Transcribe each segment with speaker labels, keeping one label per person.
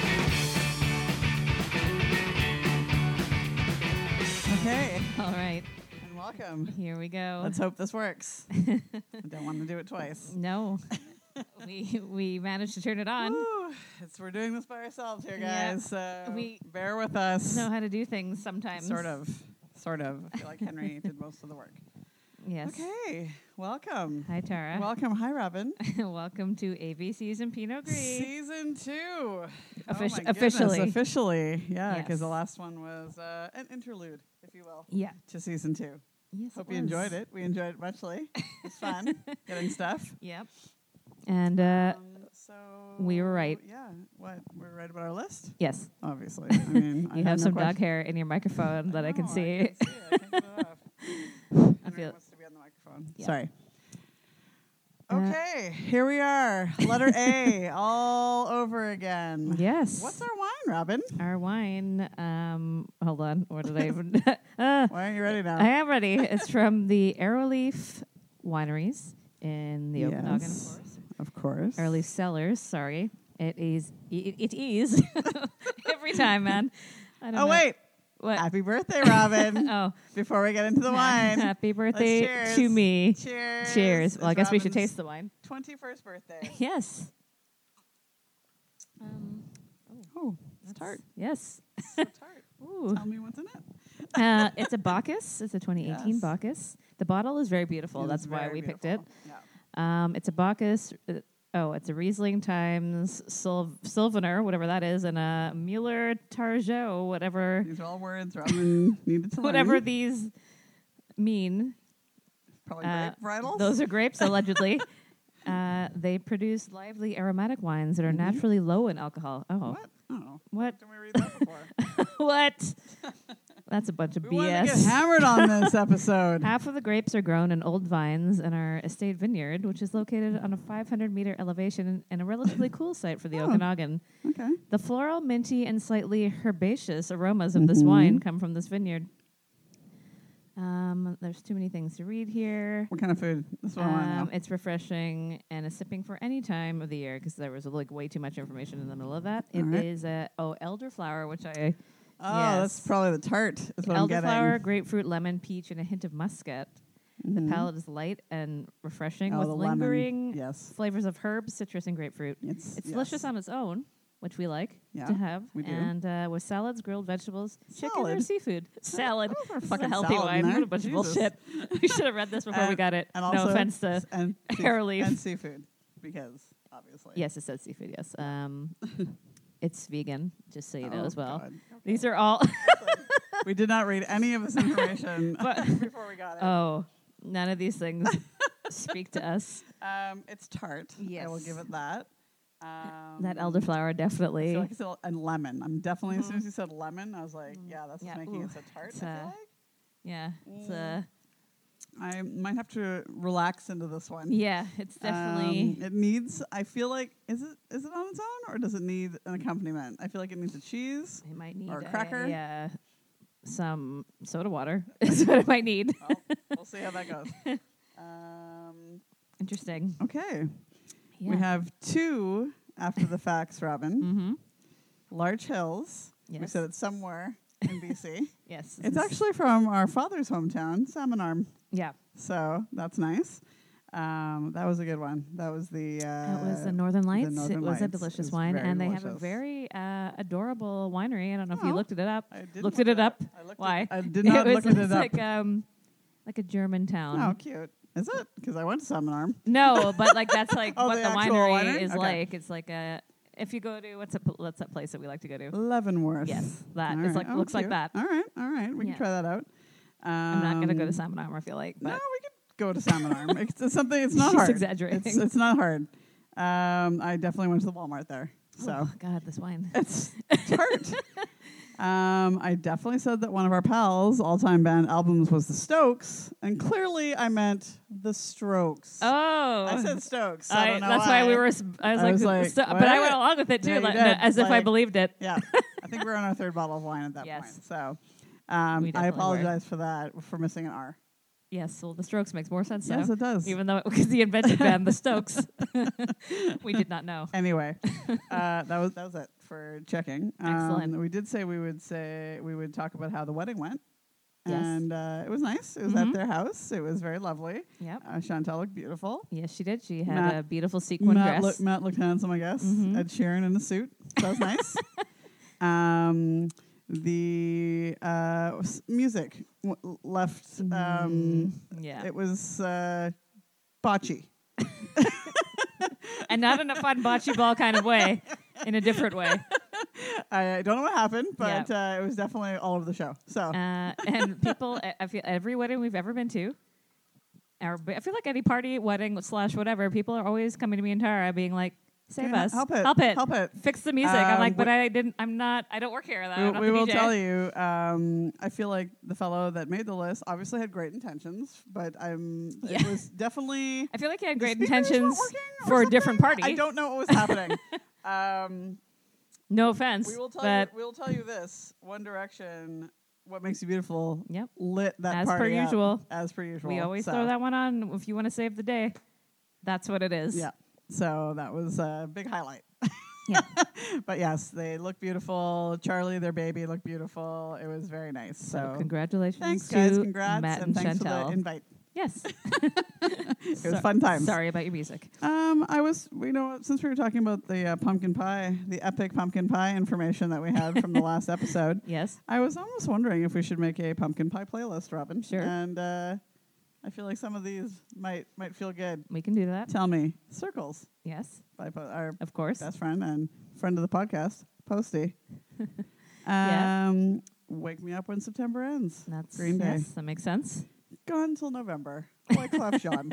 Speaker 1: welcome.
Speaker 2: Here we go.
Speaker 1: Let's hope this works. I don't want to do it twice.
Speaker 2: no, we we managed to turn it on.
Speaker 1: Woo. It's, we're doing this by ourselves here,
Speaker 2: Yeah.
Speaker 1: guys. So
Speaker 2: We-
Speaker 1: bear with us.
Speaker 2: Know how to do things sometimes.
Speaker 1: Sort of. Sort of. I feel like Henry did most of the work.
Speaker 2: Yes.
Speaker 1: Okay. Welcome.
Speaker 2: Hi Tara.
Speaker 1: Welcome. Hi, Robin.
Speaker 2: Welcome to ABCs and Pinot Gris.
Speaker 1: Season two.
Speaker 2: Offici-
Speaker 1: oh my goodness,
Speaker 2: officially.
Speaker 1: Officially. Yeah, because the
Speaker 2: Yes.
Speaker 1: last one was uh, an interlude, if you will,
Speaker 2: Yeah.
Speaker 1: to season two.
Speaker 2: Yes.
Speaker 1: Hope you enjoyed
Speaker 2: was.
Speaker 1: it. We enjoyed it muchly. It's fun getting stuff.
Speaker 2: Yep. And uh,
Speaker 1: Um, so
Speaker 2: we were right.
Speaker 1: Yeah, what we're right about our list,
Speaker 2: yes,
Speaker 1: obviously. I mean, I
Speaker 2: you
Speaker 1: had
Speaker 2: have
Speaker 1: no
Speaker 2: some dog
Speaker 1: question.
Speaker 2: hair in your microphone that I can
Speaker 1: No,
Speaker 2: see.
Speaker 1: I can see it. I can't get it off. Henry
Speaker 2: feel-
Speaker 1: wants to be on the microphone.
Speaker 2: Yeah.
Speaker 1: Sorry.
Speaker 2: Uh,
Speaker 1: Okay, here we are. Letter A, all over again.
Speaker 2: yes.
Speaker 1: What's our wine, Robin?
Speaker 2: our wine? Um, hold on. What did I even? Ah,
Speaker 1: Why aren't you ready now?
Speaker 2: I am ready. It's from the Arrowleaf Wineries in the Okanagan
Speaker 1: Yes.
Speaker 2: Forest.
Speaker 1: Of course.
Speaker 2: Arrowleaf Cellars. Sorry. It is. It, it is. Every time, man. I don't
Speaker 1: Oh
Speaker 2: know.
Speaker 1: wait!
Speaker 2: What?
Speaker 1: Happy birthday, Robin!
Speaker 2: Oh,
Speaker 1: Before we get into the wine,
Speaker 2: happy birthday
Speaker 1: cheers.
Speaker 2: to me.
Speaker 1: cheers!
Speaker 2: Cheers. Well, I guess we should taste the wine.
Speaker 1: Twenty-first birthday.
Speaker 2: Yes. Um,
Speaker 1: Oh, it's tart.
Speaker 2: Yes.
Speaker 1: It's so tart.
Speaker 2: Ooh.
Speaker 1: Tell me what's in it.
Speaker 2: Uh, it's a Bacchus. It's a 2018
Speaker 1: Yes.
Speaker 2: Bacchus. The bottle is very beautiful.
Speaker 1: It
Speaker 2: That's
Speaker 1: is
Speaker 2: why
Speaker 1: very
Speaker 2: we picked
Speaker 1: beautiful. Yeah.
Speaker 2: it. Um, it's a Bacchus. Uh, oh, it's a Riesling times Syl- Sylvaner, whatever that is, and a Mueller Targeau, whatever,
Speaker 1: These are all words Robin needed to
Speaker 2: Mm, whatever
Speaker 1: learn.
Speaker 2: these mean.
Speaker 1: Probably
Speaker 2: uh,
Speaker 1: grape varietals.
Speaker 2: Those are grapes, allegedly. Uh, they produce lively aromatic wines that are
Speaker 1: Mm-hmm.
Speaker 2: naturally low in alcohol. Oh,
Speaker 1: what? I don't know.
Speaker 2: what?
Speaker 1: Didn't we read that before?
Speaker 2: what? That's a bunch of
Speaker 1: we wanted to get
Speaker 2: BS.
Speaker 1: hammered on this episode.
Speaker 2: Half of the grapes are grown in old vines in our estate vineyard, which is located on a 500 meter elevation and a relatively cool site for the
Speaker 1: Oh.
Speaker 2: Okanagan.
Speaker 1: okay.
Speaker 2: The floral, minty, and slightly herbaceous aromas of
Speaker 1: Mm-hmm.
Speaker 2: this wine come from this vineyard. Um, there's too many things to read here.
Speaker 1: What kind of food? This one.
Speaker 2: Um, it's refreshing and a sipping for any time of the year because there was like way too much information in the middle of that. It is
Speaker 1: All right.
Speaker 2: a oh elderflower, which I
Speaker 1: oh, that's
Speaker 2: yes.
Speaker 1: probably the tart. Is what I'm getting.
Speaker 2: elderflower, grapefruit, lemon, peach, and a hint of muscat.
Speaker 1: Mhm.
Speaker 2: The palate is light and refreshing
Speaker 1: Oh,
Speaker 2: with
Speaker 1: the lemon.
Speaker 2: lingering
Speaker 1: Yes.
Speaker 2: flavors of herbs, citrus, and grapefruit.
Speaker 1: It's,
Speaker 2: It's
Speaker 1: yes.
Speaker 2: delicious on its own, which we like
Speaker 1: Yeah,
Speaker 2: to have,
Speaker 1: we do.
Speaker 2: and uh, with salads, grilled vegetables, chicken, or
Speaker 1: Salad.
Speaker 2: seafood. Salad.
Speaker 1: Oh, for
Speaker 2: This is a
Speaker 1: fucking
Speaker 2: healthy
Speaker 1: salad in
Speaker 2: wine. What
Speaker 1: there.
Speaker 2: a bunch
Speaker 1: Jesus.
Speaker 2: of bullshit. we should have read this before we
Speaker 1: And-
Speaker 2: got it.
Speaker 1: And also,
Speaker 2: no offense to
Speaker 1: s- and sea-
Speaker 2: Arrowleaf.
Speaker 1: and seafood because obviously.
Speaker 2: Yes, it says seafood. Yes, um, it's vegan. Just so you know
Speaker 1: Oh,
Speaker 2: as well.
Speaker 1: God.
Speaker 2: These are all.
Speaker 1: we did not read any of this information
Speaker 2: But-
Speaker 1: before we got it.
Speaker 2: oh, none of these things speak to us.
Speaker 1: Um, it's tart. I will
Speaker 2: Yes.
Speaker 1: give it that. Um,
Speaker 2: that elderflower
Speaker 1: I
Speaker 2: definitely.
Speaker 1: feel like it's a- and lemon. I'm definitely as soon as you said lemon, I was like, yeah, that's
Speaker 2: Mm-hmm. Mm. Yeah,
Speaker 1: making
Speaker 2: ooh,
Speaker 1: it so tart.
Speaker 2: it's,
Speaker 1: I
Speaker 2: uh,
Speaker 1: feel
Speaker 2: yeah, it's
Speaker 1: Mm.
Speaker 2: uh,
Speaker 1: like I might have to relax into this one.
Speaker 2: yeah, it's definitely.
Speaker 1: Um, it needs. I feel like is it is it on its own or does it need an accompaniment? I feel like it needs a cheese.
Speaker 2: I might need uh,
Speaker 1: or a cracker?
Speaker 2: yeah, some soda water is what I might need.
Speaker 1: Well, we'll see how that goes. Um,
Speaker 2: Interesting.
Speaker 1: okay,
Speaker 2: Yeah.
Speaker 1: we have two after the facts, Robin.
Speaker 2: mm-hmm.
Speaker 1: Large Hills. We
Speaker 2: Yes.
Speaker 1: said it's somewhere in BC.
Speaker 2: Yes, this
Speaker 1: it's
Speaker 2: is-
Speaker 1: actually from our father's hometown, Salmon Arm.
Speaker 2: yeah.
Speaker 1: So that's nice. Um, that was a good one. That was the. Uh,
Speaker 2: It was the Northern Lights.
Speaker 1: Northern
Speaker 2: it was
Speaker 1: Lights.
Speaker 2: a
Speaker 1: It
Speaker 2: delicious
Speaker 1: was
Speaker 2: wine,
Speaker 1: very
Speaker 2: and they have a
Speaker 1: delicious.
Speaker 2: very uh, adorable winery. I don't know if
Speaker 1: Oh.
Speaker 2: you looked it up.
Speaker 1: I did
Speaker 2: looked
Speaker 1: look
Speaker 2: it
Speaker 1: it
Speaker 2: up.
Speaker 1: up. I looked it-
Speaker 2: Why?
Speaker 1: I did not
Speaker 2: it
Speaker 1: look
Speaker 2: was,
Speaker 1: it
Speaker 2: looks
Speaker 1: up.
Speaker 2: Like um, like a German town.
Speaker 1: Oh, cute. Is it? Because I went to Salmon Arm.
Speaker 2: No, but like that's like
Speaker 1: Oh,
Speaker 2: what
Speaker 1: the
Speaker 2: the,
Speaker 1: actual
Speaker 2: winery
Speaker 1: winery?
Speaker 2: is
Speaker 1: Okay.
Speaker 2: like. It's like a if you go to what's that pl- what's that place that we like to go to?
Speaker 1: Leavenworth.
Speaker 2: Yes, that
Speaker 1: All
Speaker 2: it's
Speaker 1: right. Oh,
Speaker 2: like looks like
Speaker 1: cute.
Speaker 2: that.
Speaker 1: All right. All right. We
Speaker 2: Yeah.
Speaker 1: can try that out. Um,
Speaker 2: I'm not gonna go to Salmon Arm. I feel like,
Speaker 1: No,
Speaker 2: but
Speaker 1: we could go to Salmon Arm. It's, it's something. It's not
Speaker 2: She's
Speaker 1: hard.
Speaker 2: exaggerating.
Speaker 1: It's, it's not hard. Um, I definitely went to the Walmart there. So.
Speaker 2: oh God, this wine.
Speaker 1: It's tart. um, I definitely said that one of our pals' all-time band albums was the Stokes, and clearly I meant the Strokes.
Speaker 2: Oh,
Speaker 1: I said Stokes. so I,
Speaker 2: I-
Speaker 1: don't know
Speaker 2: that's why we were. s- I was
Speaker 1: I
Speaker 2: like,
Speaker 1: was like,
Speaker 2: so- but I
Speaker 1: what?
Speaker 2: went along with it too,
Speaker 1: Yeah, you
Speaker 2: like,
Speaker 1: did.
Speaker 2: as if I
Speaker 1: Like-
Speaker 2: believed it.
Speaker 1: Yeah, I think we were on our third bottle of wine at that
Speaker 2: Yes.
Speaker 1: point. So um,
Speaker 2: We
Speaker 1: I
Speaker 2: definitely were.
Speaker 1: apologize for that for missing an R.
Speaker 2: Yes, well, the Strokes makes more sense.
Speaker 1: Yes,
Speaker 2: though,
Speaker 1: it does.
Speaker 2: even though because the invented band, the Stokes, we did not know.
Speaker 1: Anyway, uh, that was that was it for checking. Um,
Speaker 2: Excellent.
Speaker 1: We did say we would say we would talk about how the wedding went,
Speaker 2: Yes.
Speaker 1: And uh, it was nice. It was at
Speaker 2: Mhm.
Speaker 1: their house. It was very lovely.
Speaker 2: Yep.
Speaker 1: Uh, Chantel looked beautiful.
Speaker 2: Yes, she did. She had
Speaker 1: Matt-
Speaker 2: a beautiful sequin
Speaker 1: Matt,
Speaker 2: dress.
Speaker 1: look, Matt looked handsome, I guess.
Speaker 2: Mhm.
Speaker 1: Ed Sheeran in a suit. That was nice. um, the uh, s- music w- left. Um,
Speaker 2: Mm-hmm. yeah.
Speaker 1: It was uh, botchy.
Speaker 2: and not in a fun bocce ball kind of way, in a different way.
Speaker 1: I, I don't know what happened, but uh, it was definitely all over the show. So
Speaker 2: Uh, and people, I- I feel every wedding we've ever been to, or I feel like any party, wedding slash whatever, people are always coming to me and Tara being like, "Save
Speaker 1: Yeah,
Speaker 2: us,
Speaker 1: help it,
Speaker 2: help it,
Speaker 1: help it."
Speaker 2: fix the music."
Speaker 1: Um,
Speaker 2: I'm like,
Speaker 1: we-
Speaker 2: "But I didn't. I'm not. I don't work here. though.
Speaker 1: we,
Speaker 2: I'm not
Speaker 1: we
Speaker 2: the
Speaker 1: will
Speaker 2: DJ."
Speaker 1: tell you. Um, I feel like the fellow that made the list obviously had great intentions, but I'm. It
Speaker 2: Yeah.
Speaker 1: was definitely.
Speaker 2: I feel like you had
Speaker 1: the
Speaker 2: great
Speaker 1: speakers weren't
Speaker 2: intentions
Speaker 1: working or
Speaker 2: for a
Speaker 1: something.
Speaker 2: different party.
Speaker 1: I don't know what was happening. um,
Speaker 2: No offense,
Speaker 1: we will tell
Speaker 2: but
Speaker 1: you. We will tell you this. One Direction. What makes you beautiful?
Speaker 2: Yep.
Speaker 1: Lit that
Speaker 2: As per
Speaker 1: party up,
Speaker 2: usual.
Speaker 1: as per usual.
Speaker 2: we always
Speaker 1: so,
Speaker 2: throw that one on if you want to save the day. That's what it is.
Speaker 1: Yeah. So that was a big highlight.
Speaker 2: Yeah.
Speaker 1: But yes, they look beautiful. Charlie, their baby, looked beautiful. It was very nice.
Speaker 2: So,
Speaker 1: So
Speaker 2: congratulations
Speaker 1: thanks,
Speaker 2: to
Speaker 1: guys. Congrats,
Speaker 2: Matt
Speaker 1: and
Speaker 2: and,
Speaker 1: thanks
Speaker 2: Chantel.
Speaker 1: for the invite.
Speaker 2: yes,
Speaker 1: It was fun times.
Speaker 2: Sorry about your music.
Speaker 1: Um, I was, you know, since we were talking about the uh, pumpkin pie, the epic pumpkin pie information that we had from the last episode,
Speaker 2: Yes,
Speaker 1: I was almost wondering if we should make a pumpkin pie playlist, Robin.
Speaker 2: Sure.
Speaker 1: And uh, I feel like some of these might might feel good.
Speaker 2: we can do that.
Speaker 1: Tell me, circles
Speaker 2: Yes,
Speaker 1: by po- our
Speaker 2: of course.
Speaker 1: best friend and friend of the podcast, Posty. um,
Speaker 2: Yeah.
Speaker 1: Wake me up when September ends.
Speaker 2: That's
Speaker 1: Green Day.
Speaker 2: Yes, that makes sense.
Speaker 1: Gone till November. Like Clef John.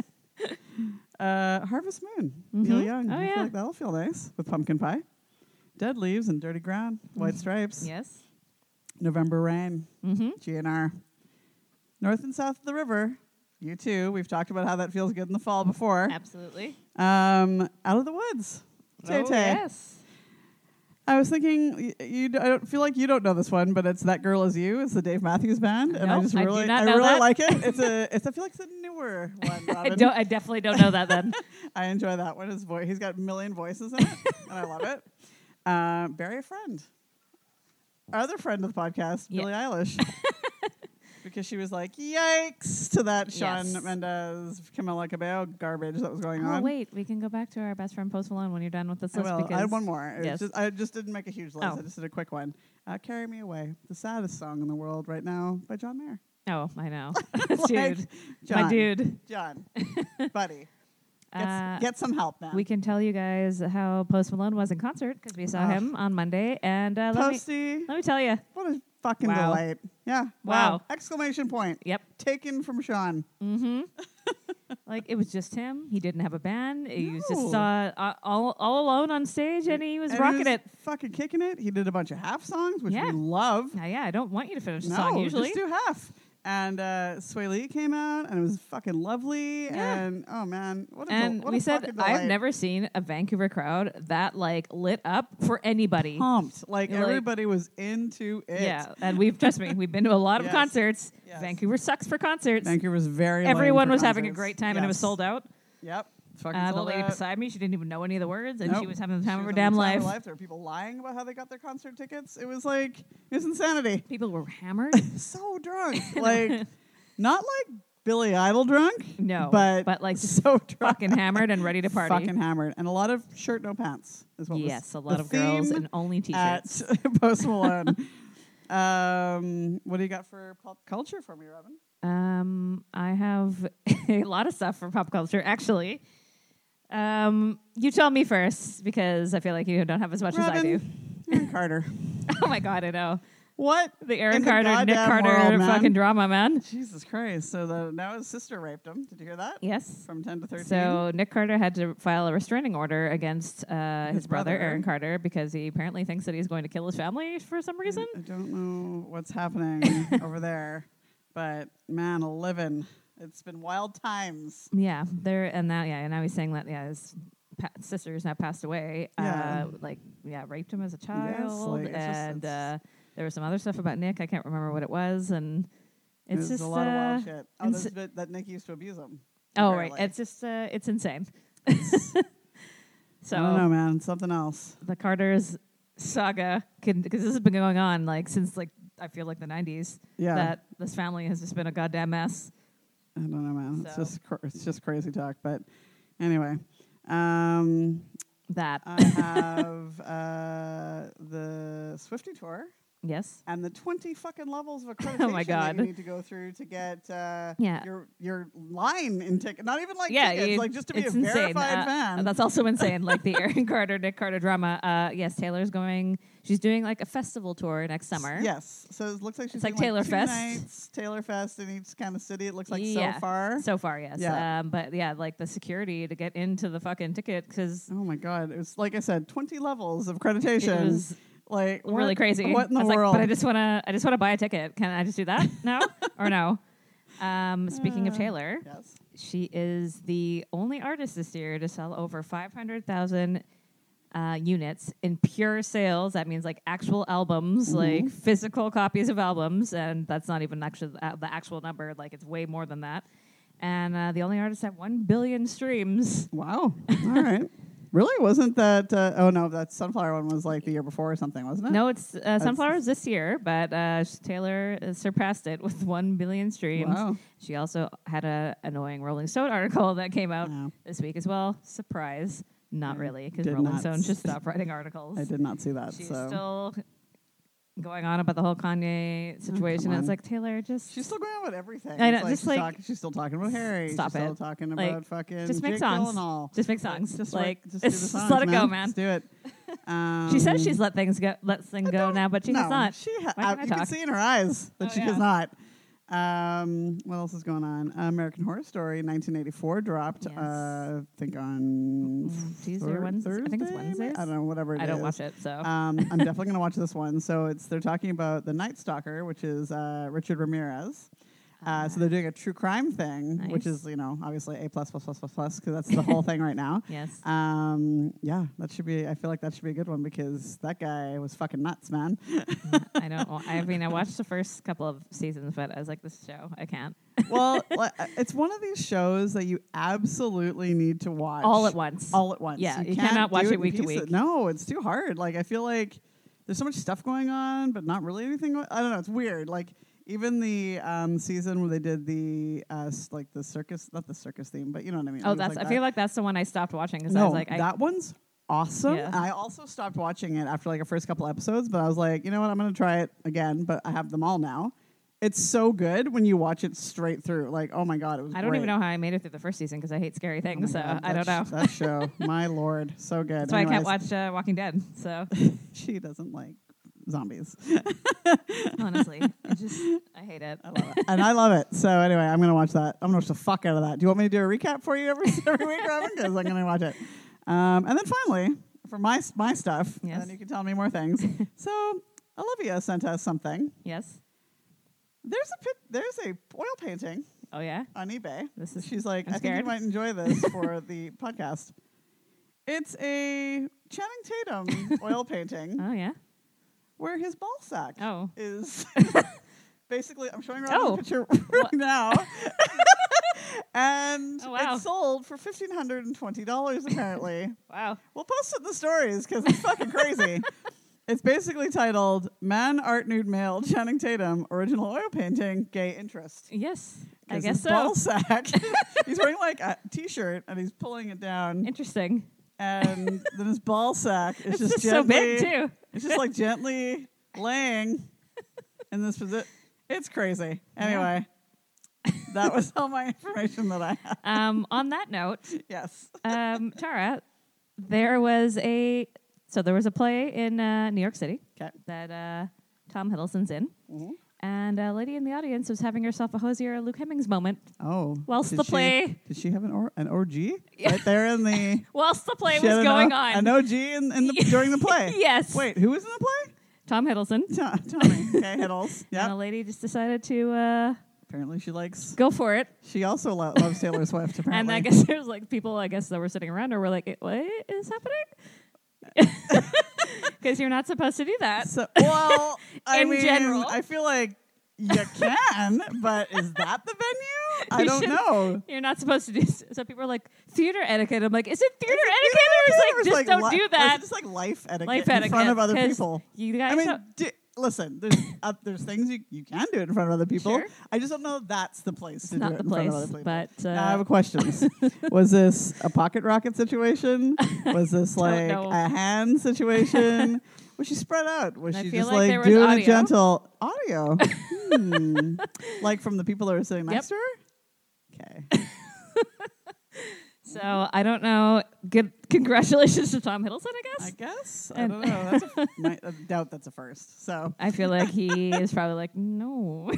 Speaker 1: Uh, Harvest Moon. Neil
Speaker 2: Mhm.
Speaker 1: Young.
Speaker 2: Oh,
Speaker 1: I feel
Speaker 2: yeah.
Speaker 1: like that'll feel nice with pumpkin pie. Dead leaves and dirty ground.
Speaker 2: Mm-hmm.
Speaker 1: White stripes.
Speaker 2: Yes.
Speaker 1: November rain.
Speaker 2: Mm-hmm.
Speaker 1: GNR. North and south of the river. You too. We've talked about how that feels good in the fall before.
Speaker 2: Absolutely.
Speaker 1: Um, out of the woods. Tay
Speaker 2: Oh,
Speaker 1: Tay.
Speaker 2: yes.
Speaker 1: I was thinking, y- you, d- I don't feel like you don't know this one, but it's "That Girl Is You." It's the Dave Matthews Band, and I
Speaker 2: Nope,
Speaker 1: just
Speaker 2: I do
Speaker 1: really,
Speaker 2: not
Speaker 1: I
Speaker 2: know
Speaker 1: really
Speaker 2: that.
Speaker 1: like it. It's a, it's I feel like it's a newer one.
Speaker 2: I
Speaker 1: Robin.
Speaker 2: don't. I definitely don't know that then.
Speaker 1: I enjoy that one. His voice, he's got a million voices in it, and I love it. Uh, bury a friend. Our other friend of the podcast,
Speaker 2: Yeah.
Speaker 1: Billie Eilish, because she was like, "Yikes!" to that Sean
Speaker 2: Yes.
Speaker 1: Mendez, Camila Cabello garbage that was going
Speaker 2: oh
Speaker 1: on.
Speaker 2: wait, we can go back to our best friend Post Malone when you're done with this
Speaker 1: I
Speaker 2: list
Speaker 1: will. I
Speaker 2: because
Speaker 1: had one more. It was
Speaker 2: Yes.
Speaker 1: just- I just didn't make a huge list.
Speaker 2: Oh.
Speaker 1: I just did a quick one. Uh, Carry Me Away, the saddest song in the world right now by John Mayer.
Speaker 2: oh I know,
Speaker 1: Like,
Speaker 2: dude, my
Speaker 1: John.
Speaker 2: dude.
Speaker 1: John, buddy, get,
Speaker 2: Uh,
Speaker 1: s- get some help, man.
Speaker 2: we can tell you guys how Post Malone was in concert because we saw
Speaker 1: Ah.
Speaker 2: him on Monday, and uh, let me
Speaker 1: Posty,
Speaker 2: let me tell you.
Speaker 1: what a fucking
Speaker 2: Wow.
Speaker 1: delight. Yeah.
Speaker 2: Wow.
Speaker 1: Exclamation point.
Speaker 2: Yep.
Speaker 1: Taken from Sean.
Speaker 2: Mm-hmm. like it was just him. He didn't have a band. He was
Speaker 1: No.
Speaker 2: just uh, uh, all all alone on stage, and he was
Speaker 1: And he
Speaker 2: rocking
Speaker 1: was
Speaker 2: it.
Speaker 1: Fucking kicking it. He did a bunch of half songs, which
Speaker 2: Yeah.
Speaker 1: we love.
Speaker 2: Now, Uh, yeah, I don't want you to finish the
Speaker 1: no,
Speaker 2: song usually.
Speaker 1: just do half. And uh, Sway Lee came out, and it was fucking lovely.
Speaker 2: Yeah.
Speaker 1: And oh man, what a del-
Speaker 2: and
Speaker 1: what
Speaker 2: we
Speaker 1: a
Speaker 2: said
Speaker 1: fucking
Speaker 2: I've
Speaker 1: delight."
Speaker 2: never seen a Vancouver crowd that like lit up for anybody.
Speaker 1: pumped. Like
Speaker 2: You're like-
Speaker 1: everybody was into it.
Speaker 2: Yeah, and we've trust me, we've been to a lot of
Speaker 1: Yes.
Speaker 2: concerts.
Speaker 1: Yes.
Speaker 2: Vancouver sucks for concerts.
Speaker 1: Vancouver was very. lame
Speaker 2: Everyone
Speaker 1: for
Speaker 2: was having a
Speaker 1: concerts.
Speaker 2: great time, and it was
Speaker 1: Yes.
Speaker 2: sold out.
Speaker 1: Yep. Fucking
Speaker 2: Uh, the
Speaker 1: sold
Speaker 2: lady
Speaker 1: out.
Speaker 2: beside me, she didn't even know any of the words, and she
Speaker 1: Nope.
Speaker 2: was having the time
Speaker 1: She
Speaker 2: of her
Speaker 1: was
Speaker 2: damn
Speaker 1: having the time
Speaker 2: life.
Speaker 1: of her There were people lying about how they got their concert tickets. It was like it was insanity.
Speaker 2: People were hammered.
Speaker 1: So drunk, like not like Billy Idol drunk.
Speaker 2: No,
Speaker 1: but
Speaker 2: but, like, just
Speaker 1: so drunk.
Speaker 2: fucking hammered and ready to party.
Speaker 1: Fucking hammered, and a lot of shirt no pants is what was
Speaker 2: yes, a lot
Speaker 1: the
Speaker 2: of girls
Speaker 1: theme
Speaker 2: and only
Speaker 1: at
Speaker 2: t-shirts.
Speaker 1: Post Malone. um, what do you got for pop culture for me, Robin?
Speaker 2: Um, I have a lot of stuff for pop culture, actually. Um, you tell me first because I feel like you don't have as much as I do.
Speaker 1: Robin, Aaron Carter.
Speaker 2: Oh my god, I know
Speaker 1: What?
Speaker 2: the Aaron
Speaker 1: In the
Speaker 2: Carter, Nick
Speaker 1: goddamn
Speaker 2: Carter
Speaker 1: world, man.
Speaker 2: fucking drama, man.
Speaker 1: Jesus Christ! So the, now his sister raped him. Did you hear that?
Speaker 2: Yes.
Speaker 1: From ten to thirteen.
Speaker 2: So Nick Carter had to file a restraining order against uh, his,
Speaker 1: His
Speaker 2: brother,
Speaker 1: brother.
Speaker 2: Aaron Carter because he apparently thinks that he's going to kill his family for some
Speaker 1: I-
Speaker 2: reason.
Speaker 1: I don't know what's happening over there, but man, a living. It's been wild times.
Speaker 2: Yeah, there and now yeah, and now he's saying that yeah, his pa- sister who's now passed away,
Speaker 1: Yeah.
Speaker 2: uh, like yeah, raped him as a child,
Speaker 1: like, it's just-
Speaker 2: and
Speaker 1: it's-
Speaker 2: uh, there was some other stuff about Nick. I can't remember what it was, and
Speaker 1: There's
Speaker 2: it's just
Speaker 1: a lot
Speaker 2: uh,
Speaker 1: of wild shit. Oh,
Speaker 2: and
Speaker 1: there's
Speaker 2: s-
Speaker 1: bit that Nick used to abuse him.
Speaker 2: oh right,
Speaker 1: apparently.
Speaker 2: it's just uh, it's insane.
Speaker 1: I don't
Speaker 2: so
Speaker 1: know, man. Something else.
Speaker 2: the Carter's saga, because this has been going on like since like I feel like the '90s.
Speaker 1: Yeah.
Speaker 2: That this family has just been a goddamn mess.
Speaker 1: I don't know, man. It's
Speaker 2: So.
Speaker 1: just cr- it's just crazy talk. But anyway, um,
Speaker 2: That
Speaker 1: I have uh, the Swifty tour
Speaker 2: yes.
Speaker 1: and the twenty fucking levels of accreditation
Speaker 2: Oh my
Speaker 1: that
Speaker 2: God.
Speaker 1: you need to go through to get uh,
Speaker 2: Yeah.
Speaker 1: your your line in ticket. Not even like
Speaker 2: yeah,
Speaker 1: tickets,
Speaker 2: you-
Speaker 1: like just to be a
Speaker 2: it's insane.
Speaker 1: verified
Speaker 2: Uh,
Speaker 1: fan.
Speaker 2: That's also insane. like the Aaron Carter, Nick Carter drama. Uh, yes, Taylor's going. She's doing like a festival tour next summer.
Speaker 1: Yes, so it looks like she's
Speaker 2: It's like
Speaker 1: doing,
Speaker 2: Taylor
Speaker 1: two
Speaker 2: Fest.
Speaker 1: nights, Taylor Fest in each kind of city. It looks like
Speaker 2: Yeah.
Speaker 1: so far.
Speaker 2: So far, yes.
Speaker 1: Yeah.
Speaker 2: Um, but yeah, like the security to get into the fucking ticket because
Speaker 1: oh my god, it was like I said, twenty levels of accreditation.
Speaker 2: It was
Speaker 1: like what-
Speaker 2: really crazy.
Speaker 1: What in
Speaker 2: I
Speaker 1: the
Speaker 2: was
Speaker 1: world?
Speaker 2: Like, but I just wanna, I just wanna buy a ticket. Can I just do that now or no? Um, speaking of
Speaker 1: Uh,
Speaker 2: Taylor,
Speaker 1: yes.
Speaker 2: she is the only artist this year to sell over 500,000 uh, units in pure sales. That means like actual albums,
Speaker 1: Mm-hmm.
Speaker 2: like physical copies of albums. And that's not even actually the, the actual number, like it's way more than that. And uh, the only artist at 1 billion streams.
Speaker 1: Wow. All right. Really? Wasn't that? Uh, oh no, that sunflower one was like the year before or something, wasn't it?
Speaker 2: No, it's uh, Sunflowers this year, but uh, sh- Taylor uh, surpassed it with 1 billion streams.
Speaker 1: Wow.
Speaker 2: She also had a annoying Rolling Stone article that came out
Speaker 1: Wow.
Speaker 2: this week as well. Surprise. Not
Speaker 1: I
Speaker 2: really, because
Speaker 1: did
Speaker 2: Rolling
Speaker 1: not
Speaker 2: Stone
Speaker 1: s-
Speaker 2: just stopped writing articles.
Speaker 1: I did not see that.
Speaker 2: She's
Speaker 1: so
Speaker 2: still going on about the whole Kanye situation. and
Speaker 1: Oh, on.
Speaker 2: it's like Taylor, just
Speaker 1: she's still going on with everything.
Speaker 2: I
Speaker 1: It's
Speaker 2: know,
Speaker 1: like
Speaker 2: just,
Speaker 1: she's,
Speaker 2: like,
Speaker 1: talk- she's still talking about Harry.
Speaker 2: stop
Speaker 1: she's still
Speaker 2: it.
Speaker 1: talking
Speaker 2: Like,
Speaker 1: about fucking
Speaker 2: just make
Speaker 1: Jake
Speaker 2: songs.
Speaker 1: Gyllenhaal.
Speaker 2: just make songs.
Speaker 1: Just
Speaker 2: like
Speaker 1: just, do the
Speaker 2: it's-
Speaker 1: songs,
Speaker 2: let it go, man.
Speaker 1: Just do it. Um,
Speaker 2: she says she's let things go, lets things go
Speaker 1: don't-
Speaker 2: now, but she
Speaker 1: no,
Speaker 2: has not.
Speaker 1: She ha-
Speaker 2: Why can't
Speaker 1: uh,
Speaker 2: I
Speaker 1: you can
Speaker 2: talk?
Speaker 1: see in her eyes that
Speaker 2: Oh,
Speaker 1: she does
Speaker 2: yeah.
Speaker 1: not. Um, what else is going on? American Horror Story 1984 dropped,
Speaker 2: Yes.
Speaker 1: uh, I think, on
Speaker 2: Mm, Tuesday or
Speaker 1: thir-
Speaker 2: Wednesdays? I think it's
Speaker 1: Thursday, may-
Speaker 2: Wednesdays.
Speaker 1: I don't know, whatever it
Speaker 2: I don't
Speaker 1: is.
Speaker 2: watch it, so
Speaker 1: Um, I'm definitely going to watch this one. So it's they're talking about the Night Stalker, which is uh, Richard Ramirez. Uh, so they're doing a true crime thing, which
Speaker 2: Ah. Nice.
Speaker 1: is you know obviously a plus plus plus plus plus because that's the whole thing right now.
Speaker 2: yes.
Speaker 1: Um, yeah, that should be. I feel like that should be a good one because that guy was fucking nuts, man.
Speaker 2: I don't. wa- I mean, I watched the first couple of seasons, but I was like, this show, I can't.
Speaker 1: well, li- it's one of these shows that you absolutely need to watch
Speaker 2: All at once.
Speaker 1: All at once.
Speaker 2: Yeah, you
Speaker 1: can't
Speaker 2: cannot
Speaker 1: do
Speaker 2: watch it
Speaker 1: in
Speaker 2: week to
Speaker 1: pieces.
Speaker 2: week.
Speaker 1: No, it's too hard. Like I feel like there's so much stuff going on, but not really anything. Going- I don't know. It's weird. Like even the um, season where they did the uh, s- like the circus, not the circus theme, but you know what I mean.
Speaker 2: oh,
Speaker 1: It was
Speaker 2: that's.
Speaker 1: like
Speaker 2: I feel
Speaker 1: that.
Speaker 2: like that's the one I stopped watching because I
Speaker 1: no,
Speaker 2: was like, I,
Speaker 1: that one's awesome.
Speaker 2: Yeah.
Speaker 1: I also stopped watching it after like a first couple episodes, but I was like, you know what, I'm gonna try it again. But I have them all now. It's so good when you watch it straight through. Like, oh my god, it was.
Speaker 2: I don't even
Speaker 1: great.
Speaker 2: know how I made it through the first season because I hate scary
Speaker 1: Oh my
Speaker 2: things, so
Speaker 1: God,
Speaker 2: I
Speaker 1: that
Speaker 2: don't know.
Speaker 1: sh- that show, my lord, so good.
Speaker 2: That's why I can't
Speaker 1: Anyways,
Speaker 2: watch uh, Walking Dead. So
Speaker 1: She doesn't like zombies,
Speaker 2: honestly, I just I hate it.
Speaker 1: I love it. and I love it. So anyway, I'm gonna watch that. I'm gonna watch the fuck out of that. Do you want me to do a recap for you every every week, Robin? Because I'm gonna watch it. Um, and then finally, for my s- my stuff,
Speaker 2: Yes.
Speaker 1: and then you can tell me more things. so Olivia sent us something.
Speaker 2: Yes.
Speaker 1: There's a pic- there's a oil painting
Speaker 2: Oh yeah.
Speaker 1: on eBay.
Speaker 2: This is
Speaker 1: She's like,
Speaker 2: I'm
Speaker 1: I think you
Speaker 2: scared.
Speaker 1: might enjoy this for the podcast. It's a Channing Tatum oil painting.
Speaker 2: Oh yeah.
Speaker 1: where his ball sack
Speaker 2: Oh.
Speaker 1: is basically I'm showing her
Speaker 2: Oh.
Speaker 1: the picture right now. and
Speaker 2: Oh, wow.
Speaker 1: it's sold for fifteen hundred and twenty dollars apparently.
Speaker 2: Wow.
Speaker 1: we'll post it in the stories because it's fucking crazy. It's basically titled "Man Art Nude Male Channing Tatum Original Oil Painting Gay Interest."
Speaker 2: Yes. I
Speaker 1: 'Cause
Speaker 2: guess
Speaker 1: his
Speaker 2: so.
Speaker 1: Ball sack. he's wearing like a t-shirt and he's pulling it down,
Speaker 2: Interesting.
Speaker 1: and then his ball sack is
Speaker 2: It's
Speaker 1: just,
Speaker 2: just, so big
Speaker 1: gently-
Speaker 2: too.
Speaker 1: it's just like gently laying in this position. It's crazy. Anyway, that was all my information that I had.
Speaker 2: Um, on that note,
Speaker 1: Yes.
Speaker 2: um, Tara, there was a so there was a play in uh, New York City
Speaker 1: 'Kay.
Speaker 2: that uh, Tom Hiddleston's in, and a lady in the audience was having herself a Hosier Luke Hemmings moment
Speaker 1: Oh.
Speaker 2: Whilst
Speaker 1: did
Speaker 2: the
Speaker 1: she-
Speaker 2: play-
Speaker 1: Did she have an or, an orgy right there in the?
Speaker 2: whilst the play
Speaker 1: she
Speaker 2: was
Speaker 1: had an
Speaker 2: going
Speaker 1: o-
Speaker 2: on.
Speaker 1: An OG in, in the during the play.
Speaker 2: Yes.
Speaker 1: Wait, who was in the play?
Speaker 2: Tom Hiddleston.
Speaker 1: T- Tommy. Okay, Hiddles.
Speaker 2: And a
Speaker 1: Yeah.
Speaker 2: lady just decided to uh,
Speaker 1: Apparently she likes.
Speaker 2: go for it.
Speaker 1: She also lo- loves Taylor Swift. Apparently.
Speaker 2: And I guess there's like people, I guess, that were sitting around her were like, "Eh, what is happening? Because you're not supposed to do that.
Speaker 1: So, well, I
Speaker 2: In
Speaker 1: mean,
Speaker 2: general.
Speaker 1: I feel like you can, but is that the venue? I
Speaker 2: You
Speaker 1: don't
Speaker 2: should-
Speaker 1: know.
Speaker 2: You're not supposed to do s- So people are like, theater etiquette. I'm like, is it theater
Speaker 1: Or
Speaker 2: etiquette? Or
Speaker 1: is
Speaker 2: it's like, just
Speaker 1: li-
Speaker 2: don't
Speaker 1: or
Speaker 2: do
Speaker 1: is it
Speaker 2: that.
Speaker 1: just like life etiquette
Speaker 2: Life
Speaker 1: in
Speaker 2: etiquette.
Speaker 1: front of other
Speaker 2: 'Cause
Speaker 1: people.
Speaker 2: You guys
Speaker 1: I mean,
Speaker 2: don't-
Speaker 1: di- listen, there's uh, there's things you, you can do in front of other people.
Speaker 2: Sure.
Speaker 1: I just don't know if that's the place to do
Speaker 2: not
Speaker 1: it
Speaker 2: the
Speaker 1: in front
Speaker 2: place,
Speaker 1: of other people.
Speaker 2: but uh,
Speaker 1: Now I have questions. was this a pocket rocket situation? Was this like
Speaker 2: know.
Speaker 1: a hand situation? Was she spread out? Was
Speaker 2: I
Speaker 1: she
Speaker 2: feel
Speaker 1: just
Speaker 2: like
Speaker 1: like,
Speaker 2: there was
Speaker 1: doing
Speaker 2: audio.
Speaker 1: a gentle audio? Hmm. Like from the people that were sitting next to her? Okay.
Speaker 2: so I don't know. Good congratulations to Tom Hiddleston, I guess.
Speaker 1: I guess. I
Speaker 2: And-
Speaker 1: don't know. That's a, my, I doubt that's a first. So,
Speaker 2: I feel like he is probably like, no,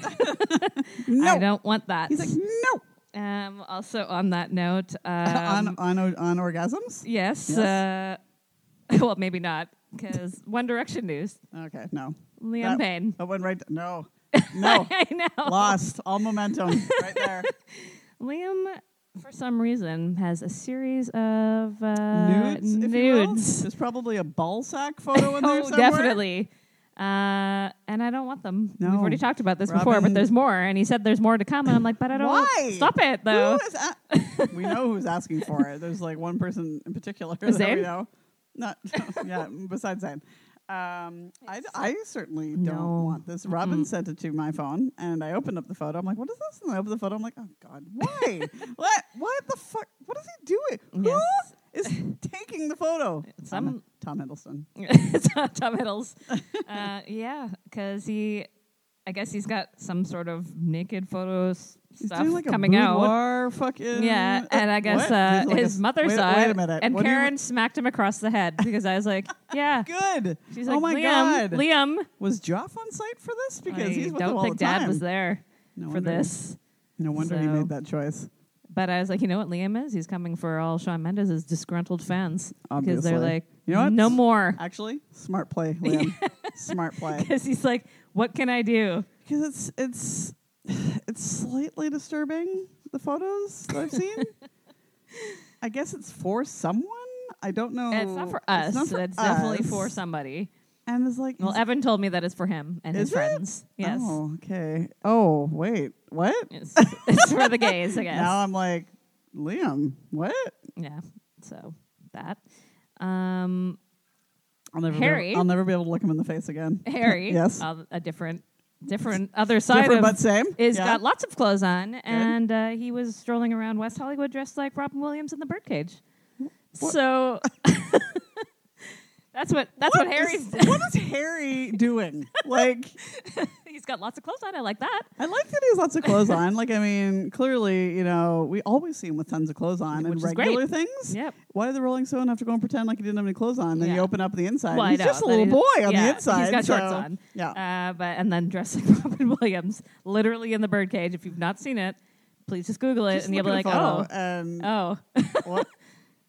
Speaker 1: no.
Speaker 2: I don't want that.
Speaker 1: He's like, no.
Speaker 2: um, also, on that note, um,
Speaker 1: on, on, on orgasms?
Speaker 2: yes,
Speaker 1: Yes.
Speaker 2: Uh, well, maybe not, because One Direction news,
Speaker 1: Okay, no.
Speaker 2: Liam
Speaker 1: That-
Speaker 2: Payne.
Speaker 1: That went right. No, no,
Speaker 2: I know.
Speaker 1: lost all momentum right there.
Speaker 2: Liam, for some reason, has a series of uh,
Speaker 1: nudes, if you will.
Speaker 2: nudes.
Speaker 1: There's probably a ball sack photo in there
Speaker 2: oh,
Speaker 1: somewhere.
Speaker 2: definitely. Uh, and I don't want them. We've
Speaker 1: No.
Speaker 2: already talked about this before, but
Speaker 1: Robin-
Speaker 2: there's more. And he said there's more to come, and I'm like, but I don't. want-
Speaker 1: Why?
Speaker 2: Stop it,
Speaker 1: Who
Speaker 2: though.
Speaker 1: is a- we know who's asking for it. There's like one person in particular that we
Speaker 2: Zayn?
Speaker 1: know. Not yeah. Besides Zayn, um, I, I certainly don't
Speaker 2: No.
Speaker 1: want this. Robin sent it to my phone, and I opened up the photo. I'm like, "What is this?" And I opened the photo. I'm like, "Oh God, why? what? What the fuck? What is he doing?
Speaker 2: Yes.
Speaker 1: Who is taking the photo?"
Speaker 2: Some-
Speaker 1: Tom, Tom Hiddleston.
Speaker 2: It's not Tom Hiddles. uh, yeah, because he, I guess he's got some sort of naked photos
Speaker 1: He's
Speaker 2: stuff
Speaker 1: doing like
Speaker 2: coming
Speaker 1: a
Speaker 2: out.
Speaker 1: boudoir fucking
Speaker 2: Yeah, and I
Speaker 1: What?
Speaker 2: guess uh,
Speaker 1: He's like a
Speaker 2: his
Speaker 1: s-
Speaker 2: mother
Speaker 1: wait,
Speaker 2: saw
Speaker 1: Wait
Speaker 2: it,
Speaker 1: a minute,
Speaker 2: and
Speaker 1: what do you-
Speaker 2: Karen smacked him across the head because I was like, "Yeah."
Speaker 1: good.
Speaker 2: She's like,
Speaker 1: oh my
Speaker 2: "Liam,
Speaker 1: god,
Speaker 2: Liam."
Speaker 1: was Joff on site for this? Because
Speaker 2: I
Speaker 1: he's with
Speaker 2: don't
Speaker 1: them all
Speaker 2: think
Speaker 1: the
Speaker 2: Dad
Speaker 1: time.
Speaker 2: was there
Speaker 1: No
Speaker 2: for
Speaker 1: wonder.
Speaker 2: this.
Speaker 1: No wonder he
Speaker 2: So-
Speaker 1: made that choice.
Speaker 2: But I was like, you know what Liam is? He's coming for all Sean Mendes' disgruntled fans. Because
Speaker 1: Obviously.
Speaker 2: they're like,
Speaker 1: You know what?
Speaker 2: no more.
Speaker 1: Actually, smart play, Liam. smart play.
Speaker 2: Because he's like, what can I do?
Speaker 1: Because it's it's it's slightly disturbing the photos that I've seen. I guess it's for someone. I don't know.
Speaker 2: And it's not for us. It's,
Speaker 1: Oh, not for
Speaker 2: definitely
Speaker 1: us.
Speaker 2: for somebody.
Speaker 1: And it's like,
Speaker 2: Well,
Speaker 1: is-
Speaker 2: Evan told me that it's for him and his
Speaker 1: Is it?
Speaker 2: friends. Yes.
Speaker 1: Oh, okay. Oh, wait. What?
Speaker 2: It's, it's for the gays, I guess.
Speaker 1: Now I'm like, Liam, what?
Speaker 2: yeah. So that. Um,
Speaker 1: I'll never. Be
Speaker 2: Harry.
Speaker 1: able, I'll never be able to look him in the face again.
Speaker 2: Harry.
Speaker 1: Yes.
Speaker 2: uh, a different, different other side
Speaker 1: Different
Speaker 2: of
Speaker 1: but same.
Speaker 2: is
Speaker 1: Yeah.
Speaker 2: got lots of clothes on, and uh, he was strolling around West Hollywood dressed like Robin Williams in the Birdcage. So that's what that's what, Harry's.
Speaker 1: is- what is Harry doing? Like,
Speaker 2: he's got lots of clothes on. I like that.
Speaker 1: I like that he has lots of clothes on. Like, I mean, clearly, you know, we always see him with tons of clothes on
Speaker 2: Which
Speaker 1: and
Speaker 2: is great.
Speaker 1: regular things.
Speaker 2: Yep.
Speaker 1: Why did the Rolling Stone have to go and pretend like he didn't have any clothes on? Then you
Speaker 2: Yeah.
Speaker 1: open up the inside.
Speaker 2: Well, I
Speaker 1: he's
Speaker 2: know,
Speaker 1: just a
Speaker 2: but
Speaker 1: little
Speaker 2: he-
Speaker 1: boy on
Speaker 2: yeah,
Speaker 1: the inside.
Speaker 2: He's got
Speaker 1: so-
Speaker 2: shorts on.
Speaker 1: Yeah.
Speaker 2: Uh, but and then dressed like Robin Williams, literally in the Birdcage. If you've not seen it, please just Google it,
Speaker 1: Just
Speaker 2: and you'll be
Speaker 1: look at
Speaker 2: like,
Speaker 1: a photo
Speaker 2: oh,
Speaker 1: and
Speaker 2: oh,
Speaker 1: what?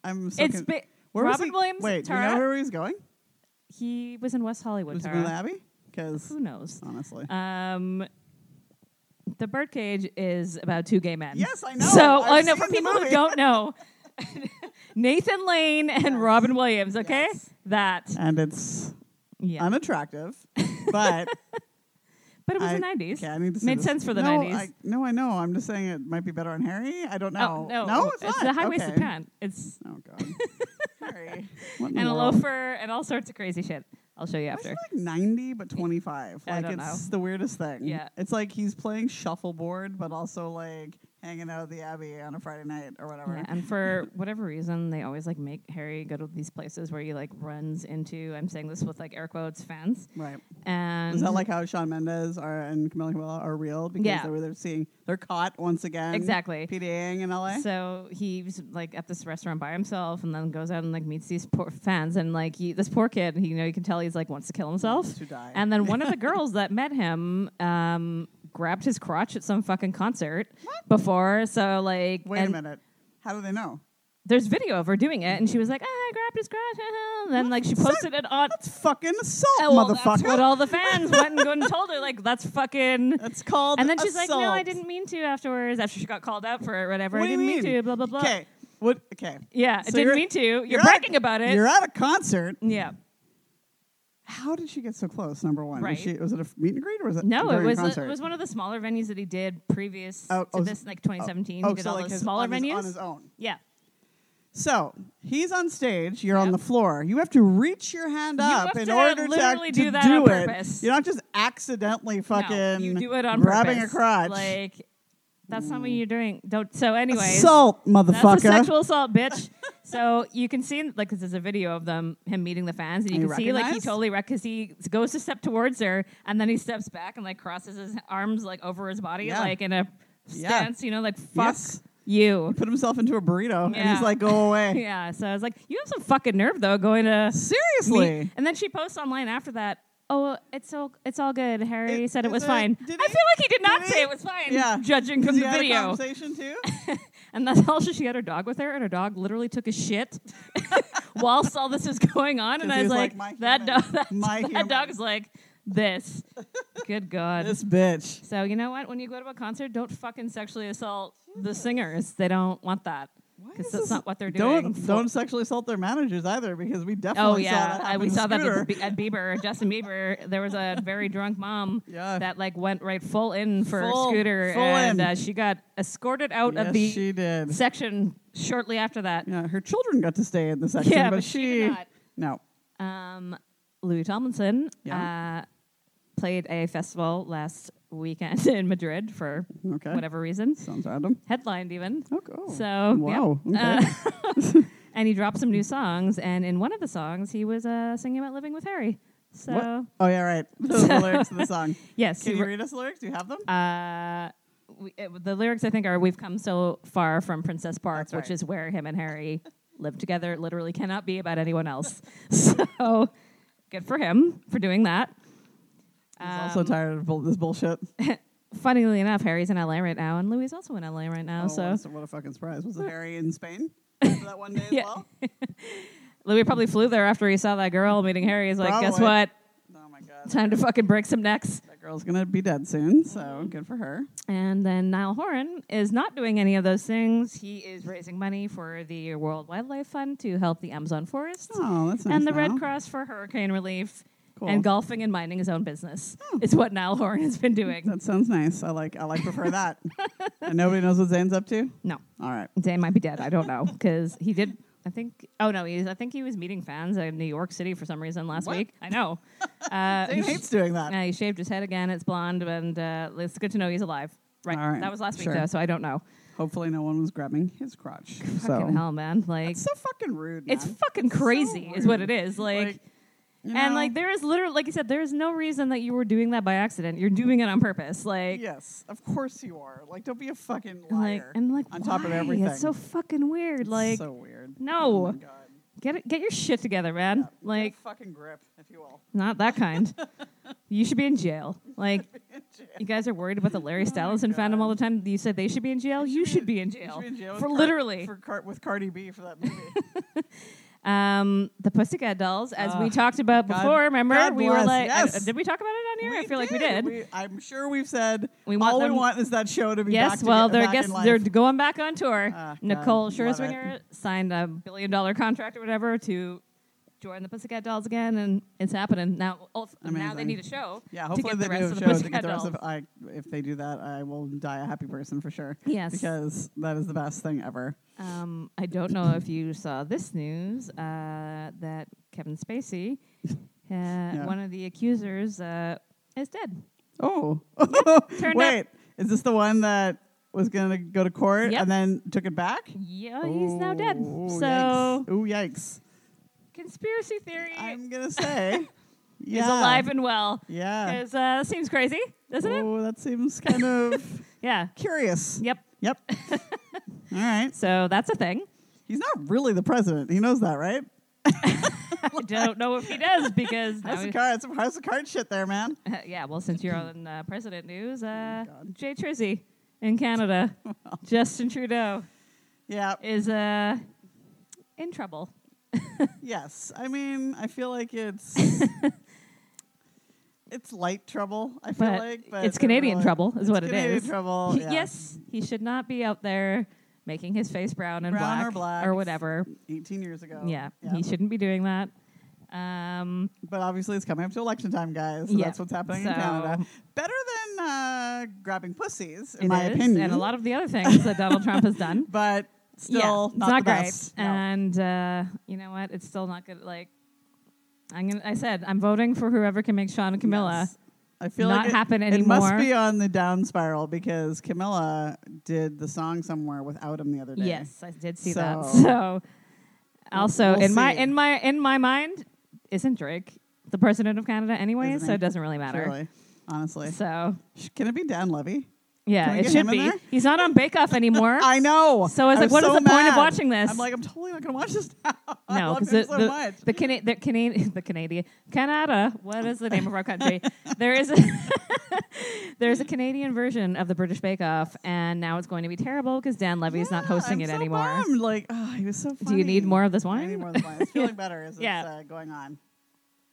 Speaker 1: I'm so
Speaker 2: it's
Speaker 1: con-
Speaker 2: bi-
Speaker 1: Where was
Speaker 2: Robin
Speaker 1: he-
Speaker 2: Williams.
Speaker 1: Wait, do you
Speaker 2: Tara.
Speaker 1: know where he's going?
Speaker 2: he was in West Hollywood.
Speaker 1: Was he going to
Speaker 2: Tara.
Speaker 1: Abbey? Because
Speaker 2: Who knows?
Speaker 1: honestly,
Speaker 2: Um, the birdcage is about two gay men.
Speaker 1: Yes, I know.
Speaker 2: So
Speaker 1: I've
Speaker 2: I know
Speaker 1: seen
Speaker 2: for
Speaker 1: the
Speaker 2: people who
Speaker 1: movie.
Speaker 2: don't know, Nathan Lane and Robin Williams. Okay,
Speaker 1: Yes.
Speaker 2: that
Speaker 1: and it's
Speaker 2: yeah,
Speaker 1: unattractive, but
Speaker 2: but it was
Speaker 1: I-
Speaker 2: the nineties.
Speaker 1: Okay, I need to see
Speaker 2: Made
Speaker 1: this.
Speaker 2: sense for the
Speaker 1: no,
Speaker 2: 90s.
Speaker 1: I, no, I know. I'm just saying it might be better on Harry. I don't know.
Speaker 2: Oh, no,
Speaker 1: it's,
Speaker 2: it's
Speaker 1: not.
Speaker 2: the high waisted
Speaker 1: okay.
Speaker 2: pant. It's
Speaker 1: Oh god, Harry. What in
Speaker 2: and
Speaker 1: the
Speaker 2: a
Speaker 1: world?
Speaker 2: loafer and all sorts of crazy shit. I'll show you
Speaker 1: Why is he
Speaker 2: after.
Speaker 1: like 90 but 25?
Speaker 2: I
Speaker 1: Like
Speaker 2: don't
Speaker 1: it's the weirdest thing.
Speaker 2: Yeah.
Speaker 1: it's like he's playing shuffleboard, but also like hanging out at the Abbey on a Friday night or whatever.
Speaker 2: Yeah, and for whatever reason, they always like make Harry go to these places where he like runs into. I'm saying this with like air quotes fans.
Speaker 1: Right.
Speaker 2: And
Speaker 1: Is that like how Sean Mendes are and Camila Cabello are real because
Speaker 2: Yeah.
Speaker 1: they were there seeing they're caught once again
Speaker 2: Exactly.
Speaker 1: PDAing in LA.
Speaker 2: So he's like at this restaurant by himself, and then goes out and like meets these poor fans, and like he, this poor kid, he, you know, you can tell he's like wants to kill himself.
Speaker 1: to die.
Speaker 2: And then one of the girls that met him um, grabbed his crotch at some fucking concert before. So like,
Speaker 1: Wait
Speaker 2: and
Speaker 1: a minute. How do they know?
Speaker 2: There's video of her doing it, and she was like, "Ah, "I grabbed his crotch," and then like she
Speaker 1: That's-
Speaker 2: posted it on.
Speaker 1: It's fucking assault,
Speaker 2: Oh, well,
Speaker 1: motherfucker.
Speaker 2: That's what all the fans went and, go and told her, like, "That's fucking."
Speaker 1: That's called.
Speaker 2: and then she's like, "No, I
Speaker 1: assault."
Speaker 2: didn't mean to." Afterwards, after she got called out for it, whatever,
Speaker 1: What
Speaker 2: I
Speaker 1: do
Speaker 2: didn't
Speaker 1: you
Speaker 2: mean? to. Blah blah blah.
Speaker 1: Okay. What? Okay.
Speaker 2: Yeah,
Speaker 1: So
Speaker 2: I didn't
Speaker 1: you're-
Speaker 2: mean to. You're,
Speaker 1: you're
Speaker 2: bragging
Speaker 1: at-
Speaker 2: about it.
Speaker 1: You're at a concert.
Speaker 2: yeah.
Speaker 1: How did she get so close? Number one.
Speaker 2: Right.
Speaker 1: Was, she, was it a f- meet and greet or was it?
Speaker 2: No, it
Speaker 1: during a
Speaker 2: was
Speaker 1: concert?
Speaker 2: it was one of the smaller venues that he did previous
Speaker 1: Oh,
Speaker 2: to
Speaker 1: oh,
Speaker 2: this, like 2017.
Speaker 1: oh,
Speaker 2: he did
Speaker 1: so
Speaker 2: all
Speaker 1: like
Speaker 2: those
Speaker 1: his,
Speaker 2: smaller
Speaker 1: on his-
Speaker 2: venues.
Speaker 1: on his own.
Speaker 2: yeah.
Speaker 1: So he's on stage. You're on
Speaker 2: Yep.
Speaker 1: the floor. You have to reach your hand
Speaker 2: You
Speaker 1: up
Speaker 2: have
Speaker 1: in
Speaker 2: to
Speaker 1: order
Speaker 2: literally
Speaker 1: to,
Speaker 2: do
Speaker 1: to
Speaker 2: that
Speaker 1: do
Speaker 2: on
Speaker 1: it.
Speaker 2: purpose.
Speaker 1: You're not just accidentally fucking
Speaker 2: no, you do it on
Speaker 1: grabbing
Speaker 2: purpose.
Speaker 1: a crotch.
Speaker 2: Like that's not what you're doing. Don't. So, anyways,
Speaker 1: Assault,
Speaker 2: that's
Speaker 1: motherfucker.
Speaker 2: a sexual assault, bitch. so you can see like because there's a video of them him meeting the fans, and you
Speaker 1: And
Speaker 2: can
Speaker 1: he
Speaker 2: see like he
Speaker 1: recognized?
Speaker 2: totally because he goes to step towards her, and then he steps back and like crosses his arms like over his body,
Speaker 1: Yeah.
Speaker 2: like in a
Speaker 1: Yeah.
Speaker 2: stance, you know, like fuck
Speaker 1: Yes.
Speaker 2: you.
Speaker 1: Put himself into a burrito and
Speaker 2: Yeah.
Speaker 1: he's like, go away.
Speaker 2: Yeah, so I was like, you have some fucking nerve though, going to
Speaker 1: Seriously.
Speaker 2: meet. And then she posts online after that, oh, it's all it's all good. Harry
Speaker 1: It-
Speaker 2: said it
Speaker 1: is
Speaker 2: was
Speaker 1: it-
Speaker 2: fine. I feel
Speaker 1: did he?
Speaker 2: like he did not
Speaker 1: Did
Speaker 2: say
Speaker 1: he?
Speaker 2: it was fine.
Speaker 1: Yeah.
Speaker 2: judging
Speaker 1: Because you
Speaker 2: from the
Speaker 1: had a
Speaker 2: video.
Speaker 1: conversation too.
Speaker 2: And that's all she she had her dog with her, and her dog literally took a shit whilst all this is going on.
Speaker 1: 'Cause
Speaker 2: And I
Speaker 1: he
Speaker 2: was
Speaker 1: was
Speaker 2: like,
Speaker 1: like, "My
Speaker 2: that
Speaker 1: human.
Speaker 2: dog, that,
Speaker 1: My
Speaker 2: that
Speaker 1: human."
Speaker 2: dog's like this. Good God.
Speaker 1: This bitch.
Speaker 2: so you know what? When you go to a concert, don't fucking sexually assault the singers. They don't want that
Speaker 1: Why
Speaker 2: because
Speaker 1: is
Speaker 2: that's
Speaker 1: this-
Speaker 2: not what they're doing.
Speaker 1: Don't don't sexually assault their managers either, because we definitely
Speaker 2: Oh yeah,
Speaker 1: saw that
Speaker 2: I-
Speaker 1: happen
Speaker 2: we
Speaker 1: to
Speaker 2: saw that
Speaker 1: Scooter.
Speaker 2: at, Be- at Bieber, Justin Bieber. There was a very drunk mom
Speaker 1: Yeah.
Speaker 2: that like went right full in for
Speaker 1: Full-
Speaker 2: Scooter,
Speaker 1: full
Speaker 2: and
Speaker 1: in.
Speaker 2: uh, she got escorted out
Speaker 1: yes,
Speaker 2: of the
Speaker 1: she did.
Speaker 2: section shortly after that.
Speaker 1: Yeah, her children got to stay in the section,
Speaker 2: Yeah,
Speaker 1: but,
Speaker 2: but she did not.
Speaker 1: no.
Speaker 2: Um, Louis Tomlinson
Speaker 1: Yeah.
Speaker 2: uh, played a festival last weekend in Madrid for
Speaker 1: Okay.
Speaker 2: whatever reason,
Speaker 1: Sounds random.
Speaker 2: headlined even.
Speaker 1: Oh, cool.
Speaker 2: So
Speaker 1: wow.
Speaker 2: yeah.
Speaker 1: Okay.
Speaker 2: Uh, and he dropped some new songs, and in one of the songs, he was uh, singing about living with Harry. So
Speaker 1: What? Oh yeah, right. The lyrics of the song.
Speaker 2: yes,
Speaker 1: Can
Speaker 2: he
Speaker 1: you
Speaker 2: wr-
Speaker 1: read us the lyrics? Do you have them?
Speaker 2: uh, we, it, the lyrics I think are "We've come so far from Princess Park,
Speaker 1: That's right.
Speaker 2: which is where him and Harry live together. It literally cannot be about anyone else." so good for him for doing that.
Speaker 1: I'm also
Speaker 2: Um,
Speaker 1: tired of bull- this bullshit.
Speaker 2: Funnily enough, Harry's in LA right now, and Louis is also in LA right now.
Speaker 1: Oh,
Speaker 2: so
Speaker 1: what a- what a fucking surprise! Was it Harry in Spain for that one day as
Speaker 2: Yeah.
Speaker 1: well?
Speaker 2: Louis probably flew there after he saw that girl meeting Harry. He's like, "Guess
Speaker 1: Probably.
Speaker 2: what?
Speaker 1: Oh my god,
Speaker 2: Time to fucking break some necks."
Speaker 1: that girl's gonna be dead soon.
Speaker 2: Mm-hmm.
Speaker 1: So good for her.
Speaker 2: And then Niall Horan is not doing any of those things. He is raising money for the World Wildlife Fund to help the Amazon forest.
Speaker 1: Oh, that's nice.
Speaker 2: and the Red
Speaker 1: now.
Speaker 2: Cross for hurricane relief,
Speaker 1: Cool. Hmm.
Speaker 2: and golfing and minding his own business is what Niall Horan has been doing.
Speaker 1: That sounds nice. I like. I like prefer that. and nobody knows what Zane's up to.
Speaker 2: No,
Speaker 1: All right.
Speaker 2: Dan might be dead. I don't know because he did. I think. Oh no, he's. I think he was meeting fans in New York City for some reason last
Speaker 1: What?
Speaker 2: week. I know. Uh,
Speaker 1: Zane
Speaker 2: he,
Speaker 1: hates doing that.
Speaker 2: uh, he shaved his head again. It's blonde, and uh, it's good to know he's alive. Right.
Speaker 1: All right,
Speaker 2: That was last week
Speaker 1: sure.
Speaker 2: though, so I don't know.
Speaker 1: Hopefully, no one was grabbing his crotch. so
Speaker 2: Fucking hell, man! Like.
Speaker 1: it's so fucking rude.
Speaker 2: It's
Speaker 1: man.
Speaker 2: fucking
Speaker 1: It's so
Speaker 2: crazy, is what it
Speaker 1: rude.
Speaker 2: is. Like,
Speaker 1: you
Speaker 2: and
Speaker 1: know?
Speaker 2: like, there is literally, like you said, there is no reason that you were doing that by accident. You're doing it on purpose. Like,
Speaker 1: Yes, of course you are. Like, don't be a fucking
Speaker 2: And, like
Speaker 1: liar.
Speaker 2: and like
Speaker 1: on top of
Speaker 2: why?
Speaker 1: everything.
Speaker 2: It's so fucking weird.
Speaker 1: It's
Speaker 2: like
Speaker 1: so weird.
Speaker 2: no.
Speaker 1: Oh my God.
Speaker 2: get it, get your shit together, man.
Speaker 1: Yeah, get a
Speaker 2: Like
Speaker 1: fucking grip, if you will.
Speaker 2: not that kind. you should be in jail. Like you guys are worried about the Larry Styles and found him
Speaker 1: Oh God.
Speaker 2: all the time. You said they should be in jail. Oh, You should be in jail,
Speaker 1: You should be in jail with
Speaker 2: for
Speaker 1: Card-
Speaker 2: literally.
Speaker 1: for Card- with Cardi B for that movie.
Speaker 2: um, the Pussycat Dolls, as we
Speaker 1: Ugh.
Speaker 2: talked about
Speaker 1: God-
Speaker 2: before. Remember,
Speaker 1: God
Speaker 2: we were
Speaker 1: bless,
Speaker 2: like, I-
Speaker 1: yes.
Speaker 2: did we talk about it on here? I feel like we did.
Speaker 1: I'm sure we've said
Speaker 2: We want
Speaker 1: all
Speaker 2: them-
Speaker 1: we want is that show to be back
Speaker 2: Yes,
Speaker 1: to
Speaker 2: well,
Speaker 1: get-
Speaker 2: they're
Speaker 1: back
Speaker 2: I guess
Speaker 1: in life.
Speaker 2: they're going back on tour.
Speaker 1: Ah, God,
Speaker 2: Nicole
Speaker 1: love it.
Speaker 2: Scherzinger signed a billion dollar contract or whatever to join the Pussycat Dolls again, and it's happening now. ulf- Now they
Speaker 1: Amazing.
Speaker 2: need a show.
Speaker 1: yeah,
Speaker 2: to
Speaker 1: hopefully
Speaker 2: get
Speaker 1: they
Speaker 2: the rest
Speaker 1: do
Speaker 2: of
Speaker 1: a show
Speaker 2: the
Speaker 1: to get
Speaker 2: Pussycat
Speaker 1: the rest of.
Speaker 2: Dolls.
Speaker 1: I, if they do that, I will die a happy person for sure.
Speaker 2: Yes.
Speaker 1: because that is the best thing ever.
Speaker 2: Um, I don't know if you saw this news uh, that Kevin Spacey, uh, one of the accusers, uh, is dead.
Speaker 1: Oh,
Speaker 2: Turned
Speaker 1: wait, is this the one that was going to go to court
Speaker 2: Yep.
Speaker 1: and then took it back?
Speaker 2: Yeah, he's now dead.
Speaker 1: Oh,
Speaker 2: so
Speaker 1: yikes. ooh, yikes!
Speaker 2: conspiracy theory
Speaker 1: I'm gonna say, yeah,
Speaker 2: is alive and well.
Speaker 1: yeah.
Speaker 2: Because uh, seems crazy, doesn't it?
Speaker 1: Oh, that seems kind of
Speaker 2: Yeah.
Speaker 1: curious.
Speaker 2: Yep.
Speaker 1: Yep. All right.
Speaker 2: So that's a thing.
Speaker 1: He's not really the president. He knows that, right?
Speaker 2: I don't know if he does because now
Speaker 1: House
Speaker 2: he-
Speaker 1: of cards. some House of cards shit there, man.
Speaker 2: yeah. Well, since you're on uh, president news, uh,
Speaker 1: Oh, God.
Speaker 2: Jay Trizzy in Canada, Justin Trudeau
Speaker 1: Yeah.
Speaker 2: is uh, in trouble.
Speaker 1: Yes. I mean, I feel like it's it's light trouble. I feel
Speaker 2: But
Speaker 1: like, but
Speaker 2: it's
Speaker 1: they're
Speaker 2: Canadian
Speaker 1: really-
Speaker 2: trouble, is
Speaker 1: it's
Speaker 2: what it
Speaker 1: Canadian
Speaker 2: is.
Speaker 1: Trouble.
Speaker 2: He-
Speaker 1: Oh, yeah.
Speaker 2: Yes, he should not be out there making his face brown and
Speaker 1: Brown
Speaker 2: black
Speaker 1: or black.
Speaker 2: whatever.
Speaker 1: 18 years ago.
Speaker 2: yeah, he shouldn't be doing that. Um,
Speaker 1: But obviously, it's coming up to election time, guys. So
Speaker 2: Yeah.
Speaker 1: that's what's happening in
Speaker 2: So-
Speaker 1: Canada. Better than uh, grabbing pussies, in
Speaker 2: it
Speaker 1: my
Speaker 2: is,
Speaker 1: opinion.
Speaker 2: and a lot of the other things that Donald Trump has done.
Speaker 1: But still
Speaker 2: it's
Speaker 1: not,
Speaker 2: not
Speaker 1: the
Speaker 2: great.
Speaker 1: best. No.
Speaker 2: And uh, you know what? It's still not good. Like I'm gonna, I said, I'm voting for whoever can make Sean and Camilla.
Speaker 1: Yes. I feel
Speaker 2: Not
Speaker 1: like it,
Speaker 2: happen
Speaker 1: It must
Speaker 2: anymore.
Speaker 1: be on the down spiral because Camilla did the song somewhere without him the other day.
Speaker 2: Yes, I did see that.
Speaker 1: So-
Speaker 2: So also
Speaker 1: we'll
Speaker 2: in my
Speaker 1: see.
Speaker 2: in my in my mind, isn't Drake the president of Canada anyway?
Speaker 1: Isn't
Speaker 2: so
Speaker 1: he?
Speaker 2: it doesn't really matter.
Speaker 1: truly, honestly.
Speaker 2: So
Speaker 1: Sh- Can it be Dan Levy? Can
Speaker 2: yeah,
Speaker 1: we
Speaker 2: it
Speaker 1: get him
Speaker 2: should
Speaker 1: in
Speaker 2: be.
Speaker 1: there?
Speaker 2: He's not on Bake Off anymore.
Speaker 1: I know.
Speaker 2: So I was like,
Speaker 1: what
Speaker 2: what
Speaker 1: is
Speaker 2: is the point of watching this?
Speaker 1: I'm like, I'm totally not going to watch this now. I
Speaker 2: no,
Speaker 1: love him
Speaker 2: because the,
Speaker 1: so
Speaker 2: the,
Speaker 1: much.
Speaker 2: the, Cana- the, Cana- the Canadian Canada. What is the name of our country? there is a there is a Canadian version of the British Bake Off, and now it's going to be terrible because Dan Levy is not
Speaker 1: Yeah,
Speaker 2: hosting
Speaker 1: I'm
Speaker 2: it
Speaker 1: so
Speaker 2: anymore.
Speaker 1: bummed. Like, oh, he was so funny.
Speaker 2: Do you need more of this
Speaker 1: I need
Speaker 2: wine?
Speaker 1: more of the wine. It's feeling better as
Speaker 2: Yeah.
Speaker 1: it's uh, going on.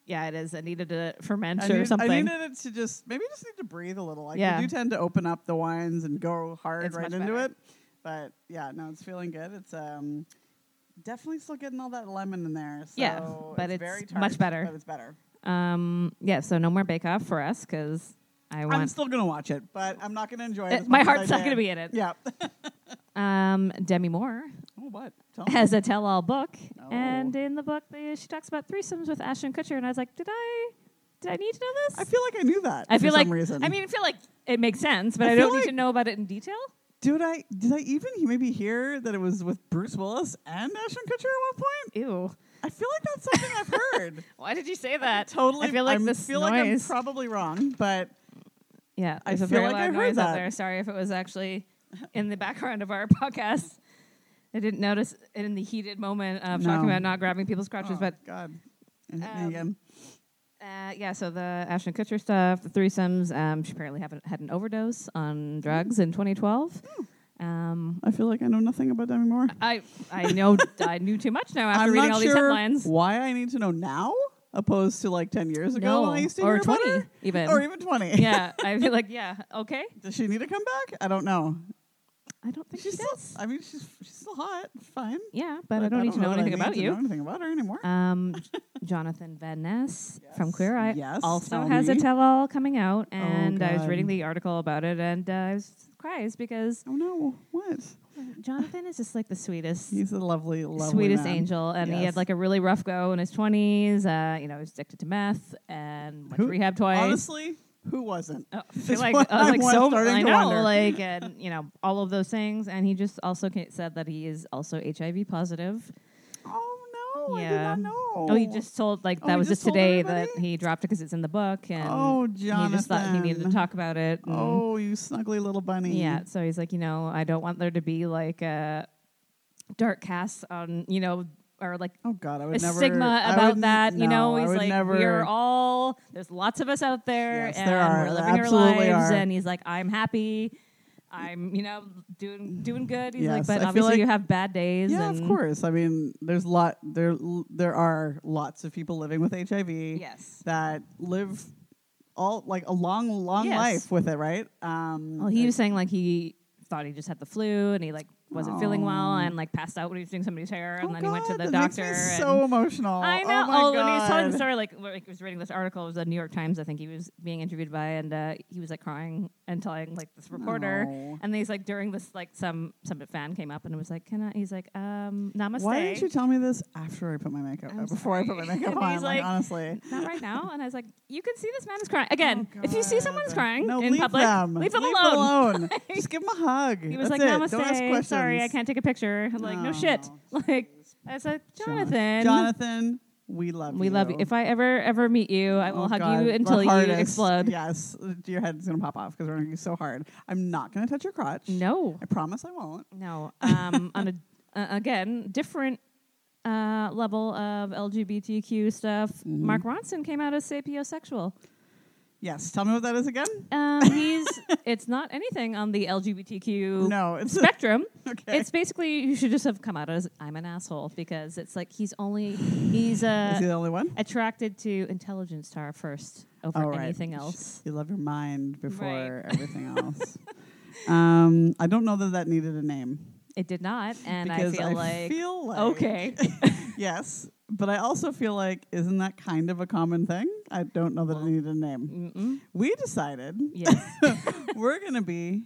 Speaker 2: Yeah, it is. I needed to ferment
Speaker 1: I
Speaker 2: or
Speaker 1: need-
Speaker 2: something.
Speaker 1: I needed it to just maybe I just need to breathe a little. Like
Speaker 2: Yeah.
Speaker 1: I do tend to open up the wines and go hard
Speaker 2: It's
Speaker 1: right
Speaker 2: much
Speaker 1: into
Speaker 2: better.
Speaker 1: it. But yeah, no, it's feeling good. It's um definitely still getting all that lemon in there. So
Speaker 2: Yeah, but it's
Speaker 1: very tart,
Speaker 2: much better.
Speaker 1: But it's better.
Speaker 2: Um, yeah, so no more Bake Off for us because I
Speaker 1: I'm
Speaker 2: want.
Speaker 1: still gonna watch it, but I'm not gonna enjoy it.
Speaker 2: Uh,
Speaker 1: as
Speaker 2: my
Speaker 1: much as
Speaker 2: heart's
Speaker 1: I
Speaker 2: not
Speaker 1: did.
Speaker 2: gonna be in it.
Speaker 1: Yeah.
Speaker 2: Um, Demi Moore
Speaker 1: oh, what? Tell me.
Speaker 2: has a tell-all book,
Speaker 1: Oh.
Speaker 2: and in the book they, she talks about threesomes with Ashton Kutcher, and I was like, did I did I need to know this?
Speaker 1: I feel like I knew that.
Speaker 2: I feel
Speaker 1: for
Speaker 2: like
Speaker 1: some reason.
Speaker 2: I mean, I feel like it makes sense, but
Speaker 1: I
Speaker 2: I,
Speaker 1: feel
Speaker 2: don't
Speaker 1: like-
Speaker 2: need to know about it in detail.
Speaker 1: did I did I even maybe hear that it was with Bruce Willis and Ashton Kutcher at one point?
Speaker 2: Ew!
Speaker 1: I feel like that's something I've heard.
Speaker 2: Why did you say that?
Speaker 1: Totally,
Speaker 2: I feel like
Speaker 1: I'm-
Speaker 2: this
Speaker 1: feel like I'm
Speaker 2: noise.
Speaker 1: probably wrong, but
Speaker 2: yeah,
Speaker 1: I
Speaker 2: there's a
Speaker 1: feel
Speaker 2: very
Speaker 1: like I
Speaker 2: loud
Speaker 1: heard
Speaker 2: noise
Speaker 1: that.
Speaker 2: out there. Sorry if it was actually in the background of our podcast. I didn't notice it in the heated moment of talking
Speaker 1: No.
Speaker 2: about not grabbing people's crotches,
Speaker 1: Oh,
Speaker 2: but
Speaker 1: God. And hit me
Speaker 2: Um,
Speaker 1: again.
Speaker 2: Uh, yeah, so the Ashton Kutcher stuff, the threesomes. Um, she apparently have, had an overdose on drugs in 2012.
Speaker 1: Hmm.
Speaker 2: Um,
Speaker 1: I feel like I know nothing about Demi Moore.
Speaker 2: I I know I knew too much now after
Speaker 1: I'm
Speaker 2: reading
Speaker 1: not
Speaker 2: all
Speaker 1: sure
Speaker 2: these headlines.
Speaker 1: why I need to know now, opposed to like ten years ago when I used to
Speaker 2: or
Speaker 1: hear about
Speaker 2: 20
Speaker 1: her.
Speaker 2: even.
Speaker 1: or even twenty.
Speaker 2: yeah, I feel like yeah, okay.
Speaker 1: Does she need to come back? I don't know.
Speaker 2: I don't think
Speaker 1: She's
Speaker 2: she
Speaker 1: still,
Speaker 2: does.
Speaker 1: I mean, she's she's still hot. Fine.
Speaker 2: yeah, but, I don't need to know
Speaker 1: that I
Speaker 2: anything
Speaker 1: need
Speaker 2: about
Speaker 1: to
Speaker 2: you.
Speaker 1: Know anything about her anymore?
Speaker 2: Um, Jonathan Van Ness from
Speaker 1: Yes.
Speaker 2: Queer Eye
Speaker 1: Yes,
Speaker 2: also
Speaker 1: tell
Speaker 2: has a
Speaker 1: me.
Speaker 2: tell-all coming out, and I was
Speaker 1: God.
Speaker 2: reading the article about it, and uh, I was surprised because
Speaker 1: oh no! What?
Speaker 2: Jonathan is just like the sweetest.
Speaker 1: He's a lovely, lovely
Speaker 2: sweetest
Speaker 1: man.
Speaker 2: angel, and he
Speaker 1: Yes.
Speaker 2: had like a really rough go in his twenties. Uh, you know, he was addicted to meth and went
Speaker 1: Who-
Speaker 2: to rehab twice.
Speaker 1: Honestly, who wasn't?
Speaker 2: Oh, I
Speaker 1: That's
Speaker 2: feel like,
Speaker 1: what
Speaker 2: I was
Speaker 1: I'm
Speaker 2: like so
Speaker 1: starting
Speaker 2: I
Speaker 1: to
Speaker 2: know,
Speaker 1: wonder.
Speaker 2: like and you know all of those things, and he just also ca- said that he is also HIV positive.
Speaker 1: Oh no! I did
Speaker 2: Yeah.
Speaker 1: not know.
Speaker 2: Oh, he just told like
Speaker 1: Oh,
Speaker 2: that
Speaker 1: he
Speaker 2: was
Speaker 1: just
Speaker 2: just
Speaker 1: told
Speaker 2: today that
Speaker 1: everybody?
Speaker 2: he dropped it because it's in the book, and
Speaker 1: Oh,
Speaker 2: he just thought he needed to
Speaker 1: Jonathan.
Speaker 2: talk about it. and-
Speaker 1: Oh, you snuggly little bunny.
Speaker 2: Yeah, so he's like, you know, I don't want there to be like a dark cast on, you know, or like
Speaker 1: Oh God, I would
Speaker 2: a
Speaker 1: never
Speaker 2: stigma
Speaker 1: I
Speaker 2: about
Speaker 1: would-
Speaker 2: that. You
Speaker 1: no,
Speaker 2: know,
Speaker 1: I
Speaker 2: he's
Speaker 1: would
Speaker 2: like,
Speaker 1: never,
Speaker 2: we're all there's lots of us out there,
Speaker 1: Yes,
Speaker 2: and
Speaker 1: there are.
Speaker 2: we're
Speaker 1: There
Speaker 2: living our
Speaker 1: absolutely
Speaker 2: lives.
Speaker 1: are.
Speaker 2: And he's like, I'm happy. I'm, you know, doing doing good. He's
Speaker 1: Yes,
Speaker 2: like, but
Speaker 1: I feel
Speaker 2: obviously
Speaker 1: like-
Speaker 2: you have bad days.
Speaker 1: Yeah,
Speaker 2: and
Speaker 1: of course. I mean, there's lot there l- there are lots of people living with HIV
Speaker 2: Yes.
Speaker 1: that live all like a long long
Speaker 2: Yes.
Speaker 1: life with it, right? Um
Speaker 2: Well, he was saying like he thought he just had the flu, and he like wasn't feeling well,
Speaker 1: Oh.
Speaker 2: and like passed out when he was doing somebody's hair,
Speaker 1: oh
Speaker 2: and then he went to
Speaker 1: God,
Speaker 2: the
Speaker 1: that makes
Speaker 2: doctor.
Speaker 1: me
Speaker 2: and
Speaker 1: so emotional.
Speaker 2: I know.
Speaker 1: Oh, my
Speaker 2: oh, when he was telling
Speaker 1: God.
Speaker 2: the story, like, where, like he was reading this article, it was the New York Times, I think he was being interviewed by, and uh, he was like crying and telling like this reporter,
Speaker 1: No.
Speaker 2: and then he's like during this like some some fan came up and was like, "Can I?" He's like, um, "Namaste."
Speaker 1: Why didn't you tell me this after I put my makeup uh,
Speaker 2: I'm
Speaker 1: before I put my
Speaker 2: sorry.
Speaker 1: makeup
Speaker 2: And
Speaker 1: on?
Speaker 2: he's
Speaker 1: like,
Speaker 2: like,
Speaker 1: honestly.
Speaker 2: Not right now. And I was like, "You can see this man is crying again. if you see someone's
Speaker 1: Oh, God.
Speaker 2: crying
Speaker 1: no,
Speaker 2: in
Speaker 1: leave
Speaker 2: public,
Speaker 1: them.
Speaker 2: leave them
Speaker 1: leave
Speaker 2: alone."
Speaker 1: alone. Just give them a hug.
Speaker 2: He was
Speaker 1: That's
Speaker 2: like,
Speaker 1: it. Don't ask
Speaker 2: "Namaste.
Speaker 1: questions.
Speaker 2: Sorry, I can't take a picture." I'm like, "No shit."
Speaker 1: No.
Speaker 2: Like, I was like,
Speaker 1: Jon-
Speaker 2: "Jonathan,
Speaker 1: Jonathan, we love you.
Speaker 2: we love you. If I ever ever meet you, I will
Speaker 1: Oh,
Speaker 2: hug
Speaker 1: God,
Speaker 2: you
Speaker 1: the
Speaker 2: until you
Speaker 1: hardest.
Speaker 2: explode."
Speaker 1: Yes, your head's gonna pop off because we're gonna be so hard. I'm not gonna touch your crotch.
Speaker 2: No.
Speaker 1: I promise I won't.
Speaker 2: No. Um, on a uh, again different uh, level of LGBTQ stuff.
Speaker 1: Mm-hmm.
Speaker 2: Mark Ronson came out as sapiosexual.
Speaker 1: Yes, tell me what that is again.
Speaker 2: Um, he's it's not anything on the LGBTQ
Speaker 1: No, it's
Speaker 2: spectrum.
Speaker 1: okay.
Speaker 2: It's basically you should just have come out as I'm an asshole because it's like he's only
Speaker 1: is
Speaker 2: he's
Speaker 1: he
Speaker 2: uh,
Speaker 1: the only one?
Speaker 2: attracted to intelligence star first over
Speaker 1: All right.
Speaker 2: anything else.
Speaker 1: You love your mind before
Speaker 2: Right.
Speaker 1: everything else. um, I don't know that that needed a name
Speaker 2: It did not, and
Speaker 1: because
Speaker 2: I feel like
Speaker 1: feel like
Speaker 2: okay.
Speaker 1: yes, but I also feel like isn't that kind of a common thing? I don't know that it needed a name.
Speaker 2: Mm-mm.
Speaker 1: We decided
Speaker 2: Yes.
Speaker 1: we're gonna be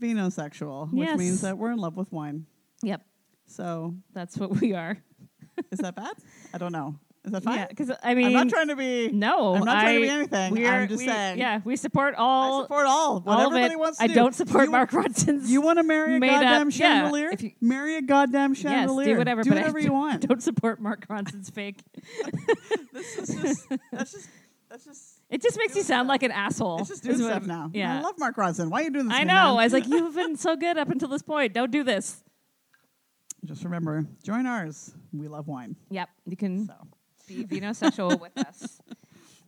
Speaker 1: venosexual, which
Speaker 2: Yes.
Speaker 1: means that we're in love with wine.
Speaker 2: Yep.
Speaker 1: So
Speaker 2: That's what we are.
Speaker 1: is that bad? I don't know. Is that fine?
Speaker 2: Yeah, because I mean,
Speaker 1: I'm not trying to be.
Speaker 2: no,
Speaker 1: I'm not trying to be
Speaker 2: I-
Speaker 1: anything.
Speaker 2: we're-
Speaker 1: I'm just
Speaker 2: we-
Speaker 1: saying.
Speaker 2: Yeah, we support all.
Speaker 1: I support all. What
Speaker 2: all of
Speaker 1: everybody
Speaker 2: it.
Speaker 1: wants to
Speaker 2: I
Speaker 1: do.
Speaker 2: don't support
Speaker 1: you,
Speaker 2: Mark Ronson's.
Speaker 1: You want to marry a
Speaker 2: made up-
Speaker 1: goddamn
Speaker 2: yeah,
Speaker 1: chandelier?
Speaker 2: if you-
Speaker 1: marry a goddamn chandelier.
Speaker 2: Yes, do whatever,
Speaker 1: Do
Speaker 2: but I
Speaker 1: whatever you
Speaker 2: don't-
Speaker 1: want.
Speaker 2: Don't support Mark Ronson's fake.
Speaker 1: This is just. That's just. That's just.
Speaker 2: It just makes you sound like an asshole.
Speaker 1: It's just doing
Speaker 2: is what-
Speaker 1: stuff now.
Speaker 2: Yeah,
Speaker 1: I love Mark Ronson. Why are you doing this?
Speaker 2: I
Speaker 1: to me,
Speaker 2: know.
Speaker 1: man?
Speaker 2: I was like, you've been so good up until this point. Don't do this.
Speaker 1: Just remember, join ours. We love wine.
Speaker 2: Yep, you can
Speaker 1: So.
Speaker 2: be venosexual with us.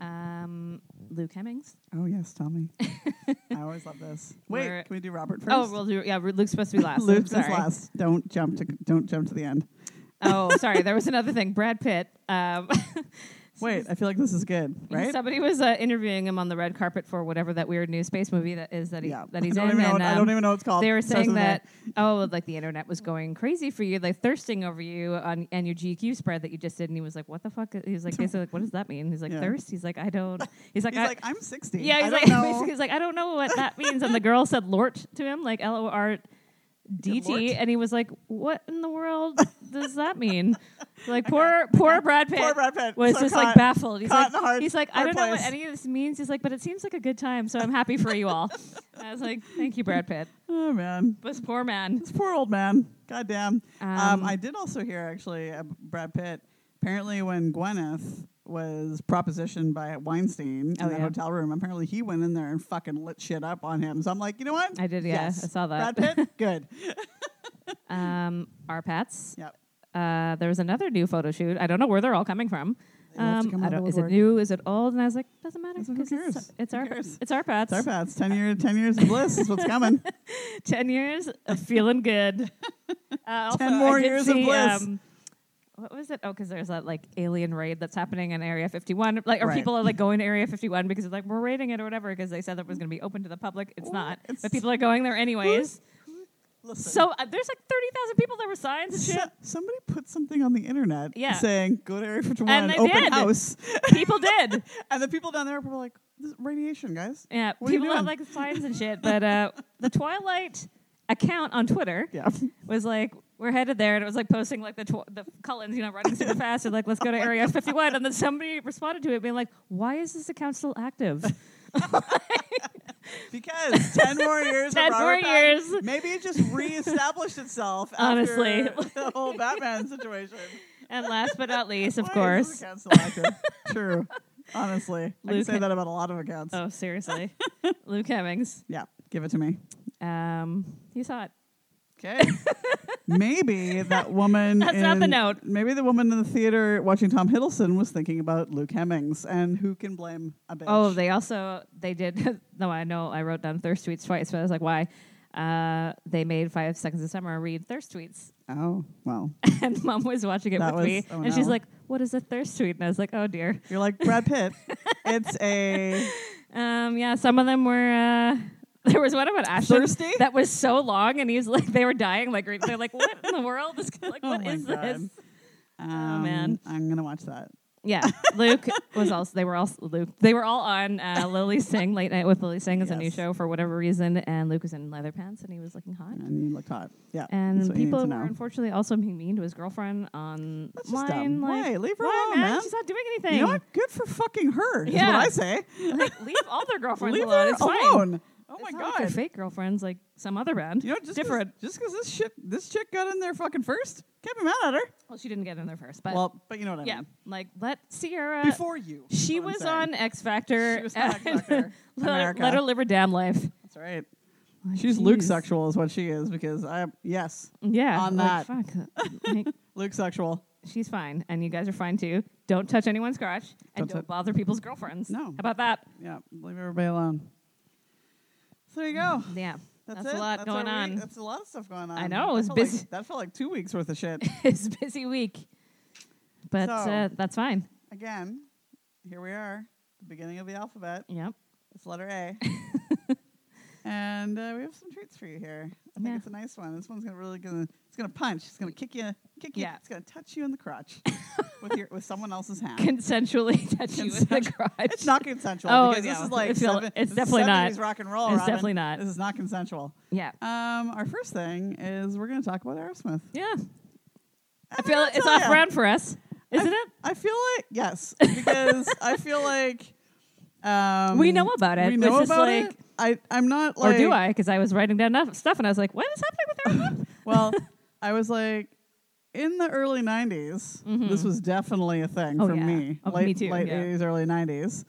Speaker 2: Um, Luke Hemmings.
Speaker 1: Oh yes, Tommy. I always love this. Wait,
Speaker 2: We're-
Speaker 1: can we do Robert first?
Speaker 2: Oh, well, do- yeah, Ru- Luke's supposed to be last. I'm
Speaker 1: Luke's
Speaker 2: sorry.
Speaker 1: last. Don't jump to don't jump to the end.
Speaker 2: Oh, sorry. There was another thing. Brad Pitt. Um,
Speaker 1: Wait, I feel like this is good, right?
Speaker 2: Somebody was uh, interviewing him on the red carpet for whatever that weird new space movie that is that he
Speaker 1: yeah,
Speaker 2: that he's
Speaker 1: I don't
Speaker 2: in.
Speaker 1: Even know
Speaker 2: and,
Speaker 1: what, I
Speaker 2: um,
Speaker 1: don't even know what it's called.
Speaker 2: they were
Speaker 1: It starts
Speaker 2: saying
Speaker 1: with an A.
Speaker 2: that oh, like the internet was going crazy for you, like thirsting over you on and your GQ spread that you just did. And he was like, "What the fuck?" He was like, basically, like, "What does that mean?" He's like,
Speaker 1: Yeah.
Speaker 2: "Thirst." He's like, "I don't." He's like,
Speaker 1: He's
Speaker 2: I,
Speaker 1: like, I'm 60.
Speaker 2: "Yeah." He's
Speaker 1: I
Speaker 2: like,
Speaker 1: don't know.
Speaker 2: basically, he's like, "I don't know what that means." And the girl said "lort" to him, like L O R D T,
Speaker 1: Lort.
Speaker 2: and he was like, "What in the world does that mean?" Like poor, poor Brad Pitt.
Speaker 1: Poor Brad Pitt.
Speaker 2: Was
Speaker 1: So
Speaker 2: just
Speaker 1: caught-
Speaker 2: like baffled. He's
Speaker 1: caught in
Speaker 2: like,
Speaker 1: a hard-
Speaker 2: he's like, I
Speaker 1: hard
Speaker 2: don't know what
Speaker 1: place."
Speaker 2: any of this means. He's like, but it seems like a good time, so I'm happy for you all. And I was like, thank you, Brad Pitt.
Speaker 1: Oh man,
Speaker 2: This poor man.
Speaker 1: this poor old man. Goddamn. Um,
Speaker 2: Um,
Speaker 1: I did also hear actually uh, Brad Pitt. Apparently, when Gwyneth was propositioned by Weinstein
Speaker 2: Oh,
Speaker 1: in that
Speaker 2: yeah.
Speaker 1: hotel room, apparently he went in there and fucking lit shit up on him. So I'm like, you know what?
Speaker 2: I did, yeah.
Speaker 1: Yes.
Speaker 2: I saw that.
Speaker 1: Brad Pitt, good.
Speaker 2: Um, our pets.
Speaker 1: Yep.
Speaker 2: Uh, there was another new photo shoot. I don't know where they're all coming from.
Speaker 1: They love to
Speaker 2: Um,
Speaker 1: come
Speaker 2: I
Speaker 1: out of
Speaker 2: don't-
Speaker 1: the
Speaker 2: is it
Speaker 1: woodwork.
Speaker 2: new? Is it old? And I was like, doesn't matter.
Speaker 1: Doesn't- who
Speaker 2: 'cause it's-
Speaker 1: cares?
Speaker 2: It's,
Speaker 1: Who
Speaker 2: our
Speaker 1: cares?
Speaker 2: it's our pets.
Speaker 1: It's our pets. Ten year, ten years of bliss is what's coming.
Speaker 2: Ten years of feeling good. Uh,
Speaker 1: Ten
Speaker 2: also, I
Speaker 1: more
Speaker 2: did
Speaker 1: years of
Speaker 2: see,
Speaker 1: bliss.
Speaker 2: um, what was it? Oh, because there's that like alien raid that's happening in Area 51. Like, or
Speaker 1: Right.
Speaker 2: people are like going to Area 51 because they're like we're raiding it or whatever because they said that it was going to be open to the public. It's
Speaker 1: What?
Speaker 2: not,
Speaker 1: It's-
Speaker 2: but people are going there anyways.
Speaker 1: Listen,
Speaker 2: So uh, there's like thirty thousand people. There were signs and
Speaker 1: so-
Speaker 2: shit.
Speaker 1: somebody put something on the internet
Speaker 2: Yeah.
Speaker 1: saying go to Area 51
Speaker 2: And they
Speaker 1: open
Speaker 2: did.
Speaker 1: house,
Speaker 2: people did.
Speaker 1: and the people down there were like, this is radiation, guys.
Speaker 2: Yeah,
Speaker 1: What are you
Speaker 2: people have
Speaker 1: doing?
Speaker 2: like signs and shit. But uh, the Twilight account on Twitter
Speaker 1: Yeah.
Speaker 2: was like, "We're headed there," and it was like posting like the tw- the Cullens, you know, running super fast and like, "Let's
Speaker 1: Oh
Speaker 2: go to Area 51." And then somebody responded to it, being like, "Why is this account still active?"
Speaker 1: Because ten more years, of
Speaker 2: 10 more
Speaker 1: Robert Pattinson-
Speaker 2: years.
Speaker 1: Maybe it just reestablished itself.
Speaker 2: Honestly.
Speaker 1: after the whole Batman situation.
Speaker 2: and last but not least, of
Speaker 1: Why is
Speaker 2: course.
Speaker 1: this account still active? True. Honestly, I can
Speaker 2: Luke-
Speaker 1: say that about a lot of accounts.
Speaker 2: Oh, seriously, Luke Hemmings.
Speaker 1: Yeah, give it to me.
Speaker 2: Um, he saw it.
Speaker 1: Okay. maybe that woman.
Speaker 2: That's not the
Speaker 1: in-
Speaker 2: note.
Speaker 1: Maybe the woman in the theater watching Tom Hiddleston was thinking about Luke Hemmings, and who can blame a bitch?
Speaker 2: Oh, they also they did. no, I know I wrote down thirst tweets twice, but I was like, why? Uh, they made Five Seconds of Summer read thirst tweets,
Speaker 1: Oh, well.
Speaker 2: and Mom was watching it
Speaker 1: That
Speaker 2: with
Speaker 1: was-
Speaker 2: me,
Speaker 1: oh,
Speaker 2: and she's
Speaker 1: no.
Speaker 2: like, "What is a thirst tweet?" And I was like, "Oh dear."
Speaker 1: You're like Brad Pitt. it's a
Speaker 2: Um, yeah, some of them were. Uh, there was one about Ashton
Speaker 1: Thirsty?
Speaker 2: that was so long, and he's like, they were dying. Like they're like, "What in the world is like?
Speaker 1: Oh
Speaker 2: What
Speaker 1: my
Speaker 2: is this?"
Speaker 1: God. um,
Speaker 2: Oh, man.
Speaker 1: I'm gonna watch that.
Speaker 2: Yeah, Luke was also. They were all Luke. They were all on uh, Lily Singh late night with Lily Singh is a new
Speaker 1: Yes.
Speaker 2: show for whatever reason, and Luke was in leather pants and he was looking hot.
Speaker 1: And you look hot. Yeah. that's
Speaker 2: And
Speaker 1: what you need
Speaker 2: people
Speaker 1: to
Speaker 2: were
Speaker 1: know.
Speaker 2: unfortunately also being mean to his girlfriend on
Speaker 1: That's just dumb.
Speaker 2: line.
Speaker 1: Why?
Speaker 2: Like,
Speaker 1: Leave her
Speaker 2: why,
Speaker 1: alone, man.
Speaker 2: She's not doing anything.
Speaker 1: You know what? Good for fucking her. Is
Speaker 2: Yeah.
Speaker 1: what I say.
Speaker 2: Like, leave all their girlfriends
Speaker 1: Leave
Speaker 2: alone.
Speaker 1: her
Speaker 2: it's Fine.
Speaker 1: alone. Oh
Speaker 2: It's
Speaker 1: my
Speaker 2: not like they're
Speaker 1: god.
Speaker 2: fake girlfriends, like some other band.
Speaker 1: You know, just
Speaker 2: different.
Speaker 1: 'cause- just because this shit, this chick got in there fucking first, can't be mad at her.
Speaker 2: Well, she didn't get in there first, but
Speaker 1: well, but you know what I
Speaker 2: yeah,
Speaker 1: mean.
Speaker 2: like let Sierra.
Speaker 1: Before you, is
Speaker 2: she
Speaker 1: what I'm
Speaker 2: was
Speaker 1: saying.
Speaker 2: on X Factor.
Speaker 1: She was on X
Speaker 2: and
Speaker 1: Factor.
Speaker 2: let, her,
Speaker 1: America.
Speaker 2: let her live her damn life.
Speaker 1: That's right.
Speaker 2: Like,
Speaker 1: She's
Speaker 2: jeez.
Speaker 1: Luke sexual, is what she is. Because I, yes,
Speaker 2: Yeah.
Speaker 1: on
Speaker 2: like,
Speaker 1: that.
Speaker 2: Fuck. Like,
Speaker 1: Luke sexual.
Speaker 2: she's fine, and you guys are fine too. Don't touch anyone's crotch, and
Speaker 1: Don't
Speaker 2: don't
Speaker 1: tou-
Speaker 2: bother people's girlfriends.
Speaker 1: No.
Speaker 2: How about that?
Speaker 1: Yeah, leave everybody alone. So there you go.
Speaker 2: Yeah. That's,
Speaker 1: it.
Speaker 2: a lot
Speaker 1: That's
Speaker 2: going
Speaker 1: our
Speaker 2: on.
Speaker 1: week. That's a lot of stuff going on.
Speaker 2: I know,
Speaker 1: That
Speaker 2: it was
Speaker 1: felt like-
Speaker 2: busy.
Speaker 1: that felt like two weeks worth of shit.
Speaker 2: it's a busy week. But
Speaker 1: So-
Speaker 2: uh, that's fine.
Speaker 1: Again, here we are, the beginning of the alphabet.
Speaker 2: Yep.
Speaker 1: It's letter A. and uh, we have some treats for you here. I think
Speaker 2: Yeah.
Speaker 1: it's a nice one. This one's gonna really gonna it's gonna punch. It's gonna kick you, kick you.
Speaker 2: Yeah.
Speaker 1: It's gonna touch you in the crotch with your with someone else's hand.
Speaker 2: Consensually touch you with the
Speaker 1: Consensual.
Speaker 2: crotch.
Speaker 1: it's not consensual
Speaker 2: Oh,
Speaker 1: because this
Speaker 2: no.
Speaker 1: is like
Speaker 2: It's not-
Speaker 1: seven- this
Speaker 2: it's
Speaker 1: is
Speaker 2: definitely not.
Speaker 1: 70s rock and roll.
Speaker 2: It's
Speaker 1: Robin.
Speaker 2: definitely not.
Speaker 1: This is not consensual.
Speaker 2: Yeah.
Speaker 1: Um, our first thing is we're gonna talk about Aerosmith.
Speaker 2: Yeah. I feel it's
Speaker 1: tell
Speaker 2: off
Speaker 1: ya.
Speaker 2: brand for us, isn't
Speaker 1: I,
Speaker 2: it?
Speaker 1: I feel like yes, because I feel like um,
Speaker 2: We know about it.
Speaker 1: We know
Speaker 2: It's just
Speaker 1: about
Speaker 2: like-
Speaker 1: it. I I'm not like
Speaker 2: or do I? Because I was writing down enough stuff and I was like, what is happening with Aaron Love?
Speaker 1: Well, I was like in the early 90s. This was definitely a thing
Speaker 2: Mm-hmm. Oh,
Speaker 1: for
Speaker 2: yeah.
Speaker 1: me.
Speaker 2: Oh, me
Speaker 1: late
Speaker 2: too,
Speaker 1: late
Speaker 2: yeah.
Speaker 1: 80s, early 90s.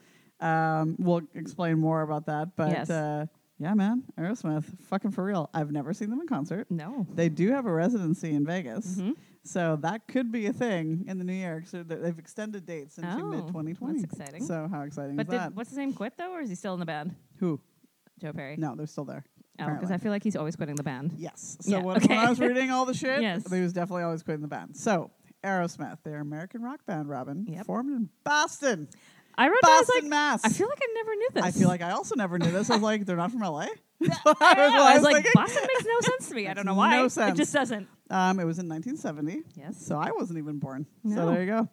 Speaker 1: Um, we'll explain more about that, but
Speaker 2: Yes.
Speaker 1: uh, yeah, man, Aerosmith, fucking for real. I've never seen them in concert.
Speaker 2: no.
Speaker 1: They do have a residency in Vegas.
Speaker 2: Mm-hmm.
Speaker 1: So that could be a thing in the new year. So they- they've extended dates into
Speaker 2: Oh,
Speaker 1: mid 2020.
Speaker 2: that's exciting.
Speaker 1: So how exciting
Speaker 2: But
Speaker 1: is that?
Speaker 2: did, what's his name quit though, or is he still in the band?
Speaker 1: Who?
Speaker 2: Joe Perry.
Speaker 1: No, they're still there.
Speaker 2: Oh, because
Speaker 1: apparently.
Speaker 2: I feel like he's always quitting the band.
Speaker 1: Yes. So
Speaker 2: Yeah,
Speaker 1: when,
Speaker 2: okay.
Speaker 1: when I was reading all the shit,
Speaker 2: Yes.
Speaker 1: they was definitely always quitting the band. So Aerosmith, they're an American rock band, Robin,
Speaker 2: Yep.
Speaker 1: formed in Boston,
Speaker 2: I wrote down, I was
Speaker 1: Boston,
Speaker 2: like,
Speaker 1: Mass.
Speaker 2: I feel like I never knew this.
Speaker 1: I feel like I also never knew this. I was like, they're not from LA.
Speaker 2: I, don't know. I was like,
Speaker 1: thinking.
Speaker 2: Boston makes no sense to me. I don't know
Speaker 1: Makes
Speaker 2: why.
Speaker 1: no
Speaker 2: It
Speaker 1: sense.
Speaker 2: just doesn't.
Speaker 1: Um, it was in 1970.
Speaker 2: Yes.
Speaker 1: So I wasn't even born. So
Speaker 2: No.
Speaker 1: there you go.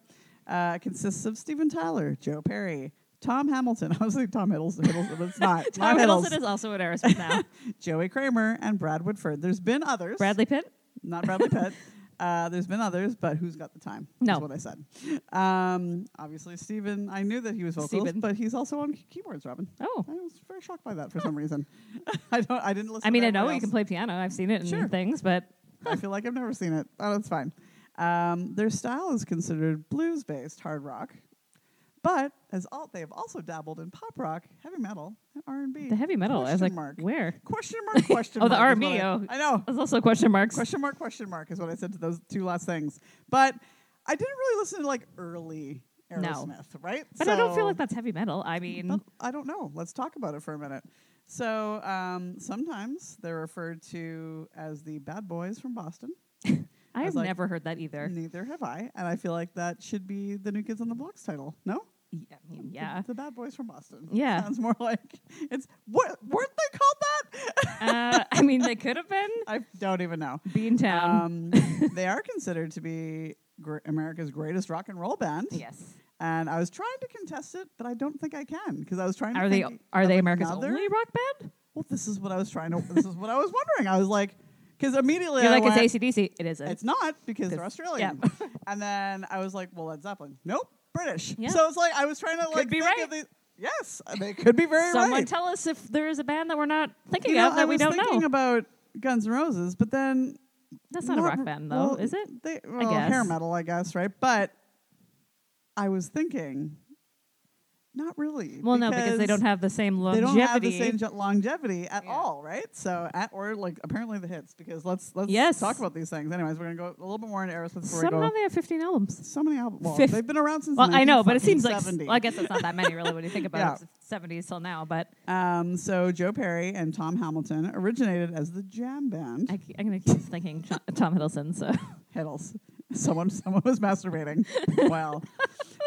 Speaker 1: Uh, it consists of Steven Tyler, Joe Perry, Tom Hamilton. I was like Tom Hiddleston, Hiddleston but it's not.
Speaker 2: Tom
Speaker 1: not
Speaker 2: Hiddleston is also at Aerosmith now.
Speaker 1: Joey Kramer, and Brad Woodford. There's been others.
Speaker 2: Bradley Pitt.
Speaker 1: not Bradley Pitt. Uh, there's been others, but who's got the time?
Speaker 2: No.
Speaker 1: That's what I said. Um, obviously, Steven, I knew that he was vocals,
Speaker 2: Steven.
Speaker 1: but he's also on key- keyboards, Robin.
Speaker 2: Oh,
Speaker 1: I was very shocked by that for some reason. I don't. I didn't listen.
Speaker 2: I mean,
Speaker 1: to
Speaker 2: I know
Speaker 1: everyone
Speaker 2: you can
Speaker 1: else.
Speaker 2: play piano. I've seen it in
Speaker 1: Sure.
Speaker 2: things, but
Speaker 1: I feel like I've never seen it. Oh, that's fine. Um, their style is considered blues-based hard rock, but as alt, they have also dabbled in pop rock, heavy metal, and R and B.
Speaker 2: the heavy metal. I was
Speaker 1: Question
Speaker 2: like,
Speaker 1: mark.
Speaker 2: where?
Speaker 1: question mark question.
Speaker 2: Oh, the
Speaker 1: mark is
Speaker 2: R&B,
Speaker 1: what I-
Speaker 2: oh.
Speaker 1: I know.
Speaker 2: There's also question marks.
Speaker 1: Question mark, question mark is what I said to those two last things. But I didn't really listen to like early Aerosmith, right?
Speaker 2: but I don't feel
Speaker 1: So-
Speaker 2: like that's heavy metal. I mean,
Speaker 1: but I don't know. Let's talk about it for a minute. So um, sometimes they're referred to as the bad boys from Boston. I
Speaker 2: I've
Speaker 1: was like-
Speaker 2: never heard that either.
Speaker 1: Neither have I. And I feel like that should be the New Kids on the Block's title. No?
Speaker 2: Y- I mean, yeah.
Speaker 1: The, the bad boys from Boston.
Speaker 2: Yeah.
Speaker 1: Sounds more like it's what weren't they called that?
Speaker 2: uh, I mean, they could have been
Speaker 1: I don't even know.
Speaker 2: Beantown.
Speaker 1: Um, they are considered to be gr- America's greatest rock and roll band.
Speaker 2: yes.
Speaker 1: And I was trying to contest it, but I don't think I can because I was trying.
Speaker 2: Are
Speaker 1: to
Speaker 2: they
Speaker 1: think
Speaker 2: are
Speaker 1: of
Speaker 2: they America's
Speaker 1: another-
Speaker 2: only rock band?
Speaker 1: Well, this is what I was trying to. This is what I was wondering. I was like, because immediately
Speaker 2: You're
Speaker 1: I
Speaker 2: like
Speaker 1: went,
Speaker 2: it's ACDC. It isn't.
Speaker 1: It's not because they're
Speaker 2: Because-
Speaker 1: Australian. and then I was like, well, Led Zeppelin. Nope, British.
Speaker 2: Yeah.
Speaker 1: So it's like I was trying to like
Speaker 2: be
Speaker 1: think
Speaker 2: right.
Speaker 1: of these. Yes, they could be very
Speaker 2: Someone
Speaker 1: right.
Speaker 2: tell us if there is a band that we're not thinking
Speaker 1: you know,
Speaker 2: of
Speaker 1: I
Speaker 2: that
Speaker 1: was
Speaker 2: we don't
Speaker 1: thinking
Speaker 2: know.
Speaker 1: about Guns N' Roses, but then
Speaker 2: That's not, a rock band, though,
Speaker 1: well,
Speaker 2: is it?
Speaker 1: They, well, hair
Speaker 2: guess.
Speaker 1: metal, I guess, right? But I was thinking, not really.
Speaker 2: Well, no, because they don't have the same
Speaker 1: they
Speaker 2: longevity.
Speaker 1: don't have the same jo- longevity at
Speaker 2: Yeah.
Speaker 1: all, right? So, at, or like apparently the hits, because let's let's
Speaker 2: Yes.
Speaker 1: talk about these things. Anyways, we're gonna go a little bit more into Aerosmith before we
Speaker 2: Somehow
Speaker 1: go.
Speaker 2: they have 15 albums.
Speaker 1: So many albums. Well,
Speaker 2: Fif-
Speaker 1: they've been around since.
Speaker 2: Well, I know, but it seems like s-
Speaker 1: 1970.
Speaker 2: well, I guess it's not that many really when you think
Speaker 1: Yeah.
Speaker 2: about it. It's 70s till now, but
Speaker 1: Um, so Joe Perry and Tom Hamilton originated as the Jam Band.
Speaker 2: I, ke- I'm gonna keep thinking Cho- Tom Hiddleston. So
Speaker 1: Hiddles. Someone, someone was masturbating. wow.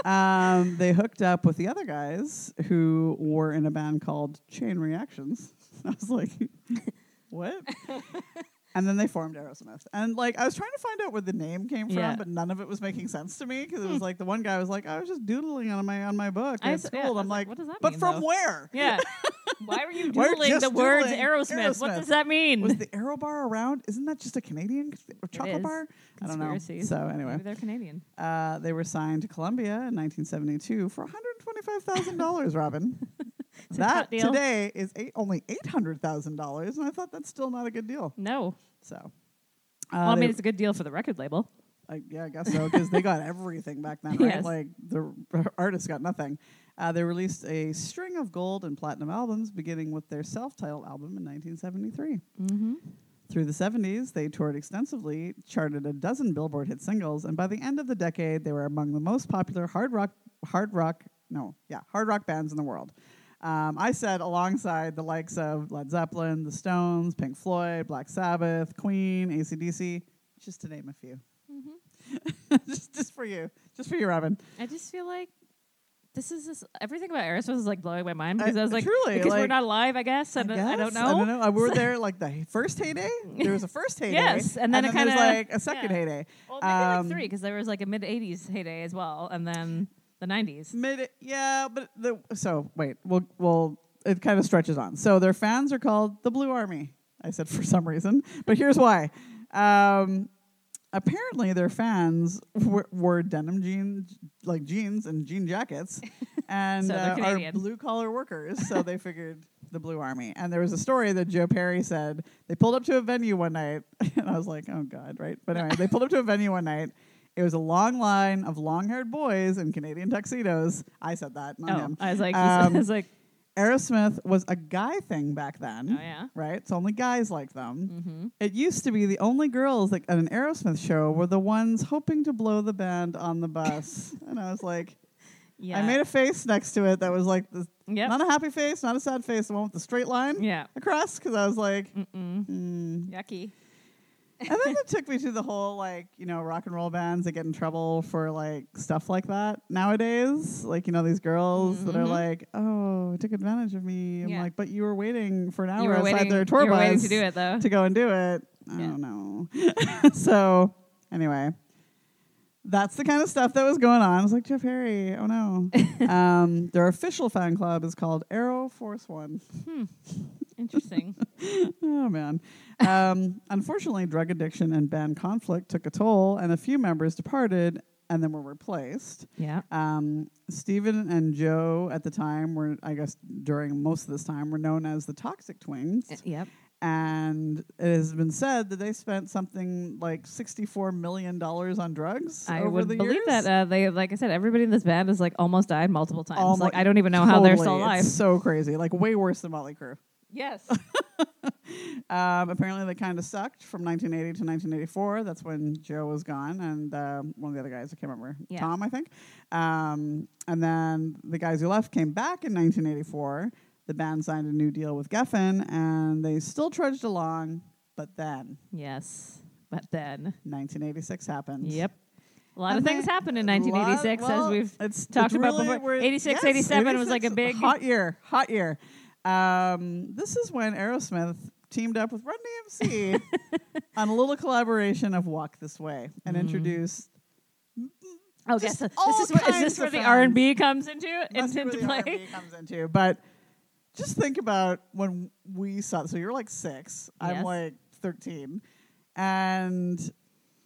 Speaker 1: Um, they hooked up with the other guys who were in a band called Chain Reactions. I was like, what? and then they formed Aerosmith. And like, I was trying to find out where the name came from,
Speaker 2: Yeah. Hmm.
Speaker 1: but none of it was making sense to me because it was like the one guy was like, I was just doodling on my on my book
Speaker 2: I
Speaker 1: at
Speaker 2: s-
Speaker 1: school.
Speaker 2: yeah,
Speaker 1: And
Speaker 2: I
Speaker 1: I'm
Speaker 2: was like,
Speaker 1: like,
Speaker 2: what does that
Speaker 1: but
Speaker 2: mean,
Speaker 1: from
Speaker 2: though?"
Speaker 1: where?
Speaker 2: yeah, why were you
Speaker 1: We're
Speaker 2: doodling the
Speaker 1: just
Speaker 2: words
Speaker 1: doodling
Speaker 2: Aerosmith? What
Speaker 1: Aerosmith.
Speaker 2: does that mean?
Speaker 1: Was the arrow bar around? Isn't that just a Canadian c- chocolate
Speaker 2: is.
Speaker 1: bar? I don't know.
Speaker 2: Conspiracies.
Speaker 1: So anyway,
Speaker 2: Maybe they're Canadian.
Speaker 1: Uh, they were signed to Columbia in 1972 for 125 thousand dollars. Robin,
Speaker 2: It's a
Speaker 1: that
Speaker 2: cut deal.
Speaker 1: today is eight, only eight hundred thousand dollars, and I thought that's still not a good deal.
Speaker 2: No,
Speaker 1: So, uh,
Speaker 2: well, I
Speaker 1: they-
Speaker 2: mean it's a good deal for the record label.
Speaker 1: I, yeah, I guess so because they got everything back then, right?
Speaker 2: Yes.
Speaker 1: Like the r- artists got nothing. Uh, they released a string of gold and platinum albums, beginning with their self-titled album in 1973.
Speaker 2: Mm-hmm.
Speaker 1: Through the 70s, they toured extensively, charted a dozen Billboard hit singles, and by the end of the decade, they were among the most popular hard rock, hard rock, no, yeah, hard rock bands in the world. Um, I said alongside the likes of Led Zeppelin, The Stones, Pink Floyd, Black Sabbath, Queen, ACDC, just to name a few. just, just for you, just for you, Robin.
Speaker 2: I just feel like this is this, everything about Aerosmith is like blowing my mind because I,
Speaker 1: I-
Speaker 2: was like,
Speaker 1: truly,
Speaker 2: because we're
Speaker 1: like,
Speaker 2: not alive, I guess. and I, don't know.
Speaker 1: I don't know. I were there like the first heyday. There was a first heyday.
Speaker 2: Yes, and then it
Speaker 1: there's,
Speaker 2: kinda-
Speaker 1: like a second
Speaker 2: yeah.
Speaker 1: heyday.
Speaker 2: Well, maybe
Speaker 1: Um,
Speaker 2: like three because there was like a mid '80s heyday as well, and then the '90s.
Speaker 1: Mid, yeah, but the so wait, we'll we'll it kind of stretches on. So their fans are called the Blue Army. I said for some reason, but here's why. Um, apparently their fans were, wore denim jeans, like jeans and jean jackets, and
Speaker 2: So they're
Speaker 1: uh, are
Speaker 2: Canadian.
Speaker 1: blue collar workers. So they figured the Blue Army. And there was a story that Joe Perry said they pulled up to a venue one night, and I was like, oh god, right? But anyway, they pulled up to a venue one night. It was a long line of long haired boys in Canadian tuxedos. I said that, not
Speaker 2: Oh,
Speaker 1: him.
Speaker 2: I was like,
Speaker 1: Um,
Speaker 2: I was like,
Speaker 1: Aerosmith was a guy thing back then.
Speaker 2: oh yeah.
Speaker 1: Right? It's only guys like them.
Speaker 2: Mm-hmm.
Speaker 1: It used to be the only girls that at an Aerosmith show were the ones hoping to blow the band on the bus. and I was like,
Speaker 2: Yeah.
Speaker 1: I made a face next to it that was like this,
Speaker 2: Yep.
Speaker 1: not a happy face, not a sad face, the one with the straight line
Speaker 2: yeah.
Speaker 1: across because I was like,
Speaker 2: Mm-mm.
Speaker 1: mm.
Speaker 2: Yucky.
Speaker 1: and then it took me to the whole like you know rock and roll bands that get in trouble for like stuff like that nowadays. Like you know these girls that are
Speaker 2: Mhm.
Speaker 1: like, oh, it took advantage of me. I'm
Speaker 2: Yeah.
Speaker 1: like, but you were waiting for an hour
Speaker 2: You were
Speaker 1: outside
Speaker 2: waiting.
Speaker 1: their tour
Speaker 2: you were
Speaker 1: bus
Speaker 2: waiting to do it though.
Speaker 1: to go and do it. I
Speaker 2: Yeah.
Speaker 1: don't know. so anyway, that's the kind of stuff that was going on. I was like, Jeff Harry, oh no. um, their official fan club is called Aero Force One.
Speaker 2: Interesting.
Speaker 1: Oh man. Um, unfortunately, drug addiction and band conflict took a toll, and a few members departed and then were replaced.
Speaker 2: yeah.
Speaker 1: Um, Stephen and Joe at the time were, I guess, during most of this time, were known as the Toxic Twins
Speaker 2: Yep.
Speaker 1: and it has been said that they spent something like sixty-four million dollars on drugs.
Speaker 2: I
Speaker 1: over
Speaker 2: would
Speaker 1: the
Speaker 2: believe
Speaker 1: years.
Speaker 2: that uh, they, like I said, everybody in this band has like almost died multiple times.
Speaker 1: Almo-
Speaker 2: like I don't even know how they're still
Speaker 1: Totally.
Speaker 2: alive.
Speaker 1: It's so crazy, like way worse than Motley Crue.
Speaker 2: Yes.
Speaker 1: Um, apparently, they kind of sucked from 1980 to 1984. That's when Joe was gone, and um one of the other guys I can't remember,
Speaker 2: Yeah.
Speaker 1: Tom, I think. Um, and then the guys who left came back in 1984. The band signed a new deal with Geffen, and they still trudged along. But then
Speaker 2: yes. But then,
Speaker 1: 1986 happened.
Speaker 2: yep. A lot
Speaker 1: And
Speaker 2: of
Speaker 1: they-
Speaker 2: things happened in
Speaker 1: A lot-
Speaker 2: 1986,
Speaker 1: well,
Speaker 2: as we've
Speaker 1: it's-
Speaker 2: talked
Speaker 1: it's
Speaker 2: about
Speaker 1: really
Speaker 2: before.
Speaker 1: where-
Speaker 2: 86,
Speaker 1: yes,
Speaker 2: 87 was like a
Speaker 1: 86,
Speaker 2: big.
Speaker 1: hot year, hot year. Um, this is when Aerosmith teamed up with Run DMC on a little collaboration of Walk This Way and
Speaker 2: Mm.
Speaker 1: introduced
Speaker 2: oh,
Speaker 1: just
Speaker 2: yes. This
Speaker 1: all
Speaker 2: is where, is
Speaker 1: kinds
Speaker 2: this where
Speaker 1: of
Speaker 2: the
Speaker 1: fun.
Speaker 2: R and B comes into
Speaker 1: must
Speaker 2: into
Speaker 1: be where the
Speaker 2: play?
Speaker 1: R&B comes into, but just think about when we saw. So you're like six. I'm
Speaker 2: Yes.
Speaker 1: like thirteen, and.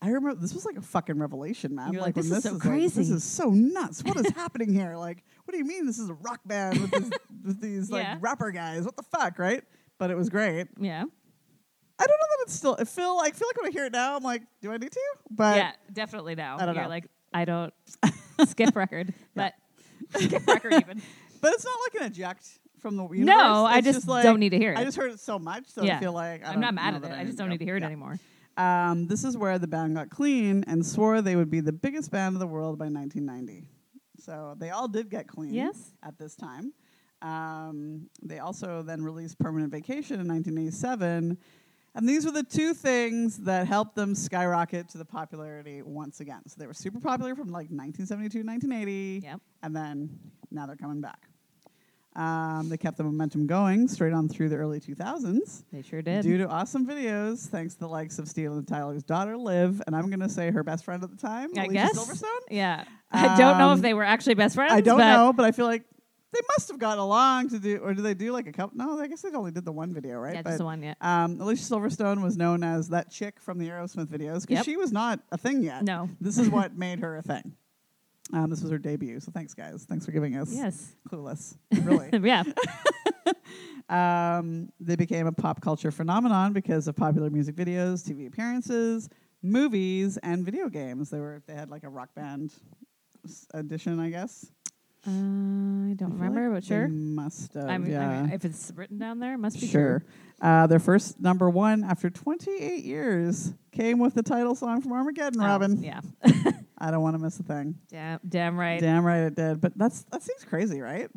Speaker 1: I remember this was like a fucking revelation, man.
Speaker 2: You're like,
Speaker 1: when
Speaker 2: "This is so
Speaker 1: like, this
Speaker 2: crazy."
Speaker 1: is so nuts. What is happening here? Like, what do you mean this is a rock band with, this, with these like
Speaker 2: Yeah.
Speaker 1: rapper guys? What the fuck, right? But it was great.
Speaker 2: Yeah.
Speaker 1: I don't know that it's still. I feel like I feel like when I hear it now, I'm like, do I need to? But
Speaker 2: yeah, definitely now.
Speaker 1: I don't
Speaker 2: You're
Speaker 1: know.
Speaker 2: like, I don't skip record, but skip record even.
Speaker 1: but it's not like an eject from the universe.
Speaker 2: no, I
Speaker 1: It's
Speaker 2: just,
Speaker 1: like,
Speaker 2: don't need to hear it.
Speaker 1: I just heard it so much that I
Speaker 2: Yeah.
Speaker 1: feel like I
Speaker 2: I'm not
Speaker 1: don't
Speaker 2: mad
Speaker 1: know
Speaker 2: at
Speaker 1: that
Speaker 2: it. I
Speaker 1: need
Speaker 2: just don't need to hear it
Speaker 1: Yeah.
Speaker 2: anymore.
Speaker 1: Um, this is where the band got clean and swore they would be the biggest band in the world by 1990. So they all did get clean
Speaker 2: Yes.
Speaker 1: at this time. Um, they also then released Permanent Vacation in 1987. And these were the two things that helped them skyrocket to the popularity once again. So they were super popular from like 1972, 1980
Speaker 2: Yep.
Speaker 1: and then now they're coming back. Um, they kept the momentum going straight on through the early 2000s
Speaker 2: They sure did.
Speaker 1: due to awesome videos, thanks to the likes of Steven Tyler's daughter, Liv, and I'm going to say her best friend at the time,
Speaker 2: I
Speaker 1: Alicia
Speaker 2: guess.
Speaker 1: Silverstone.
Speaker 2: Yeah. I don't know
Speaker 1: Um,
Speaker 2: if they were actually best friends.
Speaker 1: I don't
Speaker 2: but
Speaker 1: know, but I feel like they must have gotten along to do, or do they do like a couple? No, I guess they only did the one video, right?
Speaker 2: Yeah,
Speaker 1: But,
Speaker 2: just the one yet.
Speaker 1: um, Alicia Silverstone was known as that chick from the Aerosmith videos because
Speaker 2: Yep.
Speaker 1: she was not a thing yet.
Speaker 2: No.
Speaker 1: This is what made her a thing. Um, this was her debut, so thanks, guys. Thanks for giving us
Speaker 2: Yes.
Speaker 1: Clueless. Really.
Speaker 2: yeah. Uh,
Speaker 1: Um, they became a pop culture phenomenon because of popular music videos, TV appearances, movies, and video games. They were they had like a rock band s- edition, I guess.
Speaker 2: Uh, I
Speaker 1: I
Speaker 2: don't
Speaker 1: feel
Speaker 2: remember,
Speaker 1: like
Speaker 2: but sure.
Speaker 1: They must have.
Speaker 2: I mean,
Speaker 1: Um, yeah.
Speaker 2: I mean, if it's written down there, it must be
Speaker 1: sure. Uh, their first number one after 28 years came with the title song from Armageddon.
Speaker 2: Oh,
Speaker 1: Robin,
Speaker 2: yeah.
Speaker 1: I don't want to miss a thing.
Speaker 2: Damn, damn right.
Speaker 1: Damn right it did. But that's that seems crazy, right?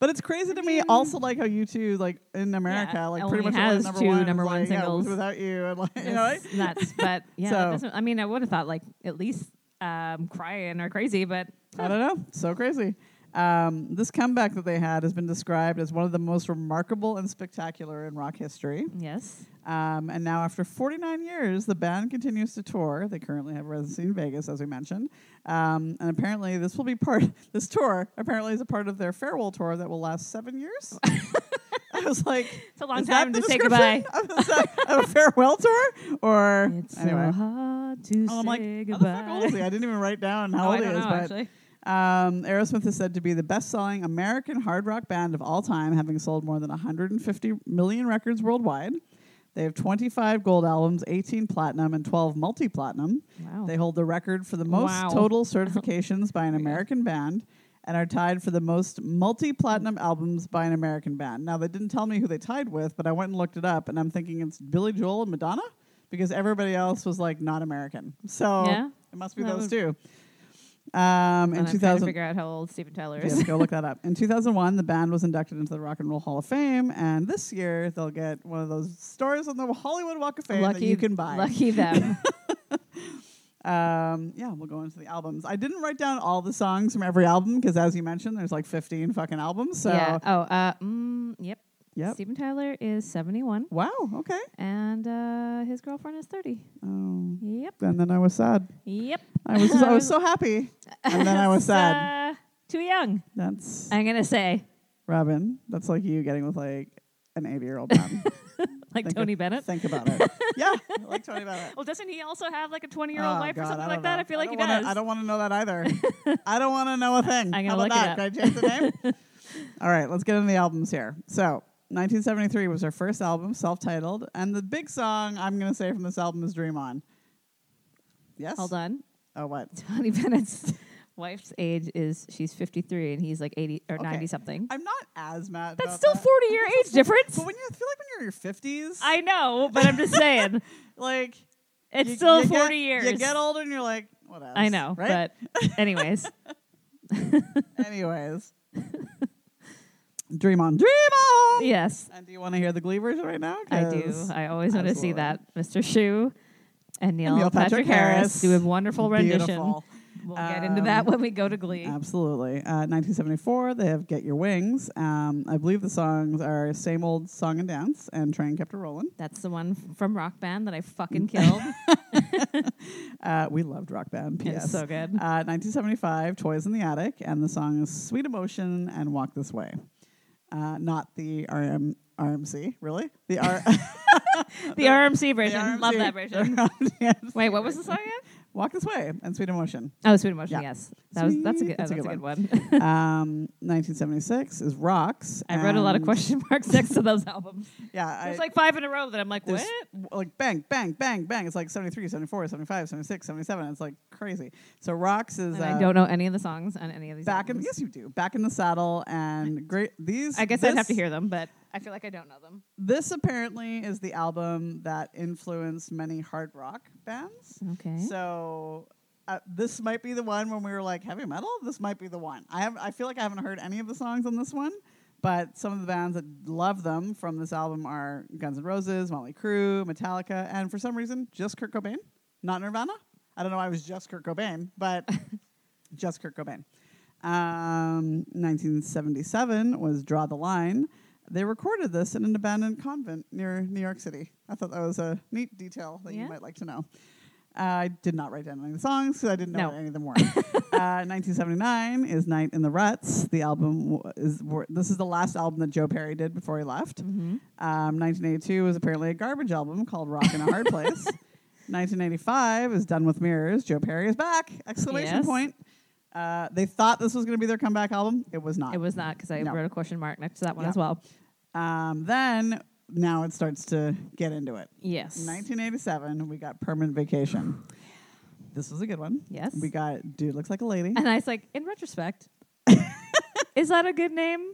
Speaker 1: But it's crazy to me
Speaker 2: mean-
Speaker 1: also like how you two like in America like pretty
Speaker 2: only
Speaker 1: much only
Speaker 2: has
Speaker 1: number
Speaker 2: two
Speaker 1: one,
Speaker 2: number
Speaker 1: is
Speaker 2: one
Speaker 1: like, yeah,
Speaker 2: singles.
Speaker 1: without you and like you know
Speaker 2: It's nuts. But yeah, that
Speaker 1: So-
Speaker 2: doesn't- I mean, I would have thought like at least um, crying or crazy, but
Speaker 1: I don't know. So crazy. Um, this comeback that they had has been described as one of the most remarkable and spectacular in rock history.
Speaker 2: yes.
Speaker 1: Um, and now, after 49 years, the band continues to tour. They currently have residency in Vegas, as we mentioned. Um, and apparently, this will be part. This tour apparently is a part of their farewell tour that will last seven years. I was like,
Speaker 2: It's a long
Speaker 1: is
Speaker 2: time
Speaker 1: that
Speaker 2: to
Speaker 1: the
Speaker 2: say
Speaker 1: description
Speaker 2: goodbye.
Speaker 1: Of, is that- of a farewell tour, or
Speaker 2: It's
Speaker 1: anyway,
Speaker 2: so hard hard to
Speaker 1: Oh,
Speaker 2: say
Speaker 1: I'm like, how the
Speaker 2: goodbye.
Speaker 1: fuck old is he? I didn't even write down how
Speaker 2: Oh, I
Speaker 1: old he
Speaker 2: don't
Speaker 1: is,
Speaker 2: know,
Speaker 1: but
Speaker 2: actually.
Speaker 1: Um, Aerosmith is said to be the best-selling American hard rock band of all time, having sold more than 150 million records worldwide. They have 25 gold albums, 18 platinum, and 12 multi-platinum.
Speaker 2: Wow.
Speaker 1: They hold the record for the most
Speaker 2: Wow.
Speaker 1: total certifications by an American band, and are tied for the most multi-platinum albums by an American band. Now they didn't tell me who they tied with, but I went and looked it up, and I'm thinking it's Billy Joel and Madonna because everybody else was like not American. So
Speaker 2: Yeah?
Speaker 1: it must be
Speaker 2: That
Speaker 1: those
Speaker 2: would-
Speaker 1: two. Um, in
Speaker 2: and I'm trying to
Speaker 1: 2000,
Speaker 2: figure out how old Steven Tyler is.
Speaker 1: Yes, go look that up. In 2001, the band was inducted into the Rock and Roll Hall of Fame, and this year they'll get one of those stores on the Hollywood Walk of Fame that you can buy.
Speaker 2: Lucky them.
Speaker 1: Um, yeah, we'll go into the albums. I didn't write down all the songs from every album because, as you mentioned, there's like 15 fucking albums. So,
Speaker 2: yeah. Oh, uh, mm, yep.
Speaker 1: yep.
Speaker 2: Steven Tyler is 71,
Speaker 1: Wow. Okay.
Speaker 2: and uh, his girlfriend is 30.
Speaker 1: Oh,
Speaker 2: Yep.
Speaker 1: and then I was sad.
Speaker 2: Yep.
Speaker 1: I was I was so happy, and then I was sad.
Speaker 2: Uh, too young,
Speaker 1: That's
Speaker 2: I'm going to say.
Speaker 1: Robin. That's like you getting with like an 80 year old man.
Speaker 2: Like
Speaker 1: Think-
Speaker 2: Tony Bennett.
Speaker 1: Think about it. yeah, like Tony Bennett.
Speaker 2: Well, doesn't he also have like a 20 year old
Speaker 1: Oh,
Speaker 2: wife
Speaker 1: God,
Speaker 2: or something
Speaker 1: don't
Speaker 2: like that?
Speaker 1: know.
Speaker 2: I feel like he
Speaker 1: don't wanna-
Speaker 2: does.
Speaker 1: I don't want to know that either. I don't want to know a thing.
Speaker 2: I'm gonna
Speaker 1: How about
Speaker 2: look it
Speaker 1: that?
Speaker 2: up.
Speaker 1: Can I change the name? All right, let's get into the albums here. So, 1973 was her first album, self-titled, and the big song I'm going to say from this album is "Dream On." Yes.
Speaker 2: Hold on.
Speaker 1: Oh, what?
Speaker 2: Tony Bennett's wife's age is she's 53 and he's like 80 or
Speaker 1: Okay.
Speaker 2: 90 something.
Speaker 1: I'm not as mad.
Speaker 2: That's
Speaker 1: about
Speaker 2: still
Speaker 1: that.
Speaker 2: 40 year age difference.
Speaker 1: But when you I feel like when you're in your 50s,
Speaker 2: I know, but I'm just saying
Speaker 1: like
Speaker 2: it's
Speaker 1: you-
Speaker 2: still
Speaker 1: you
Speaker 2: 40
Speaker 1: get-
Speaker 2: years.
Speaker 1: You get older and you're like, what else?
Speaker 2: I know,
Speaker 1: right?
Speaker 2: but anyways,
Speaker 1: anyways, "Dream On," "Dream On."
Speaker 2: yes,
Speaker 1: And do you want to hear the Glee version right now?
Speaker 2: I do.
Speaker 1: 'Cause
Speaker 2: I always want to see
Speaker 1: absolutely.
Speaker 2: that Mr. Shu and Neil, Patrick, Harris, do a wonderful rendition.
Speaker 1: Beautiful.
Speaker 2: We'll get into that
Speaker 1: Um,
Speaker 2: when we go to Glee.
Speaker 1: Absolutely. Uh, 1974, they have Get Your Wings. Um, I believe the songs are Same Old Song and Dance and Train Kept a Rollin'.
Speaker 2: That's the one f- from Rock Band that I fucking killed.
Speaker 1: Uh, we loved Rock Band,
Speaker 2: It's
Speaker 1: P.S.
Speaker 2: so good.
Speaker 1: Uh, 1975, Toys in the Attic, and the song is Sweet Emotion and Walk This Way. Uh, not the RM, RMC, really? The, R-
Speaker 2: the RMC version.
Speaker 1: the
Speaker 2: Love
Speaker 1: RMC.
Speaker 2: that version.
Speaker 1: Yes.
Speaker 2: Wait, what was the song again?
Speaker 1: Walk This Way and Sweet Emotion.
Speaker 2: Oh, Sweet Emotion.
Speaker 1: Yeah.
Speaker 2: Yes, that was that's a
Speaker 1: Sweet-
Speaker 2: good oh, that's, a, good one.
Speaker 1: um, 1976 is Rocks.
Speaker 2: I read a lot of
Speaker 1: and-
Speaker 2: question marks next to those albums.
Speaker 1: Yeah,
Speaker 2: There's
Speaker 1: I,
Speaker 2: like five in a row that I'm like,
Speaker 1: there's
Speaker 2: what?
Speaker 1: w- like bang, bang, bang, bang. It's like 73, 74, 75, 76, 77. It's like crazy. So Rocks is
Speaker 2: And
Speaker 1: uh,
Speaker 2: I don't know any of the songs on any of these.
Speaker 1: back in
Speaker 2: albums.
Speaker 1: yes you do back in the saddle and great these.
Speaker 2: I guess
Speaker 1: this,
Speaker 2: I'd have to hear them, but I feel like I don't know them.
Speaker 1: This apparently is the album that influenced many hard rock bands.
Speaker 2: Okay.
Speaker 1: So. Uh, this might be the one when we were like heavy metal. This might be the one. I have. I feel like I haven't heard any of the songs on this one, but some of the bands that love them from this album are Guns N' Roses, Motley Crue, Metallica, and for some reason, just Kurt Cobain, not Nirvana. I don't know. why I was just Kurt Cobain, but just Kurt Cobain. Um, 1977 was Draw the Line. They recorded this in an abandoned convent near New York City. I thought that was a neat detail that
Speaker 2: Yeah.
Speaker 1: you might like to know. Uh, I did not write down any of the songs because I didn't know
Speaker 2: No.
Speaker 1: what any of them were. uh, 1979 is Night in the Ruts. The album w- is wor- this is the last album that Joe Perry did before he left.
Speaker 2: Mhm.
Speaker 1: Um, 1982 was apparently a garbage album called Rock in a Hard Place. 1985 is Done with Mirrors. Joe Perry is back! Exclamation
Speaker 2: Yes.
Speaker 1: point. Uh, they thought this was going to be their comeback album. It was not.
Speaker 2: It was not because I
Speaker 1: No.
Speaker 2: wrote a question mark next to that one
Speaker 1: Yeah.
Speaker 2: as well.
Speaker 1: Um, then now it starts to get into it.
Speaker 2: Yes.
Speaker 1: 1987, we got Permanent Vacation. This was a good one.
Speaker 2: Yes.
Speaker 1: We got Dude Looks Like a Lady.
Speaker 2: And I was like, in retrospect, is that a good name?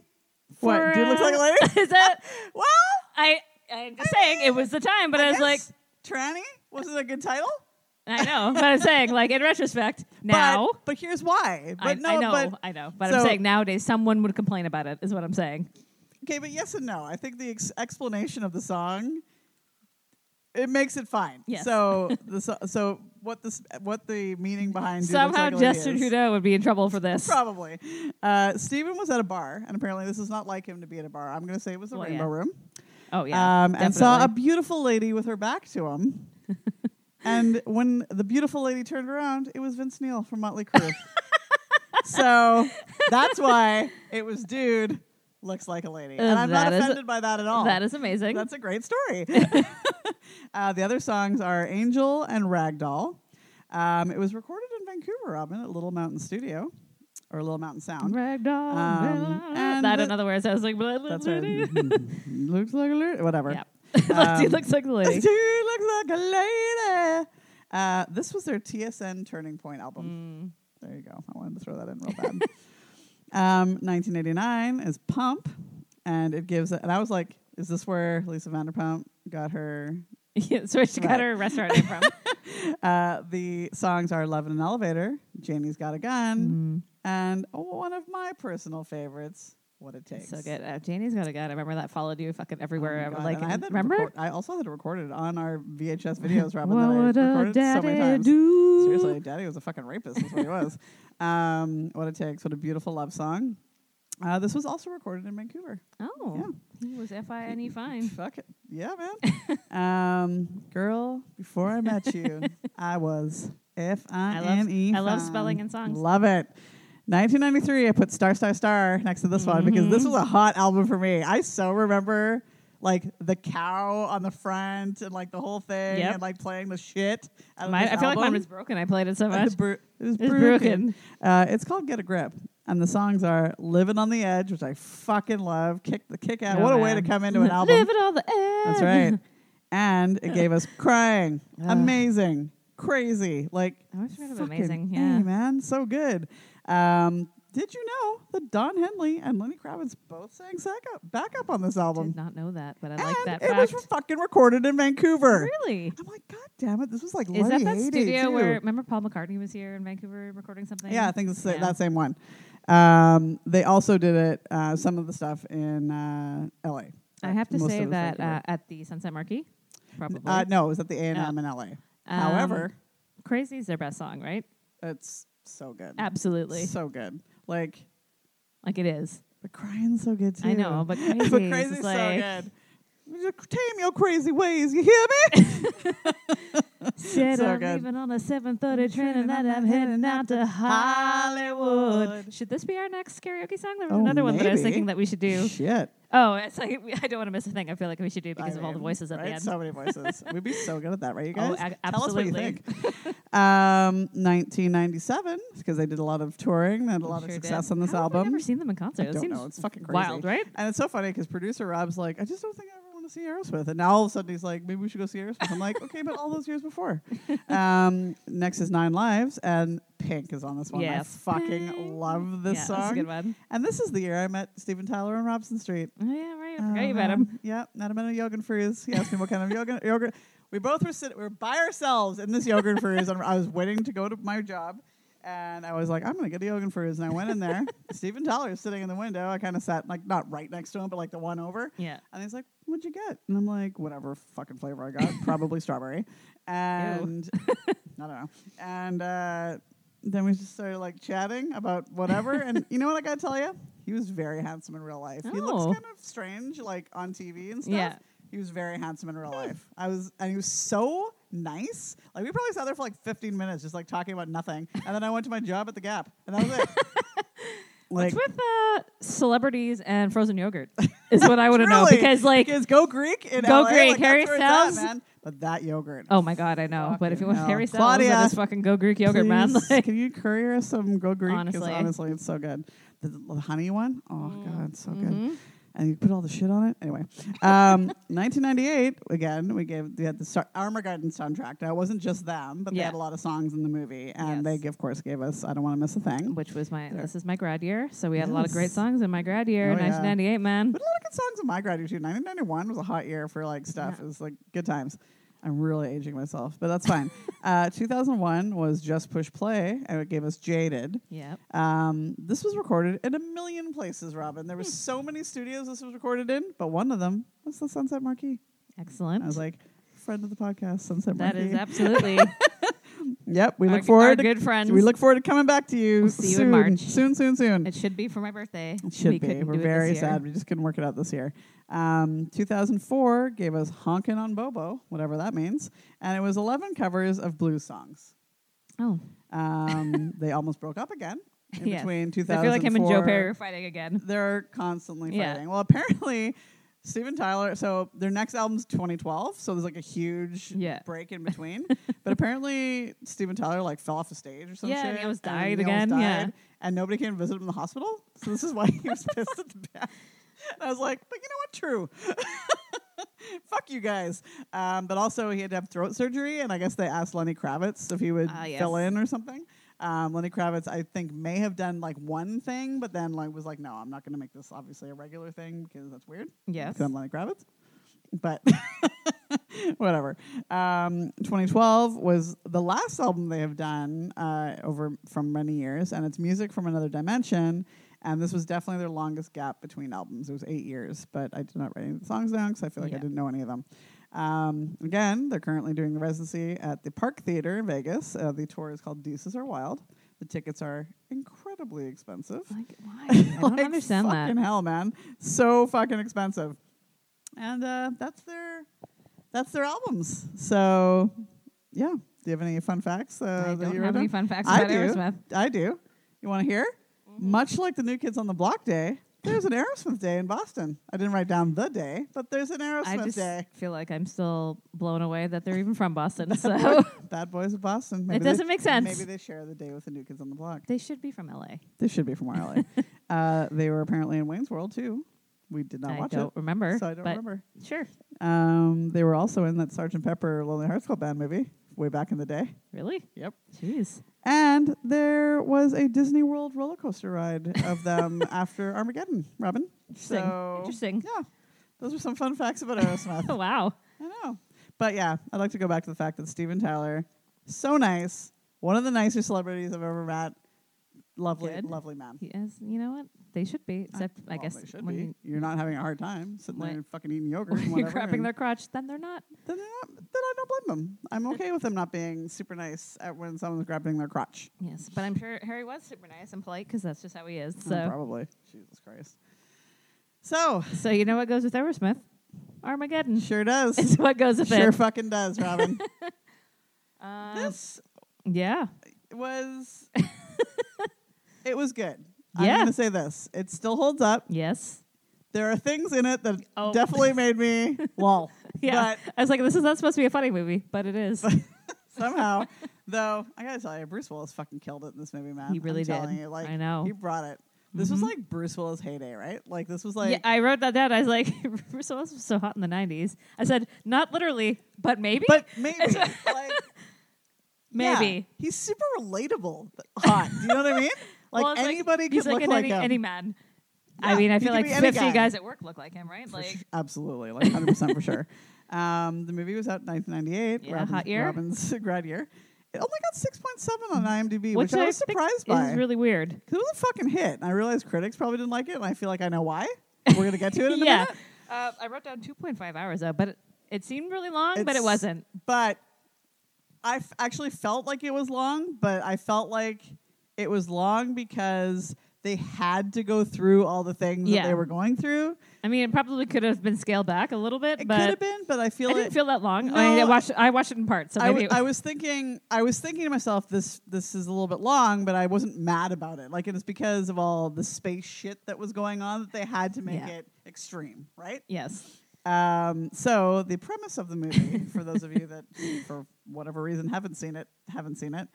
Speaker 1: What,
Speaker 2: for,
Speaker 1: Dude Looks
Speaker 2: uh,
Speaker 1: Like a Lady?
Speaker 2: is that?
Speaker 1: well,
Speaker 2: I I'm just saying it was the time, but I, was like,
Speaker 1: guess Tranny? Was it a good title?
Speaker 2: I know, but I'm saying like in retrospect
Speaker 1: But-
Speaker 2: now.
Speaker 1: But, here's why. But
Speaker 2: I,
Speaker 1: no,
Speaker 2: I know,
Speaker 1: but
Speaker 2: I know, but I'm
Speaker 1: so-
Speaker 2: saying nowadays someone would complain about it. Is what I'm saying.
Speaker 1: Okay, but yes and no. I think the ex- explanation of the song it makes it fine.
Speaker 2: Yes.
Speaker 1: So the so, so what this what the meaning behind Dude Looks
Speaker 2: Somehow
Speaker 1: like a Lady
Speaker 2: Justin
Speaker 1: is.
Speaker 2: Trudeau would be in trouble for this.
Speaker 1: Probably. Uh, Stephen was at a bar, and apparently this is not like him to be at a bar. I'm going to say it was the
Speaker 2: Well,
Speaker 1: Rainbow
Speaker 2: yeah.
Speaker 1: Room.
Speaker 2: Oh yeah,
Speaker 1: um, and saw a
Speaker 2: definitely.
Speaker 1: beautiful lady with her back to him. and when the beautiful lady turned around, it was Vince Neil from Motley Crue. so that's why it was dude looks like a lady. And
Speaker 2: Uh,
Speaker 1: I'm not
Speaker 2: that is-
Speaker 1: offended by that at all.
Speaker 2: that is amazing.
Speaker 1: That's a great story. uh, the other songs are Angel and Ragdoll. Um, it was recorded in Vancouver, Robin, at Little Mountain Studio or Little Mountain Sound.
Speaker 2: Ragdoll.
Speaker 1: Um, and
Speaker 2: that
Speaker 1: the-
Speaker 2: another words. I was like,
Speaker 1: That's right. looks like a lady. Whatever.
Speaker 2: Yep. Lexi
Speaker 1: Um,
Speaker 2: looks like the
Speaker 1: She
Speaker 2: lady.
Speaker 1: looks like a lady. Uh, this was their TSN Turning Point album.
Speaker 2: Mm.
Speaker 1: There you go. I wanted to throw that in real bad. um, 1989 is Pump, and it gives. And I was like, "Is this where Lisa Vanderpump got her?"
Speaker 2: Yeah, so she got
Speaker 1: Right.
Speaker 2: her restaurant name from.
Speaker 1: Uh, the songs are "Love in an Elevator," "Janie's Got a
Speaker 2: Mm.
Speaker 1: Gun," and one of my personal favorites, "What It Takes."
Speaker 2: So good. Uh, Janie's got a gun. I remember that followed you fucking
Speaker 1: Oh my
Speaker 2: everywhere. I was
Speaker 1: God.
Speaker 2: like,
Speaker 1: And I had that
Speaker 2: remember?
Speaker 1: record- I also had it recorded on our VHS videos, Robin.
Speaker 2: what would
Speaker 1: that I
Speaker 2: a
Speaker 1: recorded so many
Speaker 2: daddy
Speaker 1: times.
Speaker 2: do?
Speaker 1: Seriously, Daddy was a fucking rapist. That's what he was. Um, what it takes. What a beautiful love song. Uh, this was also recorded in Vancouver.
Speaker 2: Oh, he was F I N E fine.
Speaker 1: Fuck it. Yeah, man. um, girl, before I met you, I was F I N E.
Speaker 2: I love spelling and songs.
Speaker 1: Love it. 1993, I put star, star, star next to this one because this
Speaker 2: Mm-hmm.
Speaker 1: was a hot album for me. I so remember like the cow on the front and like the whole thing
Speaker 2: Yep.
Speaker 1: and like playing the shit. Out of
Speaker 2: My, I
Speaker 1: this
Speaker 2: feel like mine
Speaker 1: album.
Speaker 2: was broken. I played it so
Speaker 1: Like
Speaker 2: much.
Speaker 1: the bru- it was
Speaker 2: It's
Speaker 1: broken. Uh, it's called Get a Grip. And the songs are Living on the Edge, which I fucking love. Kick the kick out.
Speaker 2: Oh,
Speaker 1: what a way
Speaker 2: man.
Speaker 1: to come into an album.
Speaker 2: Live it on the edge.
Speaker 1: That's right. And it gave us crying.
Speaker 2: Ugh.
Speaker 1: Amazing. Crazy. Like
Speaker 2: I always forget about
Speaker 1: fucking
Speaker 2: amazing.
Speaker 1: A,
Speaker 2: Yeah.
Speaker 1: man. So good. Um, did you know that Don Henley and Lenny Kravitz both sang backup, backup on this album?
Speaker 2: Did not know that, but I
Speaker 1: and
Speaker 2: like that
Speaker 1: Ah, it
Speaker 2: fact.
Speaker 1: was fucking recorded in Vancouver.
Speaker 2: really?
Speaker 1: I'm like, God damn it. This was like
Speaker 2: Is that
Speaker 1: Lenny
Speaker 2: that
Speaker 1: 80,
Speaker 2: studio
Speaker 1: too.
Speaker 2: where remember Paul McCartney was here in Vancouver recording something?
Speaker 1: Yeah, I think it's the-
Speaker 2: Yeah.
Speaker 1: that same one. Um, they also did it, uh, some of the stuff in uh, LA.
Speaker 2: I have to
Speaker 1: Most
Speaker 2: say
Speaker 1: of it's
Speaker 2: that
Speaker 1: Vancouver.
Speaker 2: uh, at the Sunset Marquee, probably.
Speaker 1: Uh, no, it was at the A&M
Speaker 2: Oh.
Speaker 1: in LA.
Speaker 2: Um,
Speaker 1: However,
Speaker 2: Crazy is their best song, right?
Speaker 1: it's so good.
Speaker 2: Absolutely,
Speaker 1: So good. Like,
Speaker 2: like it is.
Speaker 1: the crying's so good, too.
Speaker 2: I know, but crazy,
Speaker 1: but crazy's
Speaker 2: is
Speaker 1: so
Speaker 2: like,
Speaker 1: good. You Tame your crazy ways, you hear me?
Speaker 2: Said
Speaker 1: So
Speaker 2: I'm
Speaker 1: good.
Speaker 2: leaving on a 7:30 train and that I'm heading out to Hollywood.
Speaker 1: Hollywood.
Speaker 2: Should this be our next karaoke song? There was
Speaker 1: Oh,
Speaker 2: another one that I was
Speaker 1: maybe.
Speaker 2: thinking that we should do.
Speaker 1: Shit.
Speaker 2: Oh, it's like we- I don't want to miss a thing. I feel like we should do because
Speaker 1: I
Speaker 2: of all the
Speaker 1: mean,
Speaker 2: voices at
Speaker 1: right?
Speaker 2: the end.
Speaker 1: So many voices. We'd be so good at that, right, you guys?
Speaker 2: Oh, a-
Speaker 1: Tell us what you
Speaker 2: absolutely.
Speaker 1: think. um, 1997, because they did a lot of touring and a lot of
Speaker 2: Sure did.
Speaker 1: success on this
Speaker 2: How have I
Speaker 1: album.
Speaker 2: never seen them in concert.
Speaker 1: I
Speaker 2: It
Speaker 1: don't
Speaker 2: seems
Speaker 1: know. It's fucking crazy.
Speaker 2: wild, right?
Speaker 1: And it's so funny because producer Rob's like, I just don't think I ever want to see Aerosmith. And now all of a sudden he's like, maybe we should go see Aerosmith. I'm like, okay, but all those years before. Um, next is Nine Lives, and Pink is on this one.
Speaker 2: Yes.
Speaker 1: I fucking
Speaker 2: Pink.
Speaker 1: love this
Speaker 2: yeah, That's a
Speaker 1: song.
Speaker 2: good one.
Speaker 1: And this is the year I met Steven Tyler on Robson Street.
Speaker 2: Oh, yeah, right. I forgot you about
Speaker 1: met
Speaker 2: him.
Speaker 1: Yeah, Uh-huh. met him at a yogurt freeze. He asked me what kind of yogurt. yogurt. We both were sitting, we were by ourselves in this yogurt freeze. And I was waiting to go to my job. And I was like, I'm going to get a yogurt freeze. And I went in there. Stephen Tyler is sitting in the window. I kind of sat, like, not right next to him, but like the one over.
Speaker 2: Yeah.
Speaker 1: And he's like, What'd you get? And I'm like, Whatever fucking flavor I got, probably strawberry. And I don't know. And uh, then we just started like chatting about whatever. and you know what I gotta tell you? He was very handsome in real life. He
Speaker 2: Oh.
Speaker 1: looks kind of strange, like on TV and stuff.
Speaker 2: Yeah.
Speaker 1: He was very handsome in real life. I was, and he was so nice. Like we probably sat there for like 15 minutes, just like talking about nothing. And then I went to my job at the Gap, and that was it. like
Speaker 2: It's with uh, celebrities and frozen yogurt is what I want to know
Speaker 1: Really?
Speaker 2: because like
Speaker 1: Because go Greek in
Speaker 2: Go
Speaker 1: LA, like,
Speaker 2: Greek,
Speaker 1: that's
Speaker 2: Harry
Speaker 1: where it's at,
Speaker 2: Styles.
Speaker 1: man. But that yogurt.
Speaker 2: oh my god I know but if
Speaker 1: Fucking
Speaker 2: you want
Speaker 1: hell.
Speaker 2: Harry Styles
Speaker 1: Claudia,
Speaker 2: let us fucking go Greek yogurt man
Speaker 1: Please,
Speaker 2: like
Speaker 1: can you courier us some Go Greek? 'Cause
Speaker 2: Honestly. Mm,
Speaker 1: honestly, it's so good. The, the honey one, oh god, it's so
Speaker 2: mm-hmm.
Speaker 1: good. And you put all the shit on it. Anyway, um, 1998. Again, we gave we had the Star- Armageddon soundtrack. Now it wasn't just them, but they
Speaker 2: Yeah.
Speaker 1: had a lot of songs in the movie, and
Speaker 2: Yes.
Speaker 1: they of course gave us "I Don't Want to Miss a Thing."
Speaker 2: which was my
Speaker 1: There.
Speaker 2: this is my grad year so we had a lot of great
Speaker 1: Yes.
Speaker 2: songs in my grad year
Speaker 1: Oh, yeah.
Speaker 2: 1998 man
Speaker 1: But a lot of good songs in my grad year too. 1991 was a hot year for like stuff.
Speaker 2: Yeah.
Speaker 1: It was like good times. I'm really aging myself, but that's fine. uh, 2001 was Just Push Play, and it gave us Jaded.
Speaker 2: yeah
Speaker 1: Um, this was recorded in a million places, Robin.
Speaker 2: Hmm.
Speaker 1: There were so many studios this was recorded in, but one of them was the Sunset Marquee.
Speaker 2: excellent
Speaker 1: I was like, friend of the podcast, Sunset
Speaker 2: that
Speaker 1: Marquee.
Speaker 2: is absolutely
Speaker 1: Yep, we
Speaker 2: our,
Speaker 1: look forward.
Speaker 2: our
Speaker 1: To,
Speaker 2: good friends
Speaker 1: we look forward to coming back to you.
Speaker 2: We'll see you in
Speaker 1: soon.
Speaker 2: March.
Speaker 1: Soon, soon, soon.
Speaker 2: it should be for my birthday
Speaker 1: It should
Speaker 2: we
Speaker 1: be.
Speaker 2: couldn't
Speaker 1: We're
Speaker 2: do it
Speaker 1: very
Speaker 2: this year.
Speaker 1: sad. We just couldn't work it out this year. Um, 2004 gave us Honkin' on Bobo, whatever that means, and it was 11 covers of blues songs.
Speaker 2: oh
Speaker 1: Um, they almost broke up again in
Speaker 2: Yes.
Speaker 1: between 2004.
Speaker 2: I feel like him and Joe Perry are fighting again
Speaker 1: They're constantly
Speaker 2: Yeah.
Speaker 1: fighting. Well, apparently, Steven Tyler. So their next album's 2012. So there's like a huge
Speaker 2: Yeah.
Speaker 1: break in between. but apparently Steven Tyler like fell off a stage or something.
Speaker 2: Yeah, and he almost died again,
Speaker 1: Almost
Speaker 2: yeah.
Speaker 1: died, And nobody came to visit him in the hospital. So this is why he was pissed at the band. And I was like, but you know what? True. Fuck you guys. Um, but also he had to have throat surgery, and I guess they asked Lenny Kravitz if he would
Speaker 2: Ah,
Speaker 1: fill
Speaker 2: yes.
Speaker 1: in or something. Um, Lenny Kravitz, I think, may have done like one thing, but then like was like, no, I'm not going to make this obviously a regular thing because that's weird.
Speaker 2: Yes.
Speaker 1: Because I'm Lenny Kravitz. But whatever. Um, 2012 was the last album they have done uh, over from many years, and it's music from another dimension. And this was definitely their longest gap between albums. It was eight years, but I did not write any of the songs down because I feel like I
Speaker 2: Yeah.
Speaker 1: didn't know any of them. Um, again, they're currently doing the residency at the Park Theater in Vegas. Uh, the tour is called Deuces Are Wild. The tickets are incredibly expensive.
Speaker 2: Like, why? I don't
Speaker 1: Like,
Speaker 2: understand that.
Speaker 1: fucking hell, man. So fucking expensive. And uh, that's their that's their albums. So yeah. Do you have any fun facts? Uh,
Speaker 2: I
Speaker 1: that
Speaker 2: don't
Speaker 1: you
Speaker 2: have
Speaker 1: wrote
Speaker 2: any
Speaker 1: down?
Speaker 2: fun facts
Speaker 1: I
Speaker 2: about
Speaker 1: do.
Speaker 2: Aerosmith. Mm-hmm.
Speaker 1: I do. You want to hear? Much like the New Kids on the Block Day, there's an Aerosmith Day in Boston. I didn't write down the day, but there's an Aerosmith
Speaker 2: I just
Speaker 1: Day.
Speaker 2: feel like I'm still blown away that they're even from Boston. so
Speaker 1: Bad Boys of Boston. Maybe
Speaker 2: doesn't
Speaker 1: they,
Speaker 2: make sense.
Speaker 1: Maybe they share the day with the New Kids on the Block.
Speaker 2: they should be from LA.
Speaker 1: They should be from Ireland. uh, they were apparently in Wayne's World too. We did not
Speaker 2: I
Speaker 1: watch
Speaker 2: don't
Speaker 1: it,
Speaker 2: remember.
Speaker 1: so I don't
Speaker 2: but
Speaker 1: remember.
Speaker 2: Sure.
Speaker 1: Um, they were also in that Sergeant Pepper Lonely Hearts Club Band movie way back in the day.
Speaker 2: Really?
Speaker 1: Yep.
Speaker 2: Jeez.
Speaker 1: And there was a Disney World roller coaster ride of them after Armageddon. Robin.
Speaker 2: Interesting.
Speaker 1: So,
Speaker 2: Interesting.
Speaker 1: Yeah, those are some fun facts about Aerosmith.
Speaker 2: Oh, wow.
Speaker 1: I know. But yeah, I'd like to go back to the fact that Steven Tyler, so nice, one of the nicer celebrities I've ever met. Lovely,
Speaker 2: Good.
Speaker 1: lovely man.
Speaker 2: Yes, you know what? They should be. Except I,
Speaker 1: Well,
Speaker 2: guess
Speaker 1: they should
Speaker 2: when
Speaker 1: be. You're not having a hard time sitting
Speaker 2: when-
Speaker 1: there fucking eating yogurt.
Speaker 2: when
Speaker 1: and
Speaker 2: you're
Speaker 1: whatever,
Speaker 2: grabbing
Speaker 1: and
Speaker 2: their crotch, then they're not.
Speaker 1: then, they're not, then I don't blame them. I'm okay with them not being super nice at when someone's grabbing their crotch.
Speaker 2: Yes, but I'm sure Harry was super nice and polite because that's just how he is.
Speaker 1: Oh,
Speaker 2: So,
Speaker 1: probably. Jesus Christ. So
Speaker 2: so you know what goes with Aerosmith? Armageddon
Speaker 1: sure does.
Speaker 2: is what goes with
Speaker 1: sure
Speaker 2: it.
Speaker 1: fucking does, Robin.
Speaker 2: Uh-huh. Um,
Speaker 1: this
Speaker 2: yeah,
Speaker 1: was it was good.
Speaker 2: Yeah.
Speaker 1: I'm gonna say this. It still holds up.
Speaker 2: yes,
Speaker 1: There are things in it that
Speaker 2: Oh.
Speaker 1: definitely made me lol.
Speaker 2: yeah.
Speaker 1: But
Speaker 2: I was like, this is not supposed to be a funny movie, but it is.
Speaker 1: somehow, though, I gotta tell you, Bruce Willis fucking killed it in this movie, man.
Speaker 2: He really
Speaker 1: I'm Telling
Speaker 2: did.
Speaker 1: you, like,
Speaker 2: I know. Mm-hmm.
Speaker 1: he brought it. This was like Bruce Willis' heyday, right? Like this was like
Speaker 2: yeah, I wrote that down. I was like, Bruce Willis was so hot in the '90s. I said, not literally, but maybe.
Speaker 1: But maybe, like,
Speaker 2: maybe.
Speaker 1: yeah, he's super relatable, but hot. Do you know what I mean? Like
Speaker 2: Well, it's
Speaker 1: anybody
Speaker 2: he's
Speaker 1: could look
Speaker 2: an
Speaker 1: like
Speaker 2: any,
Speaker 1: him.
Speaker 2: any man.
Speaker 1: Yeah,
Speaker 2: I mean, I
Speaker 1: he
Speaker 2: feel
Speaker 1: could
Speaker 2: like
Speaker 1: be any
Speaker 2: 50
Speaker 1: guy.
Speaker 2: guys at work look like him, right?
Speaker 1: For
Speaker 2: Like,
Speaker 1: su- absolutely, like hundred percent for sure. Um, the movie was out in 1998.
Speaker 2: Yeah,
Speaker 1: Robin's,
Speaker 2: hot year.
Speaker 1: Robin's grad year. It only got 6.7 on IMDb, which,
Speaker 2: which
Speaker 1: I was
Speaker 2: think
Speaker 1: surprised by.
Speaker 2: Is really weird.
Speaker 1: 'Cause it was a fucking hit, and I realized critics probably didn't like it, and I feel like I know why. We're gonna get to it in a
Speaker 2: yeah.
Speaker 1: minute.
Speaker 2: Uh, I wrote down 2.5 hours though, but it, it seemed really long, but
Speaker 1: It's-
Speaker 2: it wasn't.
Speaker 1: but I f- actually felt like it was long, but I felt like it was long because they had to go through all the things that
Speaker 2: Yeah.
Speaker 1: they were going through.
Speaker 2: I mean, it probably could have been scaled back a little bit,
Speaker 1: It could have
Speaker 2: but
Speaker 1: been, but I feel
Speaker 2: I
Speaker 1: like
Speaker 2: didn't feel that long. I, mean, I
Speaker 1: No,
Speaker 2: watched I watched it in parts, so
Speaker 1: I,
Speaker 2: maybe
Speaker 1: w-
Speaker 2: it
Speaker 1: I was thinking I was thinking to myself this this is a little bit long, but I wasn't mad about it. Like it is because of all the space shit that was going on that they had to make
Speaker 2: Yeah.
Speaker 1: it extreme, right?
Speaker 2: yes.
Speaker 1: Um, so the premise of the movie, for those of you that, for whatever reason, haven't seen it, haven't seen it.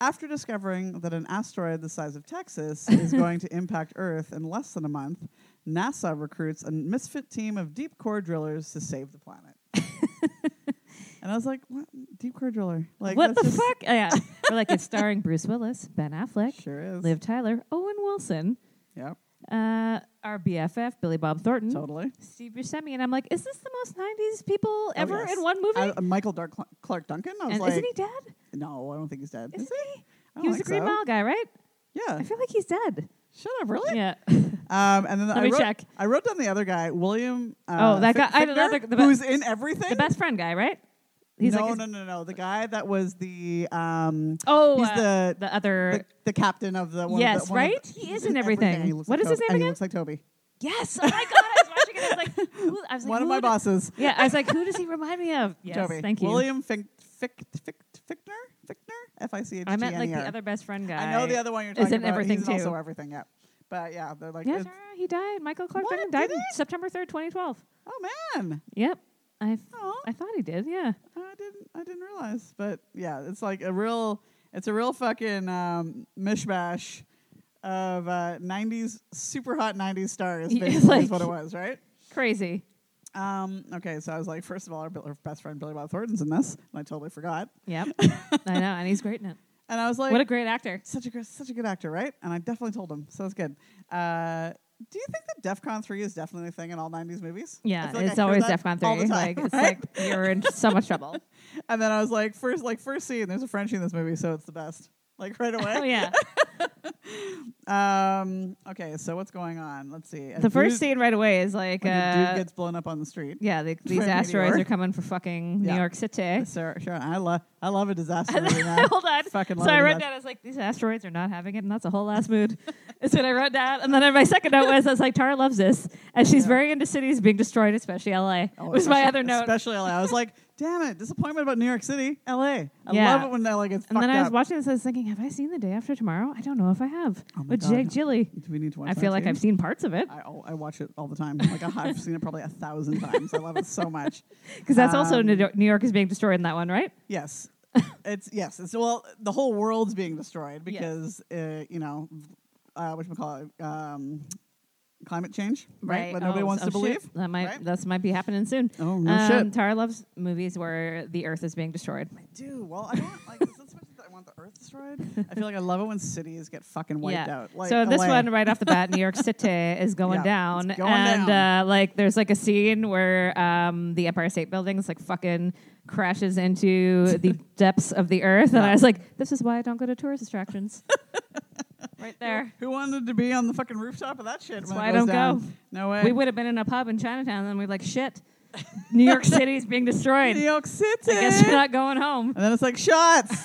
Speaker 1: After discovering that an asteroid the size of Texas is going to impact Earth in less than a month, NASA recruits a misfit team of deep core drillers to save the planet. and I was like, what? deep core driller? Like
Speaker 2: what the
Speaker 1: that's just-
Speaker 2: fuck? Oh, yeah. We're like it's starring Bruce Willis, Ben Affleck,
Speaker 1: Sure is.
Speaker 2: Liv Tyler, Owen Wilson,
Speaker 1: Yep,
Speaker 2: uh, our BFF Billy Bob Thornton,
Speaker 1: totally.
Speaker 2: Steve Buscemi, and I'm like, is this the most '90s people ever
Speaker 1: Oh, yes.
Speaker 2: in one movie?
Speaker 1: I- Uh, Michael Dark Cl- Clark Duncan. I was
Speaker 2: and
Speaker 1: like,
Speaker 2: isn't he dead?
Speaker 1: no, I don't think he's dead.
Speaker 2: Isn't
Speaker 1: Is he?
Speaker 2: he?
Speaker 1: I
Speaker 2: He
Speaker 1: don't
Speaker 2: was the
Speaker 1: think
Speaker 2: Green
Speaker 1: so.
Speaker 2: Mile guy, right?
Speaker 1: Yeah.
Speaker 2: I feel like he's dead.
Speaker 1: Shut up, really?
Speaker 2: Yeah.
Speaker 1: Um, and then
Speaker 2: Let
Speaker 1: I
Speaker 2: me
Speaker 1: wrote,
Speaker 2: check.
Speaker 1: I wrote down the other guy, William. Uh,
Speaker 2: Oh, that
Speaker 1: Fi-
Speaker 2: guy- I had
Speaker 1: Fichtner,
Speaker 2: another- the be-
Speaker 1: who's in everything.
Speaker 2: the best friend guy, right? He's
Speaker 1: no,
Speaker 2: like his-
Speaker 1: no, no, no. The guy that was the um,
Speaker 2: Oh,
Speaker 1: he's
Speaker 2: uh,
Speaker 1: the-
Speaker 2: the other.
Speaker 1: the, the captain of the one. of
Speaker 2: Yes,
Speaker 1: the, one of the-
Speaker 2: right? He
Speaker 1: he's
Speaker 2: is in everything.
Speaker 1: He looks
Speaker 2: What
Speaker 1: like
Speaker 2: is his
Speaker 1: Toby-
Speaker 2: name
Speaker 1: and
Speaker 2: again?
Speaker 1: He looks like Toby.
Speaker 2: yes. Oh my god! I was watching it. I was like, who, I was like
Speaker 1: one of
Speaker 2: who
Speaker 1: my
Speaker 2: d-
Speaker 1: bosses.
Speaker 2: Yeah, I was like, who does he remind me of? Yes,
Speaker 1: Toby.
Speaker 2: thank you.
Speaker 1: William Fink, Fick, Fick, Fichtner, Fichtner, F I C H T N E R.
Speaker 2: I meant like the other best friend guy.
Speaker 1: I know the other one you're
Speaker 2: is
Speaker 1: talking
Speaker 2: in
Speaker 1: about.
Speaker 2: everything
Speaker 1: he's
Speaker 2: too.
Speaker 1: also everything. Yeah, but yeah, they're like
Speaker 2: Yeah,
Speaker 1: it's-
Speaker 2: Tara, he died. Michael Clark
Speaker 1: What?
Speaker 2: Duncan died
Speaker 1: Did
Speaker 2: in September third, twenty twelve.
Speaker 1: Oh man,
Speaker 2: Yep. I,
Speaker 1: oh,
Speaker 2: I thought he did. Yeah.
Speaker 1: I didn't I didn't realize, but yeah, it's like a real it's a real fucking um, mishmash of uh, '90s super hot '90s stars.
Speaker 2: Yeah,
Speaker 1: Basically,
Speaker 2: like-
Speaker 1: is what it was, right?
Speaker 2: Crazy.
Speaker 1: Um, okay, so I was like, first of all, our, Bill- our best friend Billy Bob Thornton's in this, and I totally forgot.
Speaker 2: Yep. I know. And he's great in it.
Speaker 1: And I was like,
Speaker 2: What a great actor.
Speaker 1: such a gr- such a good actor, right? And I definitely told him, so it's good. Uh, do you think that DEF CON 3 is definitely a thing in all 90s movies? I
Speaker 2: Yeah.
Speaker 1: feel like I
Speaker 2: it's
Speaker 1: hear
Speaker 2: always
Speaker 1: that
Speaker 2: DEF CON 3.
Speaker 1: all the time,
Speaker 2: like, it's
Speaker 1: right?
Speaker 2: like you're in so much trouble.
Speaker 1: And then I was like, first, like first scene, there's a Frenchie in this movie, so it's the best. Like right
Speaker 2: Oh,
Speaker 1: away.
Speaker 2: yeah.
Speaker 1: Um. Okay. So what's going on? Let's see. A
Speaker 2: The first
Speaker 1: dude-
Speaker 2: scene right away is like,
Speaker 1: when a
Speaker 2: uh,
Speaker 1: dude gets blown up on the street.
Speaker 2: yeah, the,
Speaker 1: by
Speaker 2: these
Speaker 1: a
Speaker 2: asteroids
Speaker 1: meteor.
Speaker 2: are coming for fucking
Speaker 1: Yeah.
Speaker 2: New York City.
Speaker 1: Sarah, Sharon, I love I love a disaster movie. man.
Speaker 2: Hold on.
Speaker 1: Fucking
Speaker 2: So
Speaker 1: love
Speaker 2: I
Speaker 1: it.
Speaker 2: read that. I was like, these asteroids are not having it, and that's a whole ass mood. That's what I wrote down. And then my second note was, I was like, Tara loves this, and she's
Speaker 1: Yeah.
Speaker 2: very into cities being destroyed, especially LA.
Speaker 1: Oh,
Speaker 2: was my
Speaker 1: especially-
Speaker 2: other note.
Speaker 1: Especially LA. I was like, damn it, disappointment about New York City, LA. I
Speaker 2: Yeah.
Speaker 1: love it when LA gets
Speaker 2: and
Speaker 1: fucked
Speaker 2: then I was
Speaker 1: up.
Speaker 2: watching this, I was thinking, have I seen The Day After Tomorrow? I don't know if I have.
Speaker 1: Oh my
Speaker 2: With
Speaker 1: God,
Speaker 2: Jake
Speaker 1: no.
Speaker 2: Gilly.
Speaker 1: Do we need to watch?
Speaker 2: I feel
Speaker 1: that
Speaker 2: like
Speaker 1: too?
Speaker 2: I've seen parts of it
Speaker 1: I, oh, I watch it all the time. Like I- I've seen it probably a thousand times. I love it so much.
Speaker 2: because that's also
Speaker 1: Um,
Speaker 2: New York, New York is being destroyed in that one, right?
Speaker 1: Yes, it's yes. It's well, the whole world's being destroyed
Speaker 2: Yes.
Speaker 1: because uh, you know, uh, what call it, um, climate change, right? What
Speaker 2: Oh,
Speaker 1: nobody wants
Speaker 2: oh,
Speaker 1: to
Speaker 2: shit.
Speaker 1: believe.
Speaker 2: that might
Speaker 1: right?
Speaker 2: that's might be happening soon.
Speaker 1: Oh no
Speaker 2: um,
Speaker 1: shit!
Speaker 2: Tara loves movies where the Earth is being destroyed.
Speaker 1: Do well. I don't like. Is this much that I want the Earth destroyed? I feel like I love it when cities get fucking wiped out. Like
Speaker 2: so this
Speaker 1: LA.
Speaker 2: one right off the bat, New York City is going
Speaker 1: Yeah, it's
Speaker 2: down,
Speaker 1: going
Speaker 2: and
Speaker 1: down.
Speaker 2: Uh, like there's like a scene where um, the Empire State Building's like fucking crashes into the depths of the earth, and I
Speaker 1: Yeah.
Speaker 2: was like, this is why I don't go to tourist attractions. right there,
Speaker 1: Who wanted to be on the fucking rooftop of that shit?
Speaker 2: That's
Speaker 1: when
Speaker 2: why
Speaker 1: it
Speaker 2: I
Speaker 1: goes
Speaker 2: don't
Speaker 1: down?
Speaker 2: go.
Speaker 1: No way.
Speaker 2: we would have been in a pub in Chinatown, and we're like, shit, New York City's being destroyed.
Speaker 1: New
Speaker 2: I
Speaker 1: York City.
Speaker 2: guess you're not going home.
Speaker 1: And then it's like shots.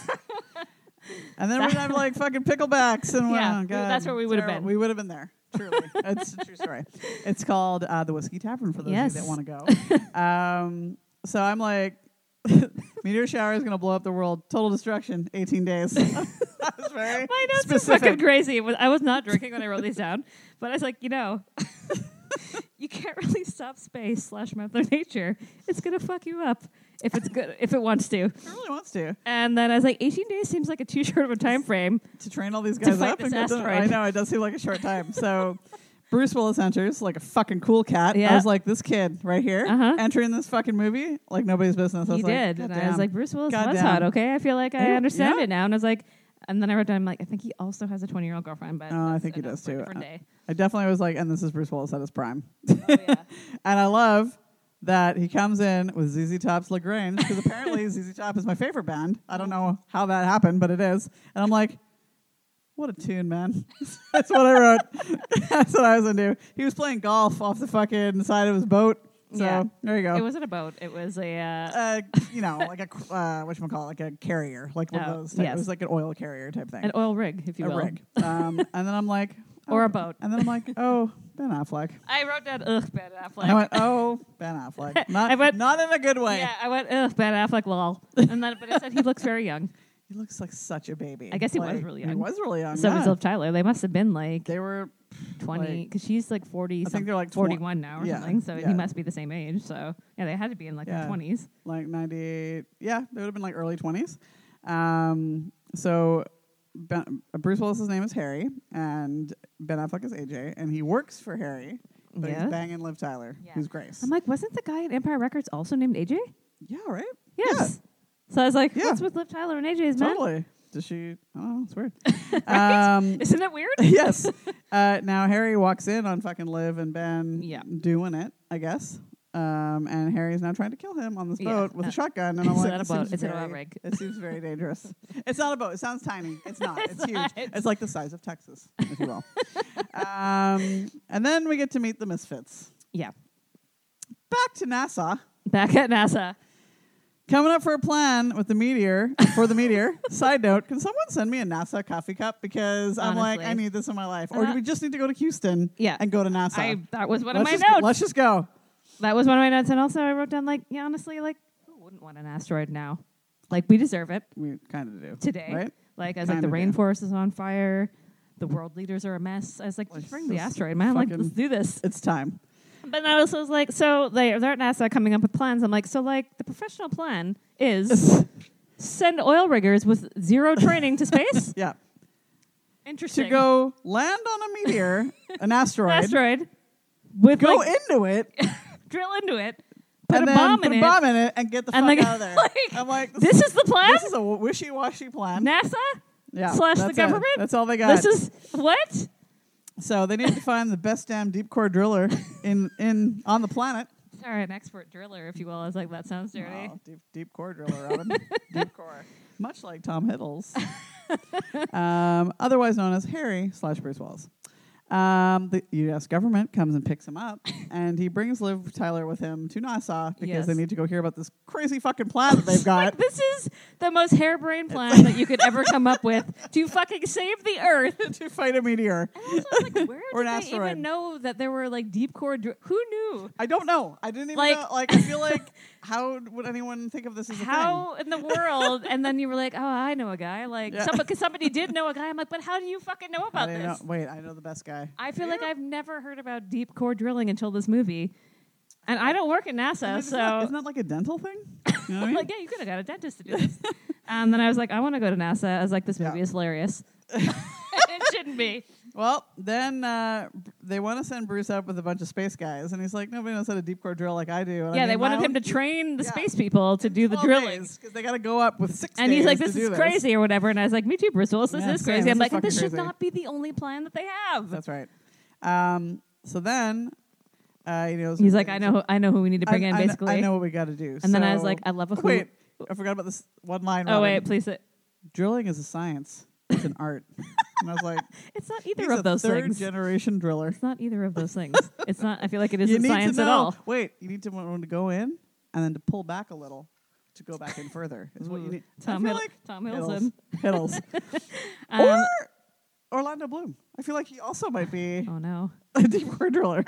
Speaker 1: and then we're gonna have like fucking picklebacks and
Speaker 2: Yeah,
Speaker 1: oh,
Speaker 2: we-
Speaker 1: God.
Speaker 2: that's where we would've
Speaker 1: Terrible.
Speaker 2: been.
Speaker 1: We would have been there. Truly, it's a true story. It's called uh, the Whiskey Tavern for those of
Speaker 2: Yes.
Speaker 1: you that want to go. Um, so I'm like, meteor shower is gonna blow up the world. Total destruction. 18 days. that was very
Speaker 2: My notes
Speaker 1: specific.
Speaker 2: are fucking crazy. It was- I was not drinking when I wrote these down, but I was like, you know, you can't really stop space slash Mother Nature. It's gonna fuck you up if it's good if it wants to.
Speaker 1: It really wants to
Speaker 2: And then I was like, 18 days seems like a too short of a time frame.
Speaker 1: to train all these
Speaker 2: To
Speaker 1: guys
Speaker 2: fight
Speaker 1: up
Speaker 2: this
Speaker 1: and get done. I
Speaker 2: asteroid.
Speaker 1: know it does seem like a short time. So. Bruce Willis enters like a fucking cool cat.
Speaker 2: Yeah.
Speaker 1: I was like, this kid right here
Speaker 2: Uh-huh.
Speaker 1: entering this fucking movie like nobody's business. I was
Speaker 2: He
Speaker 1: like,
Speaker 2: did, and I was
Speaker 1: "Goddamn."
Speaker 2: like, Bruce Willis was
Speaker 1: Goddamn.
Speaker 2: hot. Okay, I feel like I
Speaker 1: Yeah,
Speaker 2: understand
Speaker 1: yeah.
Speaker 2: it now. And I was like, and then I wrote down, I'm like, I think he also has a 20 year old girlfriend, but
Speaker 1: Oh, I
Speaker 2: that's
Speaker 1: think he
Speaker 2: another-
Speaker 1: does,
Speaker 2: for a
Speaker 1: too.
Speaker 2: different
Speaker 1: Uh,
Speaker 2: day.
Speaker 1: I definitely was like, and this is Bruce Willis at his prime.
Speaker 2: Oh, yeah.
Speaker 1: And I love that he comes in with ZZ Top's Lagrange because apparently ZZ Top is my favorite band. I don't know how that happened, but it is. And I'm like, what a tune, man. That's what I wrote. That's what I was into. He was playing golf off the fucking side of his boat. So
Speaker 2: Yeah.
Speaker 1: there you go.
Speaker 2: It wasn't a boat. It was a uh,
Speaker 1: Oh. uh, you know, like a uh, what you call like a carrier, like one
Speaker 2: Oh,
Speaker 1: of those. Type,
Speaker 2: yes.
Speaker 1: It was like an oil carrier type thing,
Speaker 2: an oil rig, if you
Speaker 1: a
Speaker 2: will,
Speaker 1: rig. Um, and then I'm like,
Speaker 2: or
Speaker 1: oh.
Speaker 2: a boat.
Speaker 1: and then I'm like, oh, Ben Affleck.
Speaker 2: I wrote down, ugh, Ben Affleck.
Speaker 1: I went, oh, Ben Affleck. Not,
Speaker 2: I went-
Speaker 1: not in a good way.
Speaker 2: Yeah, I went, ugh, Ben Affleck, lol. And then, but it said he looks very young.
Speaker 1: He looks like such a baby.
Speaker 2: I guess he was
Speaker 1: Like,
Speaker 2: really
Speaker 1: He
Speaker 2: young.
Speaker 1: was really young.
Speaker 2: So
Speaker 1: Oh, yeah.
Speaker 2: does Liv Tyler. They must have been like
Speaker 1: They were,
Speaker 2: 20,
Speaker 1: like-
Speaker 2: because she's like 40,
Speaker 1: I think they're like 20,
Speaker 2: 41 now or
Speaker 1: Yeah,
Speaker 2: something. So
Speaker 1: yeah.
Speaker 2: he must be the same age. So yeah, they had to be in like
Speaker 1: Yeah.
Speaker 2: their 20s.
Speaker 1: like 98. Yeah, they would have been like early 20s. Um, so ben, uh, Bruce Willis's name is Harry, and Ben Affleck is AJ, and he works for Harry, but
Speaker 2: Yeah.
Speaker 1: he's banging Liv Tyler,
Speaker 2: Yeah.
Speaker 1: who's Grace.
Speaker 2: I'm like, wasn't the guy at Empire Records also named AJ?
Speaker 1: yeah, right?
Speaker 2: Yes. So I was like,
Speaker 1: Yeah.
Speaker 2: what's with Liv Tyler and AJ's man?
Speaker 1: Totally. Does she? Oh, it's weird.
Speaker 2: Right?
Speaker 1: um,
Speaker 2: Isn't it weird?
Speaker 1: yes. Uh, now Harry walks in on fucking Liv and Ben
Speaker 2: Yeah.
Speaker 1: doing it, I guess. Um, and Harry's now trying to kill him on this
Speaker 2: Yeah.
Speaker 1: boat with
Speaker 2: Uh,
Speaker 1: a shotgun. And I'm
Speaker 2: it's
Speaker 1: like,
Speaker 2: not a
Speaker 1: "This
Speaker 2: boat.
Speaker 1: seems
Speaker 2: It's an oil
Speaker 1: very-
Speaker 2: rig."
Speaker 1: It seems very dangerous. it's not a boat. It sounds tiny. It's not. It's, huge.
Speaker 2: not.
Speaker 1: It's like the size of Texas, if you will. um, and then we get to meet the misfits.
Speaker 2: Yeah.
Speaker 1: Back to NASA.
Speaker 2: Back at NASA.
Speaker 1: Coming up for a plan with the meteor for the meteor. Side note: Can someone send me a NASA coffee cup because I'm like
Speaker 2: Honestly.
Speaker 1: I need this in my life, or
Speaker 2: Uh,
Speaker 1: do we just need to go to Houston
Speaker 2: Yeah.
Speaker 1: and go to NASA?
Speaker 2: I, that was one
Speaker 1: uh, let's,
Speaker 2: of
Speaker 1: just,
Speaker 2: my notes.
Speaker 1: let's just go.
Speaker 2: That was one of my notes, and also I wrote down like, yeah, honestly, like, who wouldn't want an asteroid now? Like, we deserve it
Speaker 1: We kind of do
Speaker 2: today.
Speaker 1: right?
Speaker 2: Like, I was like, the
Speaker 1: Kinda do.
Speaker 2: rainforest is on fire, the world leaders are a mess. I was like,
Speaker 1: Let's
Speaker 2: just bring the
Speaker 1: just
Speaker 2: asteroid, man. Like,
Speaker 1: fucking-
Speaker 2: let's do this.
Speaker 1: It's time.
Speaker 2: But I also was like, so they, they're at NASA coming up with plans. I'm like, so like the professional plan is send oil riggers with zero training to space.
Speaker 1: yeah.
Speaker 2: Interesting.
Speaker 1: To go land on a meteor, an asteroid,
Speaker 2: asteroid with
Speaker 1: go
Speaker 2: like,
Speaker 1: into it,
Speaker 2: drill into it, put
Speaker 1: and
Speaker 2: a
Speaker 1: then
Speaker 2: bomb
Speaker 1: put
Speaker 2: in
Speaker 1: a
Speaker 2: it.
Speaker 1: bomb in it, and get the
Speaker 2: And,
Speaker 1: fuck
Speaker 2: like-
Speaker 1: out of there.
Speaker 2: like,
Speaker 1: I'm like, this,
Speaker 2: This is the plan.
Speaker 1: this is a wishy-washy plan.
Speaker 2: NASA
Speaker 1: yeah,
Speaker 2: slash the
Speaker 1: that's it.
Speaker 2: government.
Speaker 1: That's all they got.
Speaker 2: This is what?
Speaker 1: so they need to find the best damn deep core driller in in on the planet.
Speaker 2: Sorry, an expert driller, if you will. I was like, that sounds dirty.
Speaker 1: Wow, deep, deep core driller, Robin. deep core. Much like Tom Hiddles, um, otherwise known as Harry slash Bruce Wallace. Um, the U.S. government comes and picks him up, and he brings Liv Tyler with him to NASA because they
Speaker 2: Yes.
Speaker 1: need to go hear about this crazy fucking plan that they've got.
Speaker 2: Like, this is the most harebrained plan that you could ever come up with to fucking save the Earth.
Speaker 1: to fight a meteor.
Speaker 2: And also, I was like, where
Speaker 1: Or
Speaker 2: did
Speaker 1: an
Speaker 2: they
Speaker 1: asteroid.
Speaker 2: even know that there were like deep core? Dr- Who knew?
Speaker 1: I don't know. I didn't even
Speaker 2: Like-
Speaker 1: know. Like, I feel like, how would anyone think of this as a
Speaker 2: How in the world? and then you were like, oh, I know a guy. Like,
Speaker 1: Yeah.
Speaker 2: somebody, cause somebody did know a guy. I'm like, but how do you fucking know
Speaker 1: thing? I
Speaker 2: about
Speaker 1: didn't
Speaker 2: this?
Speaker 1: know- Wait, I know the best guy.
Speaker 2: I feel like I've never heard about deep core drilling until this movie, and I don't work at
Speaker 1: I mean,
Speaker 2: NASA,
Speaker 1: isn't, that,
Speaker 2: so
Speaker 1: isn't that like a dental thing? You know what I mean?
Speaker 2: like, yeah, you could have got a dentist to do this. and then I was like, I want to go to NASA. I was like, this
Speaker 1: Yeah.
Speaker 2: movie is hilarious. it shouldn't be.
Speaker 1: Well, then uh, b- they want to send Bruce up with a bunch of space guys, and he's like, nobody knows how to deep core drill like I do. And
Speaker 2: yeah,
Speaker 1: I
Speaker 2: they wanted him to train the
Speaker 1: Yeah.
Speaker 2: space people to do the drilling.
Speaker 1: because they got to go up with six.
Speaker 2: And he's
Speaker 1: days
Speaker 2: like,
Speaker 1: to
Speaker 2: this
Speaker 1: do
Speaker 2: is crazy or whatever. And I was like, me too, Bruce Willis. This
Speaker 1: Yeah,
Speaker 2: is
Speaker 1: same.
Speaker 2: crazy.
Speaker 1: This
Speaker 2: I'm
Speaker 1: is
Speaker 2: like, this
Speaker 1: fucking
Speaker 2: should
Speaker 1: crazy.
Speaker 2: not be the only plan that they have.
Speaker 1: That's right. Um, so then, uh, he knows.
Speaker 2: he's like, I know, who- I know who we need to bring in,
Speaker 1: I, kn-
Speaker 2: basically.
Speaker 1: I know what we got to do.
Speaker 2: And then I was
Speaker 1: So-
Speaker 2: like, I love a who-
Speaker 1: wait. I forgot about this one line.
Speaker 2: Oh
Speaker 1: Robin.
Speaker 2: wait, please. It,
Speaker 1: drilling is a science. It's an art. and I was like,
Speaker 2: it's not
Speaker 1: he's
Speaker 2: either
Speaker 1: a
Speaker 2: of those
Speaker 1: third
Speaker 2: things.
Speaker 1: generation driller.
Speaker 2: it's not either of those things. It's not. I feel like it
Speaker 1: you
Speaker 2: isn't
Speaker 1: need
Speaker 2: science
Speaker 1: to
Speaker 2: at
Speaker 1: know-
Speaker 2: all.
Speaker 1: Wait, you need to want to go in and then to pull back a little to go back in further is what you
Speaker 2: Ooh,
Speaker 1: need. I
Speaker 2: Tom
Speaker 1: feel
Speaker 2: Hiddle-
Speaker 1: like
Speaker 2: Tom Hiddleston.
Speaker 1: Hiddles, Hiddles.
Speaker 2: Um,
Speaker 1: or Orlando Bloom. I feel like he also might be
Speaker 2: oh no.
Speaker 1: a deep core driller.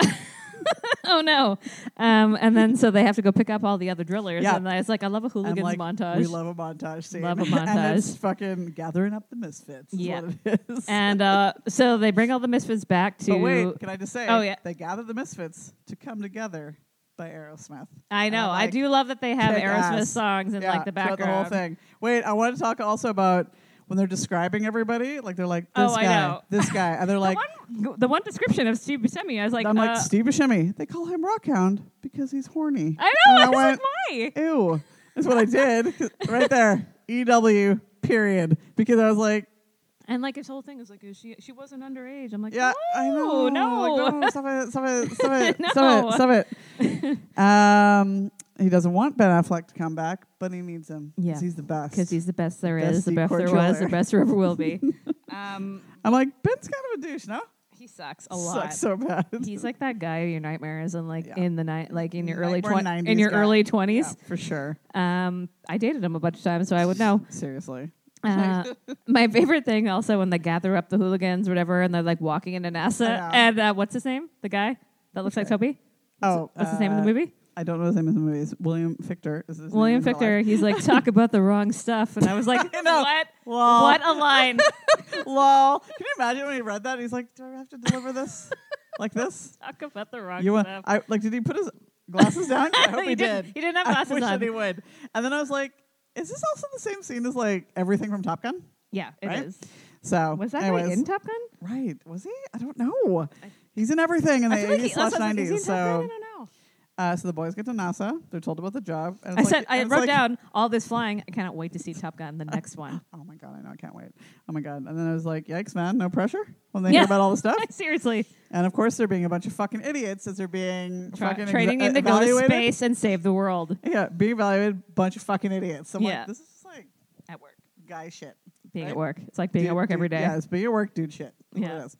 Speaker 2: Oh no. Um, and then so they have to go pick up all the other drillers.
Speaker 1: Yeah.
Speaker 2: And I was like, I love a
Speaker 1: And,
Speaker 2: hooligans
Speaker 1: like,
Speaker 2: montage.
Speaker 1: We love a montage scene.
Speaker 2: Love a
Speaker 1: and it's
Speaker 2: montage.
Speaker 1: fucking gathering up the misfits. is
Speaker 2: Yeah.
Speaker 1: what it is.
Speaker 2: and uh, so they bring all the misfits back to.
Speaker 1: but wait, can I just say?
Speaker 2: Oh, yeah.
Speaker 1: They gather the misfits to come together by Aerosmith.
Speaker 2: I
Speaker 1: And
Speaker 2: know.
Speaker 1: I'm like,
Speaker 2: I do love that they have
Speaker 1: kick
Speaker 2: Aerosmith
Speaker 1: ass.
Speaker 2: songs in like the
Speaker 1: throughout
Speaker 2: background.
Speaker 1: whole thing. Wait, I want to talk also about when they're describing everybody. Like they're like
Speaker 2: Oh,
Speaker 1: this
Speaker 2: I
Speaker 1: guy,
Speaker 2: know.
Speaker 1: this guy, and they're like,
Speaker 2: one, the one description of Steve Buscemi, I was like,
Speaker 1: I'm like
Speaker 2: uh,
Speaker 1: Steve Buscemi. They call him Rockhound because he's horny.
Speaker 2: I know.
Speaker 1: And
Speaker 2: I was
Speaker 1: went,
Speaker 2: like, why?
Speaker 1: ew. That's what I did 'cause- right there. EW period because I was like,
Speaker 2: And like his whole thing is like, she she wasn't underage. I'm like,
Speaker 1: yeah, I know.
Speaker 2: no, no.
Speaker 1: Like, no, stop it, stop it, stop it,
Speaker 2: No.
Speaker 1: stop it, stop it. um, he doesn't want Ben Affleck to come back, but he needs him 'cause
Speaker 2: Yeah.
Speaker 1: he's the best.
Speaker 2: because he's the best there is,
Speaker 1: Best
Speaker 2: the
Speaker 1: deep
Speaker 2: best
Speaker 1: core
Speaker 2: there was,
Speaker 1: driller.
Speaker 2: the best there ever will be. um,
Speaker 1: I'm like Ben's kind of a douche, no?
Speaker 2: he sucks a lot.
Speaker 1: Sucks so bad.
Speaker 2: He's like that guy of your nightmares and like
Speaker 1: Yeah.
Speaker 2: in the night, like in your early
Speaker 1: Nightmare
Speaker 2: twenties,
Speaker 1: 90s
Speaker 2: in your
Speaker 1: guy.
Speaker 2: early twenties.
Speaker 1: for sure.
Speaker 2: Um, I dated him a bunch of times, so I would know.
Speaker 1: Seriously.
Speaker 2: Uh, my favorite thing also when they gather up the hooligans, whatever, and they're like walking into NASA.
Speaker 1: Yeah.
Speaker 2: And uh, what's his name? The guy that looks like Toby.
Speaker 1: Oh,
Speaker 2: What's his name in the
Speaker 1: uh,
Speaker 2: movie?
Speaker 1: I don't know his name in the movie. It's William Fichter. Is his
Speaker 2: William
Speaker 1: name in real
Speaker 2: Fichter. He's like, talk about the wrong stuff, and I was like,
Speaker 1: I know.
Speaker 2: what?
Speaker 1: Lol.
Speaker 2: What a line!
Speaker 1: life? Lol. Can you imagine when he read that? He's like, "Do I have to deliver this like this?"
Speaker 2: talk about the wrong
Speaker 1: You want?
Speaker 2: stuff.
Speaker 1: I like. Did he put his glasses down? I hope
Speaker 2: He
Speaker 1: he
Speaker 2: didn't.
Speaker 1: did.
Speaker 2: He didn't have
Speaker 1: I
Speaker 2: glasses
Speaker 1: wish
Speaker 2: on.
Speaker 1: that he would. And then I was like, "Is this also the same scene as like everything from Top Gun?"
Speaker 2: yeah, it is.
Speaker 1: Right? So
Speaker 2: Was that guy
Speaker 1: anyways,
Speaker 2: in Top Gun?
Speaker 1: right? Was he? I don't know. He's in everything in the
Speaker 2: I feel like he,
Speaker 1: 80s slash
Speaker 2: that's what I was like, is he
Speaker 1: 90s.
Speaker 2: in Top Gun? I
Speaker 1: So,
Speaker 2: don't know.
Speaker 1: uh, so the boys get to NASA. They're told about the job. And
Speaker 2: I
Speaker 1: it's
Speaker 2: said
Speaker 1: like,
Speaker 2: I
Speaker 1: and it's
Speaker 2: wrote
Speaker 1: like-
Speaker 2: down all this flying. I cannot wait to see Top Gun, the next one.
Speaker 1: Oh my god, I know, I can't wait. Oh my god. And then I was like, yikes, man, no pressure when they hear
Speaker 2: Yeah.
Speaker 1: about all the stuff.
Speaker 2: Seriously,
Speaker 1: and of course they're being a bunch of fucking idiots as they're being
Speaker 2: Tra-
Speaker 1: fucking exa-
Speaker 2: trading in to go to
Speaker 1: evaluated.
Speaker 2: space and save the world
Speaker 1: Yeah, being evaluated, bunch of fucking idiots. So I'm
Speaker 2: Yeah.
Speaker 1: like, this is just like
Speaker 2: at work.
Speaker 1: guy shit.
Speaker 2: Being
Speaker 1: Right?
Speaker 2: at work, it's like being
Speaker 1: Dude-
Speaker 2: at work every
Speaker 1: dude-
Speaker 2: day.
Speaker 1: Yeah, it's being at work, dude shit. That's what
Speaker 2: Yeah.
Speaker 1: it is.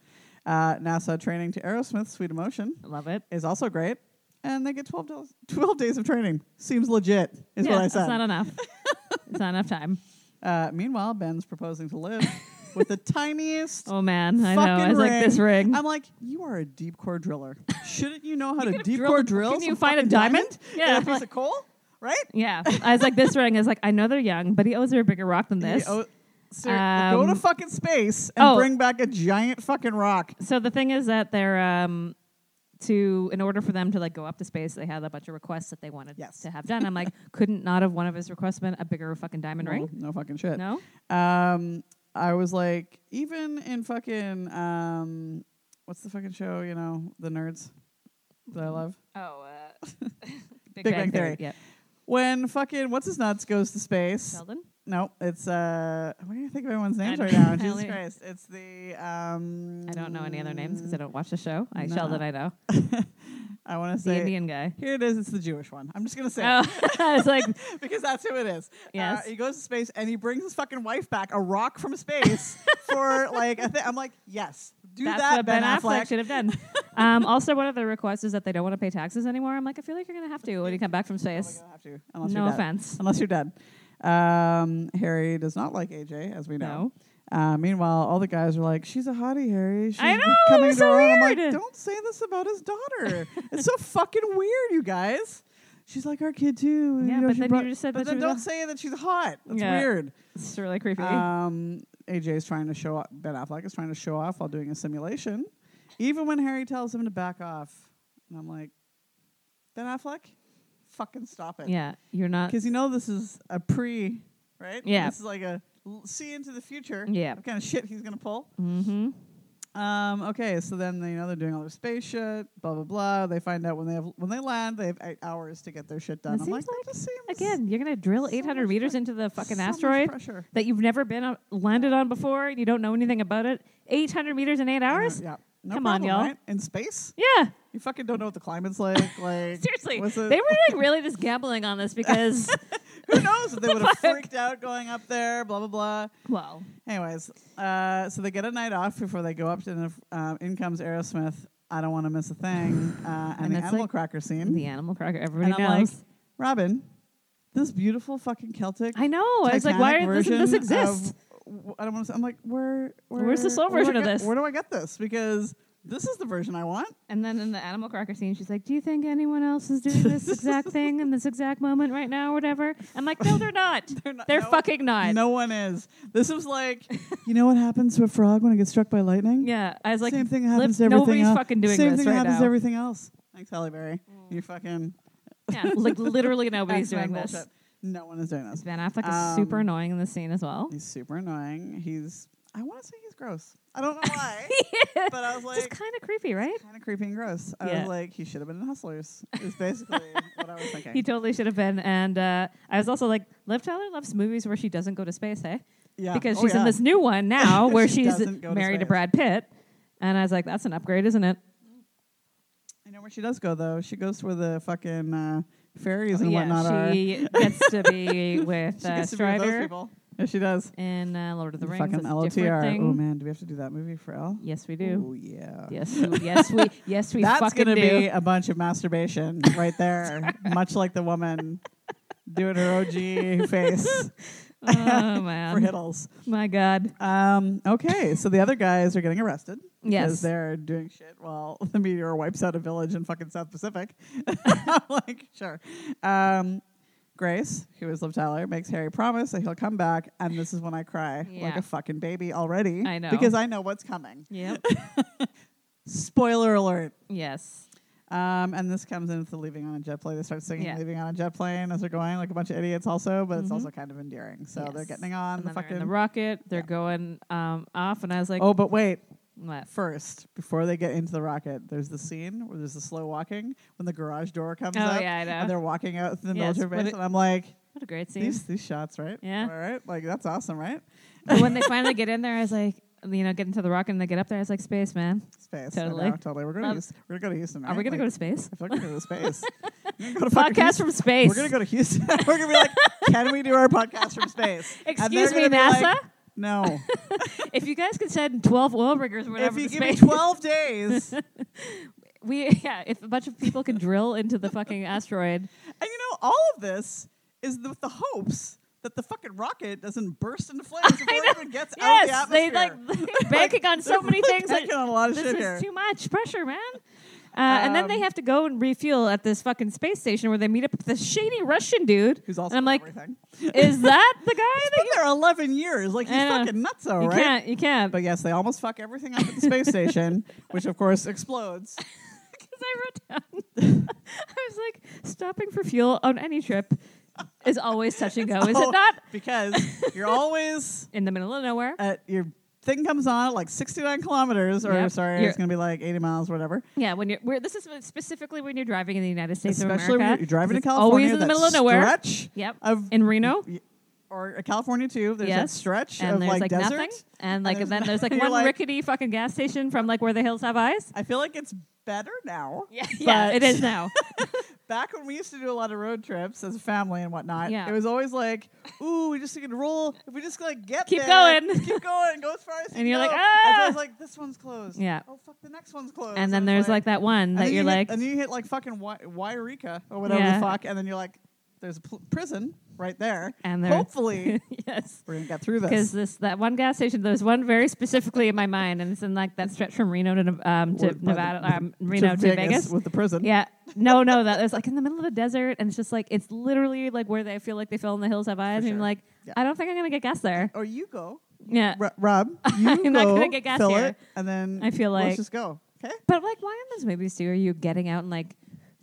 Speaker 1: Uh, NASA training to Aerosmith Sweet Emotion
Speaker 2: Love it.
Speaker 1: is also great. And they get 12, dollars- 12 days of training. Seems legit, is
Speaker 2: yeah,
Speaker 1: what I
Speaker 2: It's
Speaker 1: said.
Speaker 2: not enough. it's not enough time.
Speaker 1: uh, meanwhile, Ben's proposing to Liv with the tiniest
Speaker 2: Oh man, I know.
Speaker 1: fucking
Speaker 2: I was like, this rig.
Speaker 1: I'm like, you are a deep core driller. Shouldn't you know how to
Speaker 2: could've
Speaker 1: deep
Speaker 2: drilled-
Speaker 1: core drill?
Speaker 2: couldn't you
Speaker 1: some
Speaker 2: find a
Speaker 1: fucking
Speaker 2: diamond?
Speaker 1: in
Speaker 2: Yeah,
Speaker 1: a piece
Speaker 2: like-
Speaker 1: of coal, right?
Speaker 2: yeah, I was like, this ring is like. I know they're young, but he owes her a bigger rock than this.
Speaker 1: You know, sir, Oh, go to
Speaker 2: Um,
Speaker 1: fucking space and
Speaker 2: oh.
Speaker 1: bring back a giant fucking rock.
Speaker 2: so the thing is that they're um, to in order for them to like go up to space, they had a bunch of requests that they wanted
Speaker 1: Yes.
Speaker 2: to have done. I'm like, couldn't not have one of his requests been a bigger fucking diamond
Speaker 1: No,
Speaker 2: ring?
Speaker 1: No fucking shit.
Speaker 2: No,
Speaker 1: Um, I was like, even in fucking um, what's the fucking show? You know, the nerds that I love.
Speaker 2: oh, uh, Big,
Speaker 1: Bang
Speaker 2: Bang,
Speaker 1: Theory.
Speaker 2: Theory. Yeah,
Speaker 1: When fucking what's his nuts goes to space.
Speaker 2: Sheldon.
Speaker 1: No, it's uh, why can't I think of everyone's names
Speaker 2: I
Speaker 1: right
Speaker 2: don't-
Speaker 1: now?
Speaker 2: I
Speaker 1: Jesus
Speaker 2: only-
Speaker 1: Christ! It's the um.
Speaker 2: I don't know any other names because I don't watch the show. I
Speaker 1: No.
Speaker 2: Sheldon, I know
Speaker 1: I want to
Speaker 2: the
Speaker 1: say
Speaker 2: Indian guy.
Speaker 1: here it is. It's the Jewish one. I'm just gonna say
Speaker 2: Oh, I was like,
Speaker 1: it because that's who it is.
Speaker 2: Yes.
Speaker 1: Uh, he goes to space and he brings his fucking wife back a rock from space for like a thing. I'm like, yes, do
Speaker 2: that's
Speaker 1: that,
Speaker 2: what Ben, Affleck.
Speaker 1: Affleck.
Speaker 2: should have done. um, also, one of the requests is that they don't want to pay taxes anymore. I'm like, I feel like you're going to have to when you come back from
Speaker 1: Oh my
Speaker 2: space.
Speaker 1: God, I have to, unless
Speaker 2: no
Speaker 1: you're dead.
Speaker 2: offense.
Speaker 1: Unless you're dead. Um, Harry does not like AJ, as we know. Uh, meanwhile, all the guys are like, "She's a hottie, Harry. She's
Speaker 2: I know, it
Speaker 1: coming
Speaker 2: was
Speaker 1: to
Speaker 2: so
Speaker 1: our own." I'm like,
Speaker 2: weird.
Speaker 1: "Don't say this about his daughter. it's so fucking weird, you guys." She's like our kid too. you
Speaker 2: Yeah,
Speaker 1: know,
Speaker 2: but
Speaker 1: she
Speaker 2: then you
Speaker 1: brought-
Speaker 2: just said
Speaker 1: but
Speaker 2: that
Speaker 1: then
Speaker 2: she was
Speaker 1: don't
Speaker 2: a-
Speaker 1: say that she's hot. That's
Speaker 2: Yeah.
Speaker 1: weird.
Speaker 2: It's really creepy.
Speaker 1: Um, AJ's trying to show off. Ben Affleck is trying to show off while doing a simulation. Even when Harry tells him to back off, and I'm like, Ben Affleck, fucking stop it.
Speaker 2: yeah, you're not.
Speaker 1: Because you know this is a pre, right?
Speaker 2: Uh, Yeah.
Speaker 1: This is like a l- see into the future.
Speaker 2: Yeah.
Speaker 1: What kind of shit he's gonna pull?
Speaker 2: Mm-hmm.
Speaker 1: Um, okay, so then they, you know they're doing all their space shit, blah blah blah. They find out when they have when they land, they have eight hours to get their shit done.
Speaker 2: It
Speaker 1: I'm
Speaker 2: seems
Speaker 1: like, that just seems
Speaker 2: Again, you're going to drill
Speaker 1: so
Speaker 2: 800
Speaker 1: much
Speaker 2: meters
Speaker 1: pressure.
Speaker 2: into the fucking
Speaker 1: so much
Speaker 2: asteroid
Speaker 1: pressure.
Speaker 2: that you've never been on, landed on before and you don't know anything about it. 800 meters in
Speaker 1: Uh,
Speaker 2: eight hours?
Speaker 1: Yeah. No
Speaker 2: Come on,
Speaker 1: problem,
Speaker 2: y'all.
Speaker 1: Right? In space,
Speaker 2: Yeah.
Speaker 1: you fucking don't know what the climate's like. Like
Speaker 2: Seriously.
Speaker 1: what's it-
Speaker 2: They were like really just gambling on this because,
Speaker 1: who knows if they would have freaked out going up there? Blah blah blah.
Speaker 2: well,
Speaker 1: Anyways, uh, so they get a night off before they go up to, and um, in comes Aerosmith, I don't want to miss a thing, uh, and,
Speaker 2: And
Speaker 1: the
Speaker 2: it's
Speaker 1: animal
Speaker 2: like
Speaker 1: cracker scene.
Speaker 2: the animal cracker, everybody
Speaker 1: and I'm like,
Speaker 2: knows.
Speaker 1: Robin, this beautiful fucking Celtic.
Speaker 2: I know. I was like, why
Speaker 1: Titanic
Speaker 2: doesn't this
Speaker 1: version
Speaker 2: exist?
Speaker 1: of- w- I don't want to say, I'm like, where, where
Speaker 2: Where's the slow
Speaker 1: where do
Speaker 2: version
Speaker 1: I
Speaker 2: of
Speaker 1: get-
Speaker 2: this?
Speaker 1: Where do I get this? Because this is the version I want.
Speaker 2: And then in the animal cracker scene, she's like, "Do you think anyone else is doing this exact thing in this exact moment right now, or whatever?" I'm like, "No, they're not.
Speaker 1: They're not-
Speaker 2: They're
Speaker 1: no-
Speaker 2: fucking not."
Speaker 1: No one is. This was like, you know what happens to a frog when it gets struck by lightning?
Speaker 2: Yeah, I was like,
Speaker 1: same thing
Speaker 2: "Lip-
Speaker 1: happens to everything
Speaker 2: nobody's
Speaker 1: else.
Speaker 2: fucking doing
Speaker 1: same
Speaker 2: this
Speaker 1: thing
Speaker 2: right
Speaker 1: happens
Speaker 2: now. Mm.
Speaker 1: to everything else. Thanks, Halle Berry. You fucking
Speaker 2: yeah, like literally nobody's
Speaker 1: X-Men
Speaker 2: doing this.
Speaker 1: bullshit. No one is doing this.
Speaker 2: Ben Affleck is
Speaker 1: Um,
Speaker 2: super annoying in this scene as well.
Speaker 1: He's super annoying. He's I want to say he's gross. I don't know why, but I was
Speaker 2: It's
Speaker 1: like
Speaker 2: kind of creepy, right?
Speaker 1: kind of creepy and gross. I
Speaker 2: Yeah.
Speaker 1: was like he should have been in Hustlers. Is basically what I was thinking.
Speaker 2: He totally should have been. And uh, I was also like, Liv Tyler loves movies where she doesn't go to space, hey?
Speaker 1: yeah,
Speaker 2: Because
Speaker 1: Oh,
Speaker 2: she's in
Speaker 1: yeah.
Speaker 2: this new one now where
Speaker 1: She
Speaker 2: she's
Speaker 1: doesn't go to
Speaker 2: married to
Speaker 1: space.
Speaker 2: Brad Pitt. And I was like, that's an upgrade, isn't it?
Speaker 1: You know where she does go though. She goes to where the fucking uh, fairies and
Speaker 2: Oh, yeah,
Speaker 1: whatnot are. She
Speaker 2: she gets to be with uh,
Speaker 1: gets to be with those
Speaker 2: Strider
Speaker 1: people. Yeah, she does.
Speaker 2: in uh, Lord of the Rings.
Speaker 1: fucking
Speaker 2: That's a different
Speaker 1: LOTR.
Speaker 2: thing.
Speaker 1: Oh man, do we have to do that movie for L?
Speaker 2: Yes, we do.
Speaker 1: Oh yeah.
Speaker 2: Yes, we- yes, we, yes, we
Speaker 1: That's
Speaker 2: fucking
Speaker 1: gonna
Speaker 2: do.
Speaker 1: be a bunch of masturbation right there, much like the woman doing her OG face
Speaker 2: oh
Speaker 1: for
Speaker 2: man,
Speaker 1: Hiddles.
Speaker 2: my God.
Speaker 1: Um, okay, so the other guys are getting arrested
Speaker 2: Yes.
Speaker 1: because they're doing shit while the meteor wipes out a village in fucking South Pacific. like, sure. Um, Grace, who is Liv Tyler, makes Harry promise that he'll come back, and this is when I cry like
Speaker 2: Yeah.
Speaker 1: a fucking baby already.
Speaker 2: I know.
Speaker 1: because I know what's coming.
Speaker 2: Yep.
Speaker 1: Spoiler alert.
Speaker 2: yes.
Speaker 1: Um, and this comes into leaving on a jet plane. They start singing
Speaker 2: Yeah.
Speaker 1: "Leaving on a Jet Plane" as they're going, like a bunch of idiots, also. But it's
Speaker 2: Mhm.
Speaker 1: also kind of endearing. So they're
Speaker 2: Yes.
Speaker 1: getting on
Speaker 2: And
Speaker 1: the
Speaker 2: then they're in
Speaker 1: fucking.
Speaker 2: the rocket. They're
Speaker 1: Yeah.
Speaker 2: going um, off, and I was like,
Speaker 1: oh, but wait!
Speaker 2: what?
Speaker 1: First, before they get into the rocket, there's the scene where there's the slow walking when the garage door comes
Speaker 2: Oh,
Speaker 1: up
Speaker 2: yeah, I know.
Speaker 1: and they're walking out to the
Speaker 2: Yes,
Speaker 1: military
Speaker 2: but
Speaker 1: base,
Speaker 2: it-
Speaker 1: and I'm like,
Speaker 2: What a great scene.
Speaker 1: these these shots, right?
Speaker 2: Yeah.
Speaker 1: all right, like that's awesome, right?
Speaker 2: But when they finally get in there, I was like, you know, get into the rocket, and they get up there, I was like, space, man.
Speaker 1: Space, I
Speaker 2: Totally.
Speaker 1: know, totally. We're gonna
Speaker 2: Love-
Speaker 1: Houston. we're gonna go to Houston.
Speaker 2: Are we gonna go to space?
Speaker 1: I feel like we're gonna go to space. We're gonna go to fucking
Speaker 2: Podcast from space.
Speaker 1: We're gonna go to Houston. We're gonna be like, can we do our podcast from space? And they're
Speaker 2: Excuse me,
Speaker 1: gonna be
Speaker 2: NASA.
Speaker 1: like, no.
Speaker 2: if you guys could send twelve oil riggers or
Speaker 1: if
Speaker 2: whatever
Speaker 1: you
Speaker 2: to
Speaker 1: give me
Speaker 2: space,
Speaker 1: twelve days, and
Speaker 2: we yeah, if a bunch of people can drill into the fucking asteroid,
Speaker 1: you know, all of this is the, with the hopes that the fucking rocket doesn't burst into flames before it even gets out
Speaker 2: yes,
Speaker 1: of the
Speaker 2: they
Speaker 1: atmosphere.
Speaker 2: like they're banking on so many things. that-
Speaker 1: Banking on a lot of
Speaker 2: this
Speaker 1: shit
Speaker 2: is
Speaker 1: here.
Speaker 2: too much pressure, man. Uh, and then they
Speaker 1: Um,
Speaker 2: have to go and refuel at this fucking space station where they meet up with this shady Russian dude.
Speaker 1: Who's also
Speaker 2: and I'm like,
Speaker 1: everything.
Speaker 2: is that the guy that
Speaker 1: Been there eleven years. Like he's
Speaker 2: I know.
Speaker 1: fucking nuts, all
Speaker 2: you
Speaker 1: right.
Speaker 2: can't? You can't.
Speaker 1: But yes, they almost fuck everything up at the space station, which of course explodes.
Speaker 2: I wrote down. I was like, stopping for fuel on any trip is always touch and go, is
Speaker 1: Oh,
Speaker 2: it not?
Speaker 1: Because you're always
Speaker 2: In the middle of nowhere.
Speaker 1: at uh, your thing comes on at like 69 kilometers, or
Speaker 2: Yep.
Speaker 1: sorry,
Speaker 2: You're-
Speaker 1: it's going to be like 80 miles, whatever.
Speaker 2: Yeah, when you're where this is specifically when you're driving in the United States
Speaker 1: Especially
Speaker 2: of America.
Speaker 1: when you're driving to
Speaker 2: it's
Speaker 1: California,
Speaker 2: always in
Speaker 1: that
Speaker 2: the middle of nowhere.
Speaker 1: Stretch
Speaker 2: Yep,
Speaker 1: of
Speaker 2: in Reno,
Speaker 1: or uh, California too. There's
Speaker 2: Yes.
Speaker 1: that stretch
Speaker 2: and
Speaker 1: of
Speaker 2: there's
Speaker 1: like,
Speaker 2: like,
Speaker 1: desert.
Speaker 2: nothing, and like
Speaker 1: there's
Speaker 2: and then there's like
Speaker 1: you're
Speaker 2: one
Speaker 1: like-
Speaker 2: rickety fucking gas station from like where the hills have eyes.
Speaker 1: I feel like it's better now.
Speaker 2: Yeah, yeah,
Speaker 1: But-
Speaker 2: it is now.
Speaker 1: Back when we used to do a lot of road trips as a family and whatnot,
Speaker 2: Yeah.
Speaker 1: it was always like, "Ooh, we just need to roll. If we just like get
Speaker 2: Keep
Speaker 1: there,
Speaker 2: going."
Speaker 1: just keep going, go as far as." you
Speaker 2: And you're
Speaker 1: go."
Speaker 2: like,
Speaker 1: And so I
Speaker 2: "Ah!"
Speaker 1: was like, "This one's closed."
Speaker 2: Yeah.
Speaker 1: Oh fuck, the next one's closed.
Speaker 2: and
Speaker 1: I
Speaker 2: then
Speaker 1: was
Speaker 2: there's like that one
Speaker 1: and
Speaker 2: that
Speaker 1: then
Speaker 2: you're
Speaker 1: you
Speaker 2: like,
Speaker 1: hit, and then you hit like fucking Wy- Wairika or whatever
Speaker 2: Yeah.
Speaker 1: the fuck, and then you're like, "There's a pl- prison right there."
Speaker 2: and there's
Speaker 1: Hopefully,
Speaker 2: yes.
Speaker 1: we're gonna get through
Speaker 2: Because
Speaker 1: this.
Speaker 2: this that one gas station, there's one very specifically in my mind, and it's in like that stretch from Reno to Nev- um,
Speaker 1: Or
Speaker 2: to
Speaker 1: by the-
Speaker 2: Nevada, um, Reno to Vegas.
Speaker 1: with the prison.
Speaker 2: Yeah. No, no, that it's like in the middle of a desert, and it's just like it's literally like where they feel like they feel in the hills have eyes, and
Speaker 1: sure.
Speaker 2: you're like,
Speaker 1: Yeah.
Speaker 2: I don't think I'm gonna get gas there.
Speaker 1: Or you go.
Speaker 2: Yeah.
Speaker 1: R- Rob, you
Speaker 2: I'm
Speaker 1: go,
Speaker 2: not gonna get gas
Speaker 1: fill
Speaker 2: here.
Speaker 1: it, and then
Speaker 2: I feel like-
Speaker 1: let's just go. Okay,
Speaker 2: But like, why in those movies too are you getting out and like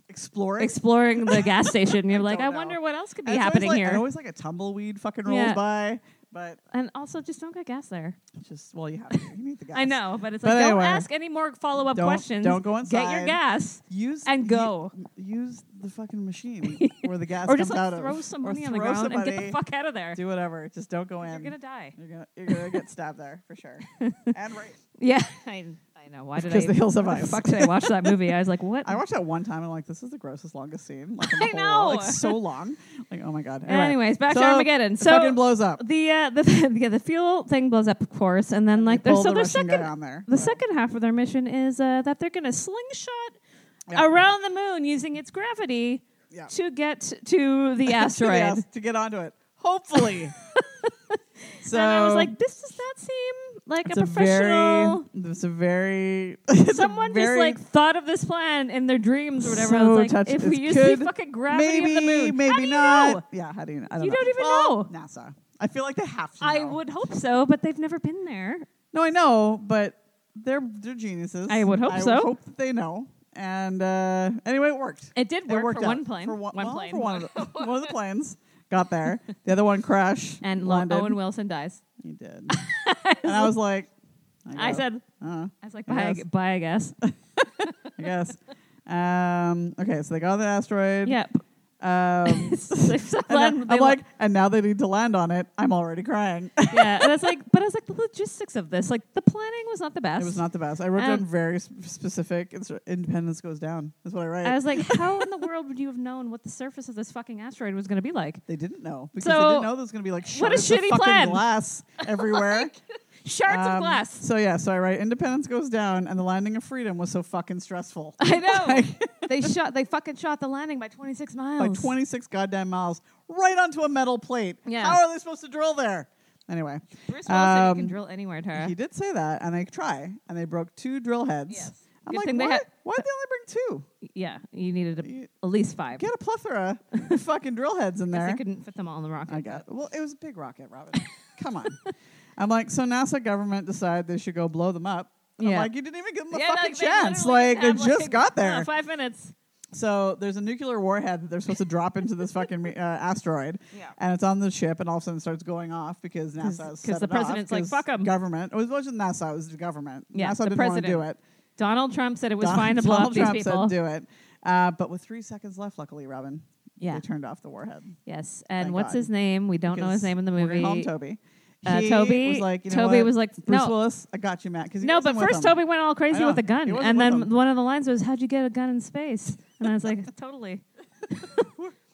Speaker 1: explore. it.
Speaker 2: exploring the gas station? You're
Speaker 1: I
Speaker 2: like,
Speaker 1: don't
Speaker 2: I
Speaker 1: know.
Speaker 2: wonder what else could
Speaker 1: And
Speaker 2: be
Speaker 1: it's always
Speaker 2: happening
Speaker 1: like-
Speaker 2: here.
Speaker 1: And always like a tumbleweed fucking rolls
Speaker 2: Yeah.
Speaker 1: by, but
Speaker 2: and also, just don't get gas there.
Speaker 1: just well, you have to. You need the gas.
Speaker 2: I know, but it's
Speaker 1: But
Speaker 2: like
Speaker 1: anyway.
Speaker 2: don't ask any more follow up
Speaker 1: Don't-
Speaker 2: questions.
Speaker 1: don't go
Speaker 2: Get your
Speaker 1: inside.
Speaker 2: gas
Speaker 1: Use
Speaker 2: and
Speaker 1: u-
Speaker 2: go,
Speaker 1: use the fucking machine where the gas
Speaker 2: or
Speaker 1: comes
Speaker 2: just like
Speaker 1: out of.
Speaker 2: throw some
Speaker 1: or
Speaker 2: money on the
Speaker 1: throw
Speaker 2: ground and get the
Speaker 1: somebody.
Speaker 2: fuck out of there.
Speaker 1: Do whatever. Just don't go in.
Speaker 2: You're gonna die.
Speaker 1: You're gonna you're gonna get stabbed there for sure. and right.
Speaker 2: Yeah, I, I know. Why did I?
Speaker 1: Because the hills have
Speaker 2: why
Speaker 1: eyes.
Speaker 2: fuck did I watch that movie? I was like, what?
Speaker 1: I watched that one time and I'm like, this is the grossest longest scene. Like in the
Speaker 2: I
Speaker 1: whole world.
Speaker 2: know.
Speaker 1: Like so long. Like oh my god. Anyway,
Speaker 2: Anyways, back
Speaker 1: So,
Speaker 2: to Armageddon.
Speaker 1: it
Speaker 2: So
Speaker 1: fucking blows up.
Speaker 2: the uh, the yeah, the fuel thing blows up, of course, and then like
Speaker 1: They
Speaker 2: their
Speaker 1: pull
Speaker 2: so
Speaker 1: the
Speaker 2: their
Speaker 1: Russian guy
Speaker 2: second
Speaker 1: on there.
Speaker 2: the second half of their mission is uh, that they're gonna slingshot
Speaker 1: Yeah.
Speaker 2: around the moon using its gravity
Speaker 1: Yeah.
Speaker 2: to get to the
Speaker 1: to the
Speaker 2: asteroid.
Speaker 1: ass- to get onto it. Hopefully. so
Speaker 2: and I was like, this does not seem like
Speaker 1: it's
Speaker 2: a
Speaker 1: a
Speaker 2: professional.
Speaker 1: very, it's a very, it's a
Speaker 2: Someone just
Speaker 1: very-
Speaker 2: like thought of this plan in their dreams or whatever. I
Speaker 1: So
Speaker 2: was like,
Speaker 1: touch-
Speaker 2: if
Speaker 1: it
Speaker 2: we use
Speaker 1: could-
Speaker 2: the fucking gravity
Speaker 1: maybe,
Speaker 2: of the moon,
Speaker 1: maybe
Speaker 2: how do you
Speaker 1: not.
Speaker 2: know?
Speaker 1: Yeah, how do you? I don't
Speaker 2: You
Speaker 1: know.
Speaker 2: don't even
Speaker 1: Well,
Speaker 2: know.
Speaker 1: NASA. I feel like they have to.
Speaker 2: I
Speaker 1: know.
Speaker 2: would hope so, but they've never been there.
Speaker 1: No, I know, but they're they're geniuses.
Speaker 2: I would hope so.
Speaker 1: hope that they know. And uh, anyway, it worked.
Speaker 2: It did
Speaker 1: It
Speaker 2: work
Speaker 1: worked
Speaker 2: for
Speaker 1: out.
Speaker 2: one plane.
Speaker 1: For one,
Speaker 2: one
Speaker 1: well,
Speaker 2: plane.
Speaker 1: For one, of the, one of the planes got there. The other one crashed
Speaker 2: and Lo-
Speaker 1: landed.
Speaker 2: Owen Wilson dies.
Speaker 1: He did. and I was like,
Speaker 2: I
Speaker 1: guess.
Speaker 2: said,
Speaker 1: Uh,
Speaker 2: I was like,
Speaker 1: I
Speaker 2: bye, I,
Speaker 1: guess.
Speaker 2: bye, I guess.
Speaker 1: I guess. Um, okay, so they got on the asteroid.
Speaker 2: yep.
Speaker 1: Um,
Speaker 2: It's- it's a
Speaker 1: and
Speaker 2: plan-
Speaker 1: then-
Speaker 2: they
Speaker 1: I'm
Speaker 2: lo-
Speaker 1: like, and now they need to land on it. I'm already crying. it
Speaker 2: yeah. And it's like, but I was like, the logistics of this, like, the planning was not the best.
Speaker 1: was not the best. I wrote
Speaker 2: Um,
Speaker 1: down very sp- specific. It's, independence goes down. Is what I write.
Speaker 2: I was like, how in the world would you have known what the surface of this fucking asteroid was going to be like?
Speaker 1: they didn't know because
Speaker 2: So-
Speaker 1: they didn't know there was going to be like
Speaker 2: What a
Speaker 1: shards of
Speaker 2: shitty
Speaker 1: fucking
Speaker 2: plan.
Speaker 1: glass everywhere.
Speaker 2: Shards of
Speaker 1: Um,
Speaker 2: glass.
Speaker 1: So yeah, so I write independence goes down, and the landing of freedom was so fucking stressful.
Speaker 2: I know. they shot. They fucking shot the landing by 26 miles.
Speaker 1: like 26 goddamn miles right onto a metal plate.
Speaker 2: Yeah.
Speaker 1: How are they supposed to drill there? Anyway,
Speaker 2: Bruce Willis said you can
Speaker 1: Um,
Speaker 2: drill anywhere, Tara.
Speaker 1: he did say that, and they try, and they broke two drill heads.
Speaker 2: Yes.
Speaker 1: I'm
Speaker 2: Good
Speaker 1: like,
Speaker 2: thing they
Speaker 1: why?
Speaker 2: had-
Speaker 1: why'd they only bring two?
Speaker 2: Yeah, you needed a,
Speaker 1: You
Speaker 2: at least five.
Speaker 1: Get a plethora of fucking drill heads in
Speaker 2: Guess
Speaker 1: there.
Speaker 2: they couldn't fit them all in the rocket.
Speaker 1: I got well, it was a big rocket, Robin. Come on. I'm like, so NASA government decided they should go blow them up. And
Speaker 2: Yeah.
Speaker 1: I'm like, you didn't even give them a
Speaker 2: Yeah,
Speaker 1: fucking
Speaker 2: like, they
Speaker 1: chance.
Speaker 2: literally
Speaker 1: Like, it
Speaker 2: have,
Speaker 1: just
Speaker 2: like,
Speaker 1: got
Speaker 2: uh,
Speaker 1: there.
Speaker 2: five minutes.
Speaker 1: So there's a nuclear warhead that they're supposed to drop into this fucking uh, asteroid,
Speaker 2: Yeah.
Speaker 1: and it's on the ship, and all of a sudden it starts going off because NASA
Speaker 2: 'cause the president's like, "Fuck 'em."
Speaker 1: Government. It was- it wasn't NASA. It was the government.
Speaker 2: Yeah,
Speaker 1: NASA
Speaker 2: the
Speaker 1: didn't want to do
Speaker 2: president.
Speaker 1: it.
Speaker 2: Donald Trump said it was
Speaker 1: Don-
Speaker 2: fine to blow
Speaker 1: Donald
Speaker 2: up
Speaker 1: Trump
Speaker 2: these people.
Speaker 1: said do it. Uh, but with three seconds left, luckily, Robin,
Speaker 2: Yeah.
Speaker 1: they turned off the warhead.
Speaker 2: Yes. And
Speaker 1: Thank
Speaker 2: what's
Speaker 1: God.
Speaker 2: his name? We don't know his
Speaker 1: Because
Speaker 2: name in the
Speaker 1: we're gonna
Speaker 2: movie.
Speaker 1: call him Toby.
Speaker 2: Uh,
Speaker 1: He
Speaker 2: Toby-
Speaker 1: was like, you know
Speaker 2: Toby
Speaker 1: what?
Speaker 2: was like,
Speaker 1: Bruce
Speaker 2: no.
Speaker 1: Willis, I got you, Matt. 'cause he
Speaker 2: No,
Speaker 1: wasn't
Speaker 2: but
Speaker 1: with
Speaker 2: first
Speaker 1: him.
Speaker 2: Toby went all crazy
Speaker 1: know.
Speaker 2: with a
Speaker 1: He
Speaker 2: gun,
Speaker 1: wasn't
Speaker 2: and
Speaker 1: with
Speaker 2: then
Speaker 1: him.
Speaker 2: one of the lines was, "How'd you get a gun in space?" And I was like, "Totally."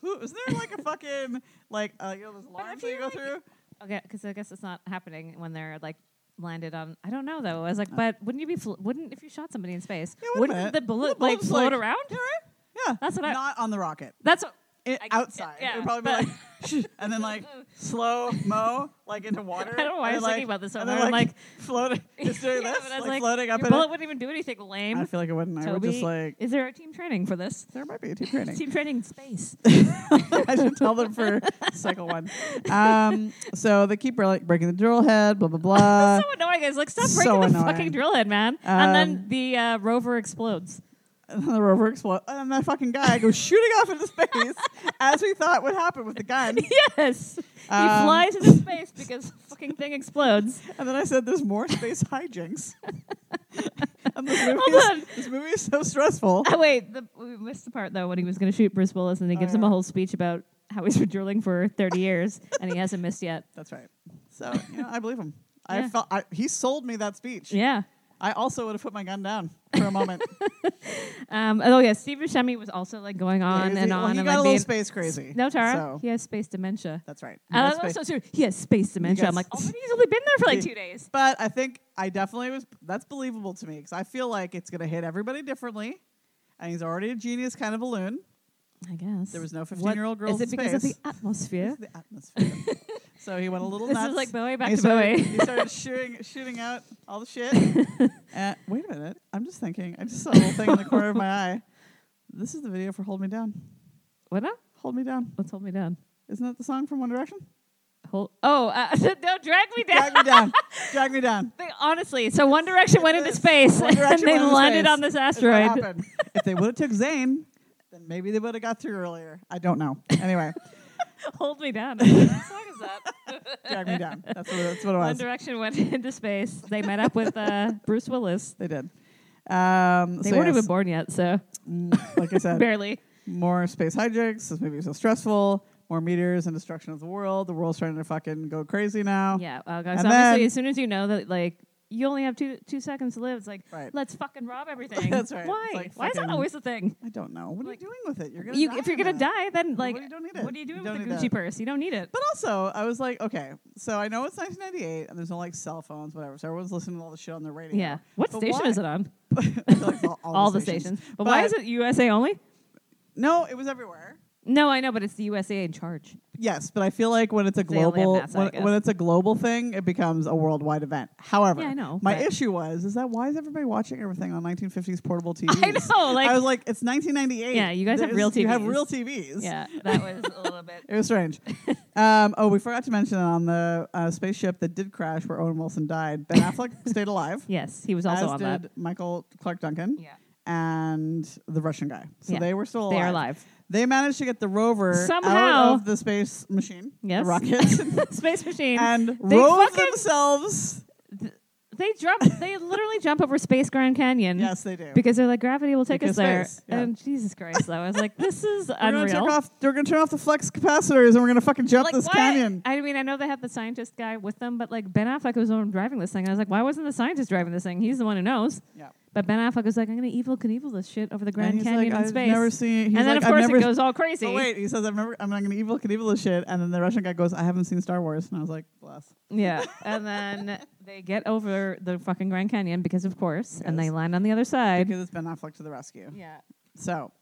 Speaker 1: Who, is there like a fucking like uh, you know those alarms that
Speaker 2: you
Speaker 1: you go
Speaker 2: like-
Speaker 1: through?
Speaker 2: Okay, because I guess it's not happening when they're like landed on. I don't know though. I was like, but wouldn't you be? Fl- wouldn't if you shot somebody in space?
Speaker 1: Uh, Yeah, wait a
Speaker 2: wouldn't
Speaker 1: minute.
Speaker 2: the
Speaker 1: Wouldn't
Speaker 2: bullet
Speaker 1: the
Speaker 2: like
Speaker 1: bullets,
Speaker 2: float
Speaker 1: like-
Speaker 2: around?
Speaker 1: Yeah,
Speaker 2: That's what I-
Speaker 1: Not on the rocket.
Speaker 2: That's what,
Speaker 1: It,
Speaker 2: I-
Speaker 1: outside.
Speaker 2: yeah,
Speaker 1: it would probably be
Speaker 2: but-
Speaker 1: like, "Shh," and then like slow mo, like into water.
Speaker 2: I don't know why
Speaker 1: and
Speaker 2: I was
Speaker 1: then,
Speaker 2: thinking about this so
Speaker 1: and then,
Speaker 2: hard. I'm like-
Speaker 1: floating, just doing
Speaker 2: Yeah,
Speaker 1: this,
Speaker 2: but I was
Speaker 1: like, floating up
Speaker 2: your
Speaker 1: in
Speaker 2: bullet
Speaker 1: it.
Speaker 2: wouldn't even do anything. Lame.
Speaker 1: I feel like I wouldn't. I would
Speaker 2: Toby,
Speaker 1: just like
Speaker 2: is there a team training for this?
Speaker 1: there might be a team training.
Speaker 2: Team training in space.
Speaker 1: I should tell them for cycle one. Um, so they keep like breaking the drill head, blah blah blah.
Speaker 2: so annoying. It's like stop
Speaker 1: Uh, so
Speaker 2: breaking the
Speaker 1: annoying.
Speaker 2: fucking drill head, man. and
Speaker 1: Um,
Speaker 2: then the uh, rover explodes.
Speaker 1: And then the rover explodes, and then that fucking guy goes shooting off into space, as we thought would happen with the gun.
Speaker 2: Yes. he
Speaker 1: Um,
Speaker 2: flies into space because the fucking thing explodes.
Speaker 1: And then I said, "There's more space hijinks." and this movie,
Speaker 2: Hold on.
Speaker 1: is, this movie is so stressful.
Speaker 2: Oh, Uh, wait, the, we missed the part though when he was going to shoot Bruce Willis, and he
Speaker 1: Oh,
Speaker 2: gives him
Speaker 1: yeah.
Speaker 2: a whole speech about how he's been drilling for thirty years, and he hasn't missed yet.
Speaker 1: That's right. So you know, I believe him.
Speaker 2: Yeah.
Speaker 1: I felt I, he sold me that speech.
Speaker 2: Yeah.
Speaker 1: I also would have put my gun down for a moment.
Speaker 2: Um, oh yeah, Steve Buscemi was also like going on
Speaker 1: Crazy.
Speaker 2: and
Speaker 1: Well,
Speaker 2: on.
Speaker 1: he
Speaker 2: and
Speaker 1: got
Speaker 2: like,
Speaker 1: a little
Speaker 2: being-
Speaker 1: space crazy.
Speaker 2: No, Tara,
Speaker 1: So
Speaker 2: he has space dementia.
Speaker 1: that's right. He
Speaker 2: Uh,
Speaker 1: got space-
Speaker 2: that's also true. He has space dementia. I'm
Speaker 1: got
Speaker 2: like, oh,
Speaker 1: s-
Speaker 2: but he's only been there for like
Speaker 1: He-
Speaker 2: two days.
Speaker 1: but I think I definitely was. That's believable to me because I feel like it's going to hit everybody differently. And he's already a genius, kind of a loon.
Speaker 2: I guess
Speaker 1: There was no
Speaker 2: What-
Speaker 1: fifteen-year-old girls.
Speaker 2: Is it
Speaker 1: in
Speaker 2: because of the
Speaker 1: space.
Speaker 2: atmosphere?
Speaker 1: The atmosphere. so he went a little
Speaker 2: This
Speaker 1: nuts.
Speaker 2: is like Bowie
Speaker 1: And
Speaker 2: back
Speaker 1: he
Speaker 2: to
Speaker 1: started,
Speaker 2: Bowie.
Speaker 1: he started shooting, shooting out all the shit. uh, wait a minute. I'm just thinking. I just saw a little thing in the corner of my eye. This is the video for "Hold Me Down."
Speaker 2: What now?
Speaker 1: Hold me down.
Speaker 2: Let's hold me down.
Speaker 1: Isn't that the song from One Direction?
Speaker 2: Hold. Oh, uh, no, drag me down.
Speaker 1: Drag me down. Drag me down.
Speaker 2: They, honestly, so One Direction went into
Speaker 1: Yes.
Speaker 2: space
Speaker 1: One
Speaker 2: and
Speaker 1: Direction
Speaker 2: they
Speaker 1: went into
Speaker 2: landed
Speaker 1: space.
Speaker 2: on this
Speaker 1: That's what
Speaker 2: asteroid.
Speaker 1: happened. if they would have took Zayn, then maybe they would have got through earlier. I don't know. Anyway,
Speaker 2: Hold me down. what song is that?
Speaker 1: drag me down. That's what, that's what it
Speaker 2: One
Speaker 1: was.
Speaker 2: Direction went into space. They met up with uh, Bruce Willis.
Speaker 1: They did. Um,
Speaker 2: They
Speaker 1: so
Speaker 2: weren't
Speaker 1: yes,
Speaker 2: even born yet, so
Speaker 1: mm, Like I said,
Speaker 2: barely.
Speaker 1: more space hijinks. This movie is so stressful. More meteors and destruction of the world. The world's trying to fucking go crazy now.
Speaker 2: Yeah. Oh, guys.
Speaker 1: And
Speaker 2: obviously,
Speaker 1: then-
Speaker 2: as soon as you know that, like, you only have two two seconds to live, it's like,
Speaker 1: Right.
Speaker 2: let's fucking rob everything.
Speaker 1: That's right.
Speaker 2: Why?
Speaker 1: It's like
Speaker 2: Why is that
Speaker 1: fucking-
Speaker 2: always the thing?
Speaker 1: I don't know. What are
Speaker 2: Like,
Speaker 1: you doing with it? You're gonna
Speaker 2: You,
Speaker 1: die
Speaker 2: if you're
Speaker 1: in
Speaker 2: gonna
Speaker 1: it.
Speaker 2: die, then like,
Speaker 1: you don't need it.
Speaker 2: what are you doing
Speaker 1: You
Speaker 2: with
Speaker 1: don't
Speaker 2: the Gucci
Speaker 1: need that.
Speaker 2: purse? You don't need it.
Speaker 1: But also, I was like, okay, so I know it's 1998 and there's no like cell phones, whatever. So everyone's listening to all the shit on the radio.
Speaker 2: yeah. What
Speaker 1: But
Speaker 2: station
Speaker 1: why-
Speaker 2: is it on?
Speaker 1: I feel like it's all, all
Speaker 2: All the stations. But why
Speaker 1: But-
Speaker 2: is it USA only?
Speaker 1: No, it was everywhere.
Speaker 2: No, I know, but it's the USA in charge.
Speaker 1: Yes, but I feel like when it's a
Speaker 2: They only have
Speaker 1: global
Speaker 2: NASA, I
Speaker 1: when,
Speaker 2: guess.
Speaker 1: when it's a global thing, it becomes a worldwide event. However,
Speaker 2: Yeah, I know,
Speaker 1: my
Speaker 2: but-
Speaker 1: issue was is that why is everybody watching everything on 1950s portable TVs?
Speaker 2: I know, like-
Speaker 1: I was like, it's 1998.
Speaker 2: Yeah, you guys have
Speaker 1: There's-
Speaker 2: real
Speaker 1: You have
Speaker 2: TVs.
Speaker 1: real TVs.
Speaker 2: Yeah, that was a little bit.
Speaker 1: It was strange. um, oh, we forgot to mention on the uh, spaceship that did crash where Owen Wilson died. Ben Affleck stayed alive.
Speaker 2: Yes, he was also
Speaker 1: as
Speaker 2: on
Speaker 1: did
Speaker 2: that.
Speaker 1: Michael Clark Duncan
Speaker 2: Yeah,
Speaker 1: and the Russian guy. So
Speaker 2: Yeah.
Speaker 1: they were still
Speaker 2: they
Speaker 1: alive.
Speaker 2: are alive.
Speaker 1: They managed to get the rover
Speaker 2: Somehow.
Speaker 1: out of the space machine,
Speaker 2: Yes.
Speaker 1: the rocket,
Speaker 2: Space machine.
Speaker 1: and
Speaker 2: They
Speaker 1: rove
Speaker 2: fucking-
Speaker 1: themselves.
Speaker 2: they jump. They literally jump over Space Grand Canyon.
Speaker 1: Yes, they do.
Speaker 2: Because they're like gravity will take
Speaker 1: Because
Speaker 2: us there,
Speaker 1: space, yeah.
Speaker 2: and Jesus Christ, though, I was like, "This is
Speaker 1: we're gonna
Speaker 2: unreal."
Speaker 1: take off. We're gonna turn off the flex capacitors, and we're gonna fucking jump
Speaker 2: like,
Speaker 1: this
Speaker 2: why-
Speaker 1: canyon.
Speaker 2: I mean, I know they had the scientist guy with them, but like Ben Affleck was the one driving this thing. I was like, "Why wasn't the scientist driving this thing? He's the one who knows."
Speaker 1: Yeah.
Speaker 2: But Ben Affleck was like, "I'm gonna evil Knievel this shit over the
Speaker 1: and
Speaker 2: Grand
Speaker 1: he's
Speaker 2: Canyon
Speaker 1: like,
Speaker 2: in
Speaker 1: I've
Speaker 2: space."
Speaker 1: never seen. He's
Speaker 2: and then
Speaker 1: like,
Speaker 2: of course
Speaker 1: I've never
Speaker 2: it goes all crazy.
Speaker 1: Oh, wait, he says, I've never, I'm not going to evil Knievel this shit. And then the Russian guy goes, I haven't seen Star Wars. And I was like, bless.
Speaker 2: Yeah. and then they get over the fucking Grand Canyon because, of course, and they
Speaker 1: Because-
Speaker 2: land on the other side.
Speaker 1: Because it's Ben Affleck to the rescue.
Speaker 2: yeah.
Speaker 1: So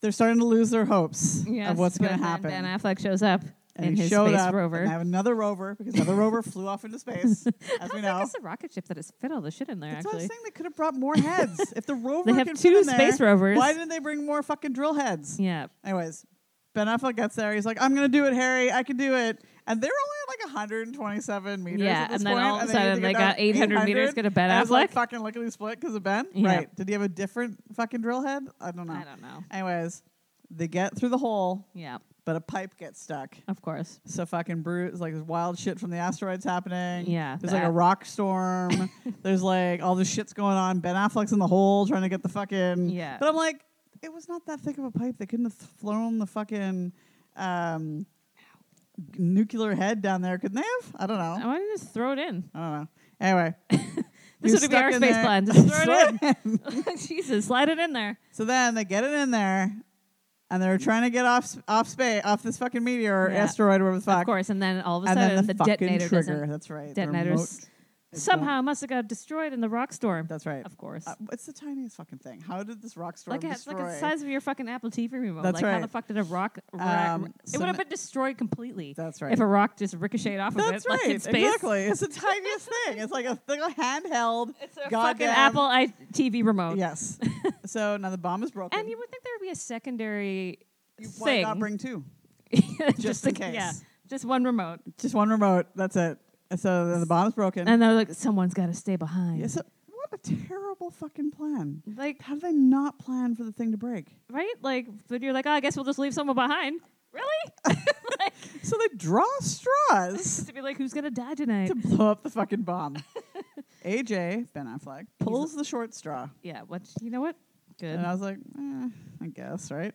Speaker 1: they're starting to lose their hopes
Speaker 2: Yes,
Speaker 1: of what's
Speaker 2: but
Speaker 1: going to
Speaker 2: then
Speaker 1: happen.
Speaker 2: Ben Affleck shows up
Speaker 1: and
Speaker 2: in
Speaker 1: he
Speaker 2: his
Speaker 1: showed
Speaker 2: space
Speaker 1: up
Speaker 2: rover.
Speaker 1: And I have another rover because another rover flew off into space, as we know.
Speaker 2: It's a rocket ship that has fit all the shit in there,
Speaker 1: That's what I was
Speaker 2: actually.
Speaker 1: saying. They could have brought more heads. if the rover
Speaker 2: They have
Speaker 1: can fit
Speaker 2: two
Speaker 1: in there,
Speaker 2: space rovers.
Speaker 1: Why didn't they bring more fucking drill heads?
Speaker 2: Yeah.
Speaker 1: Anyways, Ben Affleck gets there. He's like, I'm going to do it, Harry. I can do it. And they're only at like 127 meters.
Speaker 2: Yeah,
Speaker 1: at this
Speaker 2: and then
Speaker 1: point,
Speaker 2: all of a
Speaker 1: need to
Speaker 2: sudden
Speaker 1: get
Speaker 2: they
Speaker 1: down
Speaker 2: got 800 meters, get a Ben
Speaker 1: And I was like,
Speaker 2: Affleck?
Speaker 1: fucking luckily split because of Ben.
Speaker 2: Yeah.
Speaker 1: Right. Did he have a different fucking drill head? I don't know.
Speaker 2: I don't know.
Speaker 1: Anyways, they get through the hole,
Speaker 2: Yeah,
Speaker 1: but a pipe gets stuck.
Speaker 2: of course.
Speaker 1: So fucking Bruce, like there's wild shit from the asteroids happening.
Speaker 2: Yeah,
Speaker 1: there's like a
Speaker 2: that.
Speaker 1: rock storm. there's like all this shit's going on. Ben Affleck's in the hole trying to get the fucking.
Speaker 2: Yeah.
Speaker 1: But I'm like, it was not that thick of a pipe. They couldn't have flown the fucking um, nuclear head down there, couldn't they have? I don't
Speaker 2: I
Speaker 1: know.
Speaker 2: wanted to just throw it in.
Speaker 1: I don't know. Anyway,
Speaker 2: This
Speaker 1: He was
Speaker 2: would be
Speaker 1: stuck
Speaker 2: our
Speaker 1: in
Speaker 2: space
Speaker 1: there.
Speaker 2: plan. Just throw
Speaker 1: Throw
Speaker 2: it in. Jesus, slide it in there.
Speaker 1: so then they get it in there, and they're trying to get off s- off space off this fucking meteor, or
Speaker 2: Yeah.
Speaker 1: asteroid, whatever the fuck.
Speaker 2: Of course, and then all of a
Speaker 1: And
Speaker 2: sudden
Speaker 1: then the, fucking
Speaker 2: detonator
Speaker 1: trigger.
Speaker 2: doesn't.
Speaker 1: That's right. the
Speaker 2: Detonators
Speaker 1: remote- it's gone.
Speaker 2: somehow must have got destroyed in the rock storm.
Speaker 1: That's right.
Speaker 2: Of course.
Speaker 1: Uh, it's the tiniest fucking thing. How did this rock storm
Speaker 2: like it's
Speaker 1: destroy?
Speaker 2: like the size of your fucking Apple TV remote.
Speaker 1: That's
Speaker 2: like how
Speaker 1: right.
Speaker 2: the fuck did a rock? ra-
Speaker 1: Um,
Speaker 2: it
Speaker 1: so
Speaker 2: would have
Speaker 1: n-
Speaker 2: been destroyed completely.
Speaker 1: That's
Speaker 2: If
Speaker 1: right.
Speaker 2: a rock just ricocheted off of
Speaker 1: That's
Speaker 2: it,
Speaker 1: right.
Speaker 2: like in space.
Speaker 1: Exactly. It's the tiniest thing. It's like a, like a handheld.
Speaker 2: It's a fucking
Speaker 1: goddamn-
Speaker 2: Apple I- TV remote.
Speaker 1: Yes. so now the bomb is broken.
Speaker 2: Oh. And you would think there would be a secondary
Speaker 1: You- why
Speaker 2: thing.
Speaker 1: not bring two?
Speaker 2: just,
Speaker 1: in
Speaker 2: a- Yeah,
Speaker 1: case.
Speaker 2: just one remote.
Speaker 1: Just one remote. That's it. So then the bomb is broken.
Speaker 2: And they're like, someone's got to stay behind.
Speaker 1: Yes, uh, what a terrible fucking plan.
Speaker 2: Like,
Speaker 1: How do they not plan for the thing to break?
Speaker 2: right? Like, but you're like, oh, I guess we'll just leave someone behind. Really? like,
Speaker 1: So they draw straws
Speaker 2: to be like, who's gonna die tonight?
Speaker 1: to blow up the fucking bomb. AJ, Ben Affleck, pulls the short straw.
Speaker 2: yeah. What? You know what? Good.
Speaker 1: And I was like, eh, I guess, right?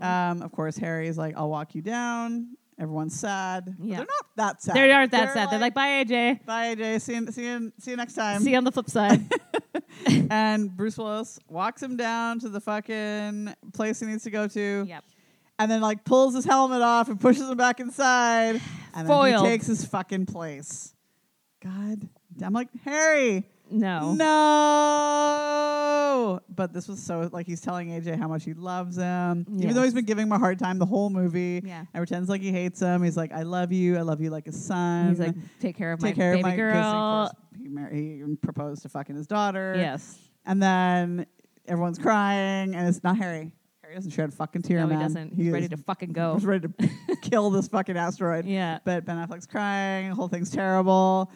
Speaker 1: Um, of course, Harry's like, I'll walk you down. Everyone's sad. But
Speaker 2: Yeah.
Speaker 1: They're not that sad.
Speaker 2: They aren't that sad. They're like, bye, AJ.
Speaker 1: bye, AJ. See you, see you, see you next time.
Speaker 2: See you on the flip side.
Speaker 1: and Bruce Willis walks him down to the fucking place he needs to go to.
Speaker 2: yep.
Speaker 1: And then, like, pulls his helmet off and pushes him back inside. And then
Speaker 2: Foiled.
Speaker 1: he takes his fucking place. God. I'm like, Harry.
Speaker 2: No.
Speaker 1: No. But this was so like he's telling AJ how much he loves him. Even though
Speaker 2: Yes.
Speaker 1: he's been giving him a hard time the whole movie.
Speaker 2: Yeah.
Speaker 1: And pretends like he hates him. He's like, I love you. I love you like a son.
Speaker 2: He's like, take care of
Speaker 1: take
Speaker 2: my
Speaker 1: care
Speaker 2: baby
Speaker 1: of my 'cause,
Speaker 2: girl.
Speaker 1: Of course, he, mar- he proposed to fucking his daughter.
Speaker 2: Yes.
Speaker 1: And then everyone's crying and it's not Harry. Harry doesn't shed a fucking tear.
Speaker 2: no, he
Speaker 1: man.
Speaker 2: doesn't. He's
Speaker 1: is-
Speaker 2: ready to fucking go.
Speaker 1: he's ready to kill this fucking asteroid.
Speaker 2: Yeah.
Speaker 1: But Ben Affleck's crying, the whole thing's terrible.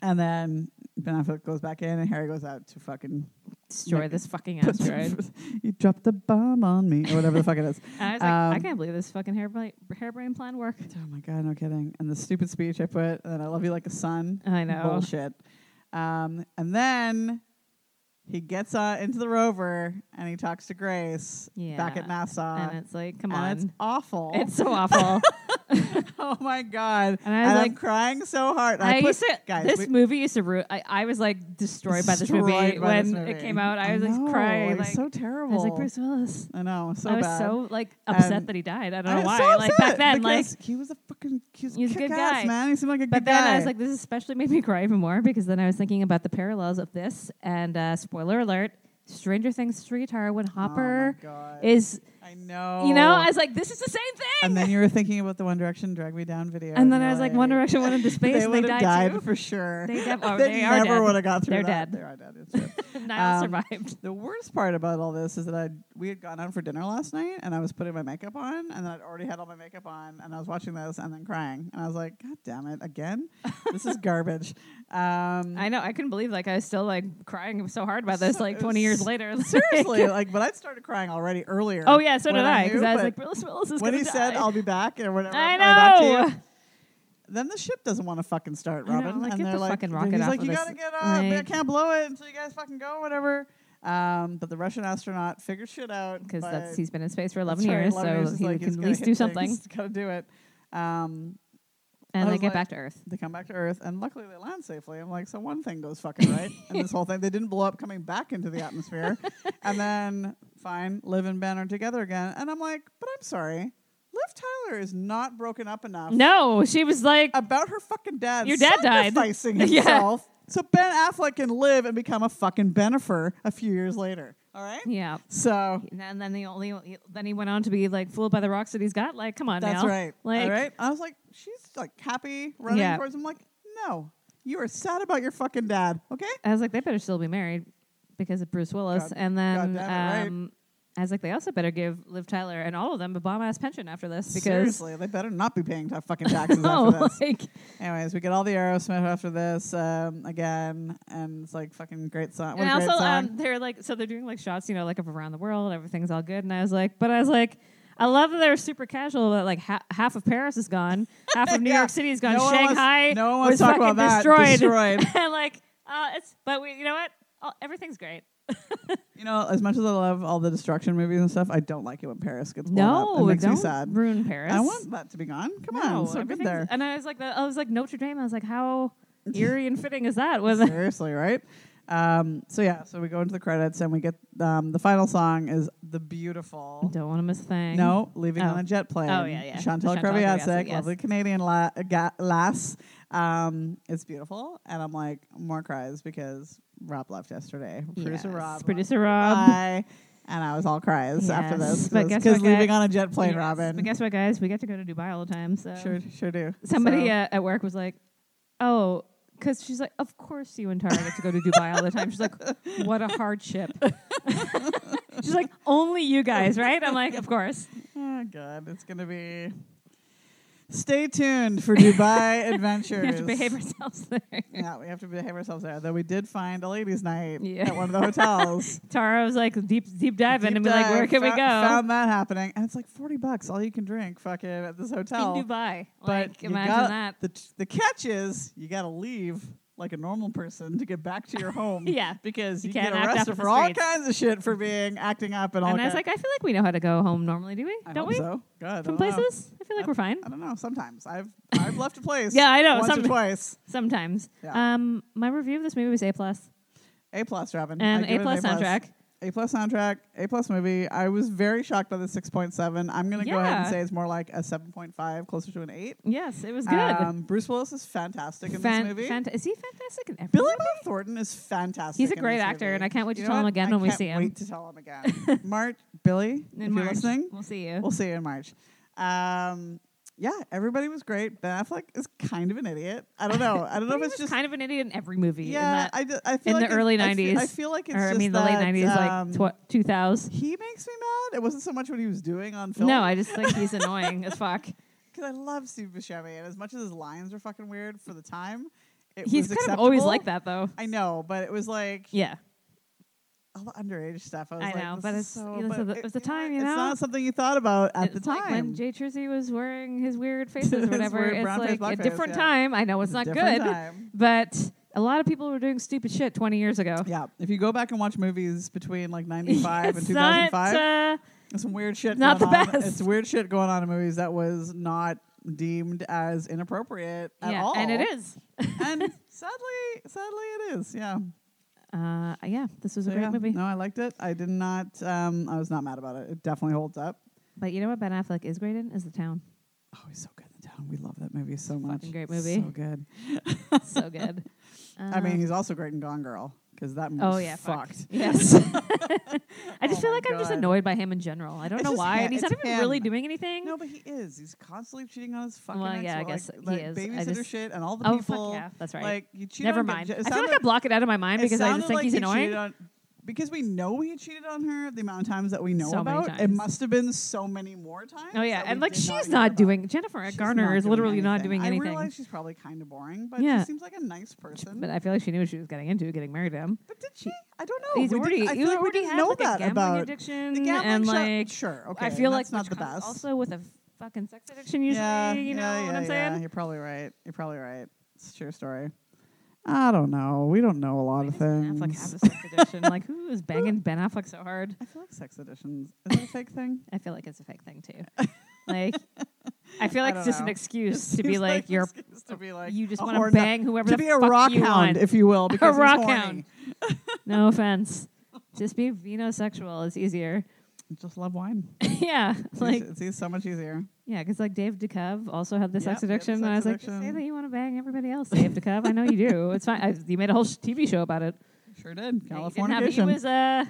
Speaker 1: And then Ben Affleck goes back in and Harry goes out to fucking
Speaker 2: Destroy
Speaker 1: Like,
Speaker 2: this fucking
Speaker 1: put the-
Speaker 2: asteroid.
Speaker 1: you dropped the bomb on me or whatever the fuck it is.
Speaker 2: I was like, I
Speaker 1: Um,
Speaker 2: can't believe this fucking hairbrain, hairbrain plan worked.
Speaker 1: Oh my god, no kidding. And the stupid speech I put, and then I love you like a son.
Speaker 2: I know.
Speaker 1: Bullshit. Um, and then he gets uh, into the rover and he talks to Grace back
Speaker 2: Yeah.
Speaker 1: at NASA.
Speaker 2: and it's like, come
Speaker 1: and it's
Speaker 2: on.
Speaker 1: awful.
Speaker 2: It's so awful.
Speaker 1: oh my god!
Speaker 2: And I was
Speaker 1: am
Speaker 2: like-
Speaker 1: crying so hard. And
Speaker 2: I,
Speaker 1: put-
Speaker 2: used to,
Speaker 1: guys,
Speaker 2: this
Speaker 1: we-
Speaker 2: movie used to root. I, I was like destroyed by this movie
Speaker 1: destroyed by
Speaker 2: when
Speaker 1: this
Speaker 2: it
Speaker 1: movie.
Speaker 2: came out. I was like
Speaker 1: know,
Speaker 2: crying.
Speaker 1: It's
Speaker 2: Like,
Speaker 1: so
Speaker 2: I
Speaker 1: terrible.
Speaker 2: was like Bruce Willis.
Speaker 1: I know. So
Speaker 2: I was
Speaker 1: bad.
Speaker 2: so like upset
Speaker 1: And-
Speaker 2: that he died. I don't
Speaker 1: I was
Speaker 2: know why.
Speaker 1: so
Speaker 2: like back
Speaker 1: upset
Speaker 2: then, like
Speaker 1: because he was a fucking he was,
Speaker 2: he was a good
Speaker 1: kick-ass,
Speaker 2: guy.
Speaker 1: man. He seemed like a
Speaker 2: But
Speaker 1: good
Speaker 2: then
Speaker 1: guy.
Speaker 2: I was like, this especially made me cry even more because then I was thinking about the parallels of this. And uh, spoiler alert, Stranger Things 3 Tara
Speaker 1: Oh my
Speaker 2: Hopper
Speaker 1: God. Oh.
Speaker 2: is,
Speaker 1: I know.
Speaker 2: you know, I was like, this is the same thing.
Speaker 1: and then you were thinking about the One Direction "Drag Me Down" video,
Speaker 2: And then
Speaker 1: you're
Speaker 2: I was like, One Direction went into
Speaker 1: They
Speaker 2: space and they
Speaker 1: would have
Speaker 2: died,
Speaker 1: died
Speaker 2: too.
Speaker 1: for sure.
Speaker 2: They def- oh,
Speaker 1: They
Speaker 2: they are
Speaker 1: never
Speaker 2: dead.
Speaker 1: would have got through
Speaker 2: They're
Speaker 1: that.
Speaker 2: dead.
Speaker 1: They are dead. It's true.
Speaker 2: Niall
Speaker 1: Um,
Speaker 2: survived.
Speaker 1: The worst part about all this is that I we had gone out for dinner last night, and I was putting my makeup on, and then I'd already had all my makeup on, and I was watching this, and then crying, and I was like, "God damn it, again! this is garbage." Um,
Speaker 2: I know. I couldn't believe like I was still like crying so hard about this
Speaker 1: So-
Speaker 2: like 20 years later. Like-
Speaker 1: seriously, like, but I'd started crying already earlier.
Speaker 2: oh yeah, so
Speaker 1: when
Speaker 2: did I because
Speaker 1: knew,
Speaker 2: I was
Speaker 1: but
Speaker 2: like, Willis Willis is
Speaker 1: when
Speaker 2: gonna
Speaker 1: he
Speaker 2: die.
Speaker 1: said, "I'll be back," or whatever,
Speaker 2: I
Speaker 1: or that to you,
Speaker 2: know.
Speaker 1: then the ship doesn't want to fucking start,
Speaker 2: I know,
Speaker 1: Robin.
Speaker 2: like,
Speaker 1: and
Speaker 2: get
Speaker 1: they're
Speaker 2: the
Speaker 1: like,
Speaker 2: fucking rocket
Speaker 1: he's
Speaker 2: off
Speaker 1: like,
Speaker 2: of
Speaker 1: you
Speaker 2: this
Speaker 1: gotta get up. I
Speaker 2: thing."
Speaker 1: can't blow it until you guys fucking go, whatever. Um, but the Russian astronaut figures shit out
Speaker 2: Because
Speaker 1: by-
Speaker 2: that's he's been in space for
Speaker 1: that's
Speaker 2: 11
Speaker 1: right,
Speaker 2: years,
Speaker 1: 11
Speaker 2: so
Speaker 1: is
Speaker 2: he
Speaker 1: like, he's
Speaker 2: can at
Speaker 1: gonna
Speaker 2: least
Speaker 1: hit
Speaker 2: do
Speaker 1: things,
Speaker 2: something.
Speaker 1: Gotta do it. Um, I
Speaker 2: And they
Speaker 1: was
Speaker 2: get
Speaker 1: like-
Speaker 2: back to Earth.
Speaker 1: they come back to Earth, and luckily they land safely. I'm like, so one thing goes fucking right, and this whole thing they didn't blow up coming back into the atmosphere, and then fine, Liv and Ben are together again, and I'm like, but I'm sorry, Liv Tyler is not broken up enough
Speaker 2: No, she was like,
Speaker 1: about her fucking dad.
Speaker 2: Your dad died.
Speaker 1: sacrificing
Speaker 2: Yeah.
Speaker 1: himself. So Ben Affleck can live and become a fucking Benifer a few years later. All right.
Speaker 2: yeah.
Speaker 1: So
Speaker 2: And then the only then he went on to be like fooled by the rocks that he's got. Like, come on,
Speaker 1: that's
Speaker 2: now.
Speaker 1: right.
Speaker 2: Like,
Speaker 1: all right. I was like, she's like happy running
Speaker 2: Yeah.
Speaker 1: towards him. like, no, you are sad about your fucking dad. Okay.
Speaker 2: I was like, they better still be married because of Bruce Willis.
Speaker 1: God-
Speaker 2: and then
Speaker 1: goddamn it, right.
Speaker 2: um, I was like, they also better give Liv Tyler and all of them a bomb ass pension after this because
Speaker 1: Seriously, they better not be paying ta- fucking taxes
Speaker 2: oh,
Speaker 1: after this.
Speaker 2: like
Speaker 1: Anyways, we get all the Aerosmith after this um, again, and it's like fucking great song. What
Speaker 2: and
Speaker 1: a great
Speaker 2: also
Speaker 1: song.
Speaker 2: um, they're like so they're doing like shots you know like of around the world everything's all good and i was like but i was like i love that they're super casual that like ha- half of paris is gone half of new
Speaker 1: Yeah.
Speaker 2: york city is gone
Speaker 1: No one wants-
Speaker 2: shanghai
Speaker 1: no one wants
Speaker 2: was
Speaker 1: to talk
Speaker 2: fucking
Speaker 1: about that.
Speaker 2: destroyed,
Speaker 1: Destroyed.
Speaker 2: and like uh, it's but we you know what all, everything's great
Speaker 1: You know, as much as I love all the destruction movies and stuff, I don't like it when Paris gets blown up.
Speaker 2: no
Speaker 1: It makes
Speaker 2: don't
Speaker 1: me sad.
Speaker 2: ruin paris
Speaker 1: I want that to be gone. Come
Speaker 2: no,
Speaker 1: on, so good
Speaker 2: everything's-
Speaker 1: there.
Speaker 2: and i was like the, i was like notre dame i was like how eerie and fitting is that was
Speaker 1: Seriously, right? Um, so yeah, so we go into the credits and we get um, the final song is the beautiful.
Speaker 2: don't want to miss a thing
Speaker 1: No, leaving
Speaker 2: Oh.
Speaker 1: on a jet plane.
Speaker 2: Oh, yeah, yeah.
Speaker 1: Chantal
Speaker 2: Chantal
Speaker 1: Kreviasek,
Speaker 2: Kreviazek, yes.
Speaker 1: lovely Canadian la- ga- lass. Um, it's beautiful, and I'm like more cries because Rob left yesterday. Producer
Speaker 2: Yes.
Speaker 1: Rob.
Speaker 2: producer
Speaker 1: left.
Speaker 2: rob
Speaker 1: Bye. And I was all cries after
Speaker 2: Yes,
Speaker 1: this
Speaker 2: but guess
Speaker 1: because
Speaker 2: what, guy-
Speaker 1: leaving on a jet plane,
Speaker 2: Yes.
Speaker 1: Robin.
Speaker 2: But guess what, guys? We get to go to Dubai all the time. So
Speaker 1: Sure, sure do.
Speaker 2: somebody
Speaker 1: So-
Speaker 2: uh, at work was like, "Oh, because she's like, of course you and Tara get to go to Dubai all the time." She's like, "What a hardship." she's like, "Only you guys, right?" I'm like, "Of course."
Speaker 1: oh god, it's gonna be Stay tuned for Dubai Adventures.
Speaker 2: We have to behave ourselves there.
Speaker 1: Yeah, we have to behave ourselves there. Though we did find a ladies' night
Speaker 2: Yeah.
Speaker 1: at one of the hotels.
Speaker 2: Tara was like deep deep diving
Speaker 1: Deep
Speaker 2: and be like, where
Speaker 1: dive,
Speaker 2: can we
Speaker 1: fou-
Speaker 2: go?
Speaker 1: Found that happening, and it's like forty bucks all you can drink, fucking at this hotel.
Speaker 2: in Dubai.
Speaker 1: But
Speaker 2: like
Speaker 1: you
Speaker 2: imagine
Speaker 1: got-
Speaker 2: that.
Speaker 1: The the catch is you got to leave like a normal person to get back to your home.
Speaker 2: Yeah.
Speaker 1: because
Speaker 2: You
Speaker 1: you, get
Speaker 2: can't act up
Speaker 1: arrested
Speaker 2: in the
Speaker 1: for all
Speaker 2: streets.
Speaker 1: kinds of shit for being acting up and all.
Speaker 2: And I was
Speaker 1: ki-
Speaker 2: like, I feel like we know how to go home normally, do we?
Speaker 1: I
Speaker 2: Don't
Speaker 1: hope
Speaker 2: we?
Speaker 1: So. God, I
Speaker 2: From
Speaker 1: don't know.
Speaker 2: places? I feel like
Speaker 1: I-
Speaker 2: we're fine.
Speaker 1: I don't know. Sometimes I've I've left a place.
Speaker 2: Yeah, I know,
Speaker 1: Once
Speaker 2: some-
Speaker 1: or twice.
Speaker 2: Sometimes.
Speaker 1: Yeah.
Speaker 2: Um, my review of this movie was A plus
Speaker 1: A plus, Robin.
Speaker 2: and
Speaker 1: I give
Speaker 2: A
Speaker 1: it
Speaker 2: plus
Speaker 1: an
Speaker 2: soundtrack.
Speaker 1: A plus soundtrack, A plus movie. I was very shocked by the six point seven. I'm gonna go ahead and
Speaker 2: Yeah.
Speaker 1: say it's more like a seven point five, closer to an eight.
Speaker 2: Yes, it was good.
Speaker 1: Um, Bruce Willis is fantastic in
Speaker 2: Fan-
Speaker 1: this movie.
Speaker 2: fanta- is he fantastic in every
Speaker 1: Billy
Speaker 2: movie?
Speaker 1: Bob Thornton is fantastic.
Speaker 2: He's a
Speaker 1: in
Speaker 2: great
Speaker 1: this
Speaker 2: actor,
Speaker 1: movie.
Speaker 2: and I can't wait to
Speaker 1: You know
Speaker 2: tell him
Speaker 1: what?
Speaker 2: again
Speaker 1: I
Speaker 2: when we
Speaker 1: can't
Speaker 2: see him.
Speaker 1: Wait to tell him again. March, Billy,
Speaker 2: In
Speaker 1: if
Speaker 2: March.
Speaker 1: you're listening,
Speaker 2: We'll see you.
Speaker 1: we'll see you in March. Um, yeah, everybody was great. Ben Affleck is kind of an idiot. I don't know. I don't know if
Speaker 2: He
Speaker 1: it's
Speaker 2: was
Speaker 1: just
Speaker 2: kind of an idiot in every movie. in
Speaker 1: yeah.
Speaker 2: that-
Speaker 1: I, d- I feel
Speaker 2: in the
Speaker 1: like it-
Speaker 2: early
Speaker 1: I feel-
Speaker 2: 90s,
Speaker 1: I feel like it's
Speaker 2: or I
Speaker 1: just
Speaker 2: mean the
Speaker 1: that,
Speaker 2: late 90s,
Speaker 1: um,
Speaker 2: like tw- 2000s.
Speaker 1: he makes me mad. It wasn't so much what he was doing on film.
Speaker 2: No, I just think he's annoying as fuck.
Speaker 1: because I love Steve Buscemi, and as much as his lines are fucking weird for the time, it
Speaker 2: He's
Speaker 1: was
Speaker 2: kind of always
Speaker 1: acceptable.
Speaker 2: like that, though.
Speaker 1: I know, but it was like
Speaker 2: Yeah.
Speaker 1: all the underage stuff. I was
Speaker 2: I
Speaker 1: like,
Speaker 2: know,
Speaker 1: this
Speaker 2: but
Speaker 1: is
Speaker 2: it's-
Speaker 1: so,
Speaker 2: you know,
Speaker 1: but
Speaker 2: so the-
Speaker 1: it-
Speaker 2: it's the
Speaker 1: know
Speaker 2: time,
Speaker 1: what?
Speaker 2: you
Speaker 1: it's
Speaker 2: know?
Speaker 1: not something you thought about at
Speaker 2: it's
Speaker 1: the time.
Speaker 2: like when Jay Chersey was wearing his weird faces or
Speaker 1: His
Speaker 2: whatever.
Speaker 1: weird
Speaker 2: it's
Speaker 1: brown face,
Speaker 2: like
Speaker 1: black
Speaker 2: a different
Speaker 1: face, yeah.
Speaker 2: time. I know it's,
Speaker 1: It's a
Speaker 2: not
Speaker 1: different
Speaker 2: good,
Speaker 1: time.
Speaker 2: but a lot of people were doing stupid shit 20 years ago.
Speaker 1: yeah, if you go back and watch movies between like '95 and
Speaker 2: It's
Speaker 1: 2005,
Speaker 2: Not, uh,
Speaker 1: there's some weird shit.
Speaker 2: not
Speaker 1: going
Speaker 2: the
Speaker 1: on.
Speaker 2: best.
Speaker 1: It's weird shit going on in movies that was not deemed as inappropriate at
Speaker 2: yeah,
Speaker 1: all.
Speaker 2: and it is.
Speaker 1: and sadly, sadly, it is. Yeah.
Speaker 2: Uh, yeah, this was a
Speaker 1: So,
Speaker 2: great
Speaker 1: yeah.
Speaker 2: movie.
Speaker 1: No, I liked it. I did not. Um, I was not mad about it. It definitely holds up.
Speaker 2: But you know what Ben Affleck is great in? Is The Town.
Speaker 1: Oh, he's so good in the town. We love that movie so much.
Speaker 2: Fucking great
Speaker 1: So
Speaker 2: movie.
Speaker 1: good.
Speaker 2: so good.
Speaker 1: I mean,
Speaker 2: Um,
Speaker 1: he's also great in Gone Girl because that movie's
Speaker 2: oh yeah,
Speaker 1: fucked.
Speaker 2: fucked. Yes. I just
Speaker 1: Oh
Speaker 2: feel
Speaker 1: my
Speaker 2: like I'm just
Speaker 1: God.
Speaker 2: annoyed by him in general. I don't
Speaker 1: It's
Speaker 2: know
Speaker 1: just
Speaker 2: why,
Speaker 1: him.
Speaker 2: and he's
Speaker 1: It's
Speaker 2: not even really
Speaker 1: him.
Speaker 2: doing anything.
Speaker 1: No, but he is. He's constantly cheating on his fucking
Speaker 2: Well, yeah, I
Speaker 1: ex-wife,
Speaker 2: guess
Speaker 1: like,
Speaker 2: he
Speaker 1: like
Speaker 2: is. I
Speaker 1: babysitter
Speaker 2: just-
Speaker 1: shit and all the
Speaker 2: oh
Speaker 1: people.
Speaker 2: fuck yeah, that's right.
Speaker 1: Like you cheat
Speaker 2: Never
Speaker 1: on
Speaker 2: mind.
Speaker 1: It
Speaker 2: I feel
Speaker 1: sounded-
Speaker 2: like I block it out of my mind
Speaker 1: it
Speaker 2: because I
Speaker 1: sounded
Speaker 2: just think
Speaker 1: like uh,
Speaker 2: he's
Speaker 1: he cheated
Speaker 2: annoying.
Speaker 1: on- because we know he cheated on her the amount of times that we know
Speaker 2: So many
Speaker 1: about. It
Speaker 2: times.
Speaker 1: must have been so many more times.
Speaker 2: Oh yeah,
Speaker 1: that we
Speaker 2: and like
Speaker 1: did
Speaker 2: she's
Speaker 1: not
Speaker 2: not,
Speaker 1: hear about.
Speaker 2: doing Jennifer
Speaker 1: She's
Speaker 2: Garner
Speaker 1: not
Speaker 2: is
Speaker 1: doing
Speaker 2: literally not
Speaker 1: anything.
Speaker 2: doing anything.
Speaker 1: I realize she's probably kind of boring, but
Speaker 2: Yeah.
Speaker 1: she seems like a nice person.
Speaker 2: but I feel like she knew what she was getting into, getting married to him.
Speaker 1: But did she? I don't know.
Speaker 2: He's
Speaker 1: Oh, We
Speaker 2: already,
Speaker 1: didn't, I
Speaker 2: he
Speaker 1: feel like we
Speaker 2: already
Speaker 1: didn't
Speaker 2: had
Speaker 1: know
Speaker 2: like
Speaker 1: that
Speaker 2: a gambling
Speaker 1: about
Speaker 2: addiction
Speaker 1: the gambling
Speaker 2: and
Speaker 1: shop-
Speaker 2: like
Speaker 1: sure. Okay,
Speaker 2: I feel
Speaker 1: that's
Speaker 2: like
Speaker 1: not
Speaker 2: which
Speaker 1: the
Speaker 2: comes
Speaker 1: best.
Speaker 2: Also with a fucking sex addiction, usually,
Speaker 1: yeah,
Speaker 2: you know
Speaker 1: yeah,
Speaker 2: what I'm
Speaker 1: yeah,
Speaker 2: saying?
Speaker 1: Yeah, you're probably right. You're probably right. It's a true story. I don't know. We don't know a lot of
Speaker 2: Ben Affleck
Speaker 1: things.
Speaker 2: have a sex addiction? like, who is banging Ben Affleck so hard?
Speaker 1: I feel like sex editions is that a fake thing?
Speaker 2: I feel like it's a fake thing too. like, I feel
Speaker 1: I
Speaker 2: like
Speaker 1: don't
Speaker 2: it's just an
Speaker 1: know.
Speaker 2: excuse
Speaker 1: It
Speaker 2: to be
Speaker 1: seems
Speaker 2: like,
Speaker 1: an
Speaker 2: you're
Speaker 1: excuse to be like
Speaker 2: you just
Speaker 1: a
Speaker 2: want to
Speaker 1: horn-
Speaker 2: bang whoever
Speaker 1: to
Speaker 2: the
Speaker 1: be a
Speaker 2: fuck
Speaker 1: rock
Speaker 2: you
Speaker 1: hound,
Speaker 2: want.
Speaker 1: if you will, because he's
Speaker 2: rock
Speaker 1: horny.
Speaker 2: hound. no offense, just be venosexual. It's easier.
Speaker 1: Just love wine.
Speaker 2: yeah,
Speaker 1: It's
Speaker 2: like
Speaker 1: easy- it's easy- so much easier.
Speaker 2: yeah, because like Dave DeCove also had the
Speaker 1: Yeah,
Speaker 2: sex
Speaker 1: he had the
Speaker 2: addiction, and I
Speaker 1: sex
Speaker 2: was like, just say
Speaker 1: addiction.
Speaker 2: that you want to bang everybody else, Dave DeCove. I know you do. It's fine. I, you made a whole sh- TV show about it.
Speaker 1: Sure did.
Speaker 2: Yeah, you didn't have-
Speaker 1: Californication.
Speaker 2: He was uh,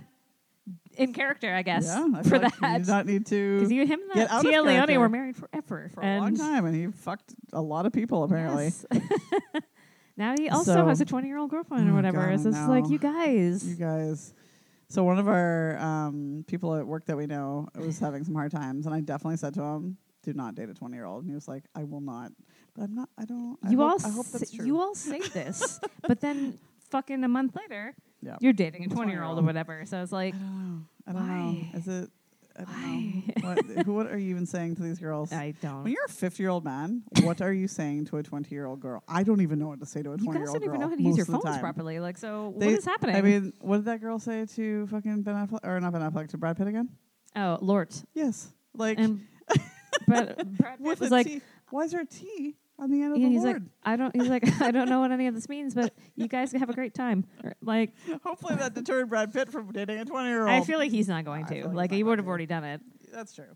Speaker 2: in character, I guess,
Speaker 1: yeah, I feel
Speaker 2: for
Speaker 1: like
Speaker 2: that.
Speaker 1: You did not need to
Speaker 2: Because you, him, and
Speaker 1: Get
Speaker 2: the-
Speaker 1: out of
Speaker 2: Tia Leone
Speaker 1: character.
Speaker 2: were married forever
Speaker 1: for a
Speaker 2: and
Speaker 1: long time, and he fucked a lot of people apparently.
Speaker 2: yes. now he also
Speaker 1: So-
Speaker 2: has a twenty-year-old girlfriend or
Speaker 1: Oh,
Speaker 2: whatever.
Speaker 1: God, I
Speaker 2: so it's just like
Speaker 1: know.
Speaker 2: you guys.
Speaker 1: You guys. So one of our um, people at work that we know was having some hard times, and I definitely said to him, "Do not date a twenty-year-old." And he was like, "I will not." But I'm not. I don't. I
Speaker 2: you
Speaker 1: hope,
Speaker 2: all.
Speaker 1: I hope
Speaker 2: s-
Speaker 1: that's true.
Speaker 2: You all say this, but then fucking a month later,
Speaker 1: Yeah.
Speaker 2: you're dating a twenty-year-old or
Speaker 1: 20-year-old.
Speaker 2: whatever. So it's like
Speaker 1: I don't know. I don't
Speaker 2: Why?
Speaker 1: know. Is it? I don't
Speaker 2: Why?
Speaker 1: know. What, who, what are you even saying to these girls?
Speaker 2: I
Speaker 1: when
Speaker 2: don't.
Speaker 1: you're a 50 year old man, what are you saying to a 20 year old girl? I don't even know what to say to a
Speaker 2: You
Speaker 1: 20
Speaker 2: guys
Speaker 1: year old
Speaker 2: don't
Speaker 1: girl.
Speaker 2: even know how to use your
Speaker 1: most of the
Speaker 2: phones
Speaker 1: time.
Speaker 2: properly. Like, so
Speaker 1: They-
Speaker 2: what is happening?
Speaker 1: I mean, what did that girl say to fucking Ben Affleck or not Ben Affleck to Brad Pitt again?
Speaker 2: oh, Lord.
Speaker 1: Yes, like
Speaker 2: And Brad, Brad Pitt
Speaker 1: with
Speaker 2: was
Speaker 1: a
Speaker 2: like,
Speaker 1: T. Why is there a T on the end of
Speaker 2: yeah,
Speaker 1: the
Speaker 2: he's like,
Speaker 1: word?
Speaker 2: I don't. He's like, I don't know what any of this means, but you guys have a great time. Or, Like,
Speaker 1: Hopefully that deterred Brad Pitt from dating a twenty year old.
Speaker 2: I feel like he's not going
Speaker 1: I feel like
Speaker 2: to.
Speaker 1: he's
Speaker 2: Like,
Speaker 1: not
Speaker 2: he
Speaker 1: going
Speaker 2: would have
Speaker 1: to.
Speaker 2: already done it.
Speaker 1: that's true.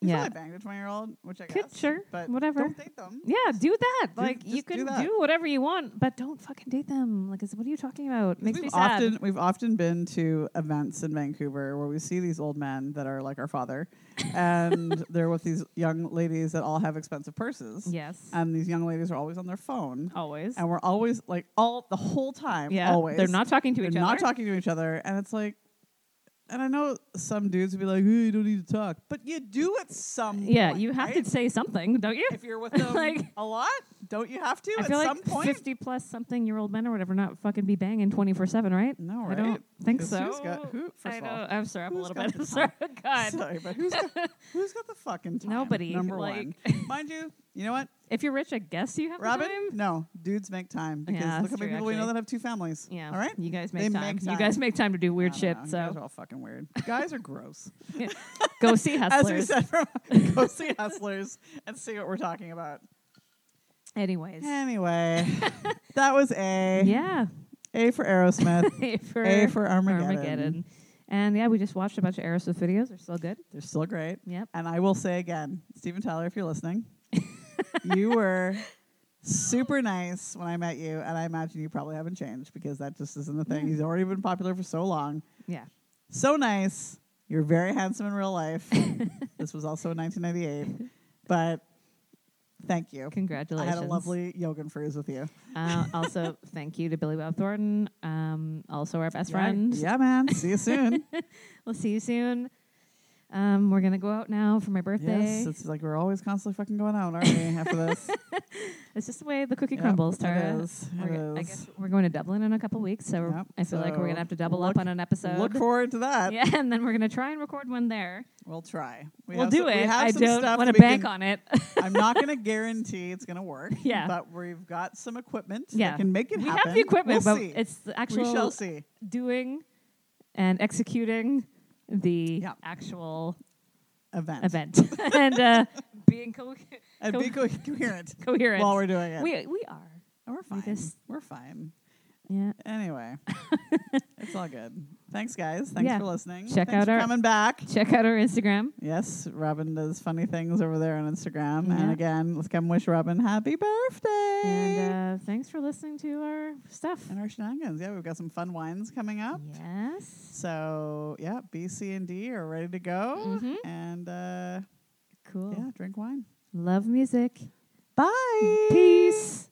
Speaker 1: He
Speaker 2: Yeah.
Speaker 1: probably banged a twenty year old, which I
Speaker 2: Could-
Speaker 1: guess.
Speaker 2: sure,
Speaker 1: but
Speaker 2: whatever.
Speaker 1: Don't date them.
Speaker 2: Yeah, do that.
Speaker 1: Do-
Speaker 2: like you
Speaker 1: just do
Speaker 2: can do,
Speaker 1: that.
Speaker 2: whatever you want, but don't fucking date them. Like, it's, what are you talking about? Makes
Speaker 1: we've
Speaker 2: me sad.
Speaker 1: often we've often been to events in Vancouver where we see these old men that are like our father, and they're with these young ladies that all have expensive purses,
Speaker 2: yes,
Speaker 1: and these young ladies are always on their phone,
Speaker 2: always.
Speaker 1: and we're always like all the whole time,
Speaker 2: yeah,
Speaker 1: always
Speaker 2: they're not talking to
Speaker 1: They're
Speaker 2: each
Speaker 1: not
Speaker 2: other.
Speaker 1: talking to each other, and it's like, and I know some dudes would be like, "Hey, you don't need to talk," but you do at some.
Speaker 2: Yeah,
Speaker 1: point,
Speaker 2: you have
Speaker 1: right?
Speaker 2: to say something, don't you?
Speaker 1: If you're with them
Speaker 2: Like-
Speaker 1: a lot, don't you have to
Speaker 2: I
Speaker 1: at
Speaker 2: feel
Speaker 1: some
Speaker 2: like
Speaker 1: point?
Speaker 2: fifty plus something year old men or whatever not fucking be banging twenty four seven, right?
Speaker 1: No,
Speaker 2: I
Speaker 1: right?
Speaker 2: don't think
Speaker 1: 'Cause
Speaker 2: so.
Speaker 1: Who's got who? First
Speaker 2: I
Speaker 1: of all,
Speaker 2: know. I'm sorry, I'm a
Speaker 1: who's
Speaker 2: little
Speaker 1: got the
Speaker 2: bit. Sorry, God.
Speaker 1: sorry, but who's got, who's got the fucking time?
Speaker 2: Nobody,
Speaker 1: Number
Speaker 2: like-
Speaker 1: one, mind you. You know what,
Speaker 2: If you're rich, I guess you have the
Speaker 1: Robin?
Speaker 2: time.
Speaker 1: No, dudes make time because
Speaker 2: Yeah,
Speaker 1: look how
Speaker 2: that's
Speaker 1: many
Speaker 2: true,
Speaker 1: people we know
Speaker 2: actually.
Speaker 1: that have two families.
Speaker 2: Yeah.
Speaker 1: all right.
Speaker 2: You guys
Speaker 1: They
Speaker 2: make time.
Speaker 1: make
Speaker 2: You
Speaker 1: time.
Speaker 2: guys make time to do
Speaker 1: I
Speaker 2: weird
Speaker 1: don't
Speaker 2: shit.
Speaker 1: know, Guys are
Speaker 2: So
Speaker 1: all fucking weird. Guys are gross.
Speaker 2: go see
Speaker 1: As we
Speaker 2: Hustlers.
Speaker 1: said, from go see Hustlers and see what we're talking about.
Speaker 2: Anyways.
Speaker 1: Anyway, that was A.
Speaker 2: Yeah.
Speaker 1: A for Aerosmith.
Speaker 2: A for,
Speaker 1: A for Armageddon.
Speaker 2: Armageddon. And yeah, we just watched a bunch of Aerosmith videos. They're still good.
Speaker 1: They're still great.
Speaker 2: Yep.
Speaker 1: And I will say again, Steven Tyler, if you're listening, you were super nice when I met you, and I imagine you probably haven't changed because that just isn't the thing. He's already been popular for so long.
Speaker 2: Yeah.
Speaker 1: So nice. You're very handsome in real life. this was also in 1998, but thank you. I
Speaker 2: Congratulations.
Speaker 1: had a lovely yoga cruise with you.
Speaker 2: Uh, also, thank you to Billy Bob Thornton, um, also our best
Speaker 1: Yeah,
Speaker 2: friend.
Speaker 1: Yeah, man. See you soon.
Speaker 2: We'll see you soon. Um, we're gonna go out now for my birthday.
Speaker 1: yes, it's like we're always constantly fucking going out, aren't we? After this,
Speaker 2: it's just the way the cookie
Speaker 1: Yep,
Speaker 2: crumbles,
Speaker 1: it
Speaker 2: Tara.
Speaker 1: is,
Speaker 2: We're
Speaker 1: it
Speaker 2: go- I
Speaker 1: is.
Speaker 2: guess we're going to Dublin in a couple weeks, so we're-
Speaker 1: Yep,
Speaker 2: I feel like we're
Speaker 1: so
Speaker 2: gonna have to double up
Speaker 1: look-
Speaker 2: on an episode.
Speaker 1: look forward to that.
Speaker 2: yeah, and then we're gonna try and record one there.
Speaker 1: We'll try. We
Speaker 2: We will
Speaker 1: have
Speaker 2: do
Speaker 1: some-
Speaker 2: it.
Speaker 1: We have
Speaker 2: I
Speaker 1: some
Speaker 2: don't
Speaker 1: stuff
Speaker 2: want to
Speaker 1: we
Speaker 2: bank
Speaker 1: can-
Speaker 2: on it.
Speaker 1: I'm not going to guarantee it's going to work.
Speaker 2: Yeah.
Speaker 1: But we've got some equipment
Speaker 2: Yeah.
Speaker 1: that can make it
Speaker 2: we
Speaker 1: happen.
Speaker 2: have the equipment,
Speaker 1: We'll
Speaker 2: but
Speaker 1: see.
Speaker 2: it's the
Speaker 1: we shall
Speaker 2: actual
Speaker 1: see.
Speaker 2: doing and executing the
Speaker 1: Yep.
Speaker 2: actual
Speaker 1: Event.
Speaker 2: event and uh, being co-
Speaker 1: And
Speaker 2: Co-
Speaker 1: be co- coherent
Speaker 2: coherent.
Speaker 1: while we're doing it.
Speaker 2: we we are.
Speaker 1: And we're fine.
Speaker 2: just-
Speaker 1: We're fine.
Speaker 2: Yeah.
Speaker 1: Anyway, it's all good. Thanks, guys. Thanks
Speaker 2: Yeah.
Speaker 1: for listening.
Speaker 2: Check
Speaker 1: Thanks
Speaker 2: out
Speaker 1: for
Speaker 2: our-
Speaker 1: coming back.
Speaker 2: Check out our Instagram.
Speaker 1: Yes, Robin does funny things over there on Instagram. And
Speaker 2: Yeah.
Speaker 1: again, let's come wish Robin happy birthday.
Speaker 2: And uh, thanks for listening to our stuff.
Speaker 1: and our shenanigans. Yeah, we've got some fun wines coming up.
Speaker 2: Yes.
Speaker 1: So yeah, B, C, and D are ready to go,
Speaker 2: Mhm.
Speaker 1: and uh,
Speaker 2: Cool.
Speaker 1: yeah, drink wine.
Speaker 2: Love music.
Speaker 1: Bye.
Speaker 2: Peace.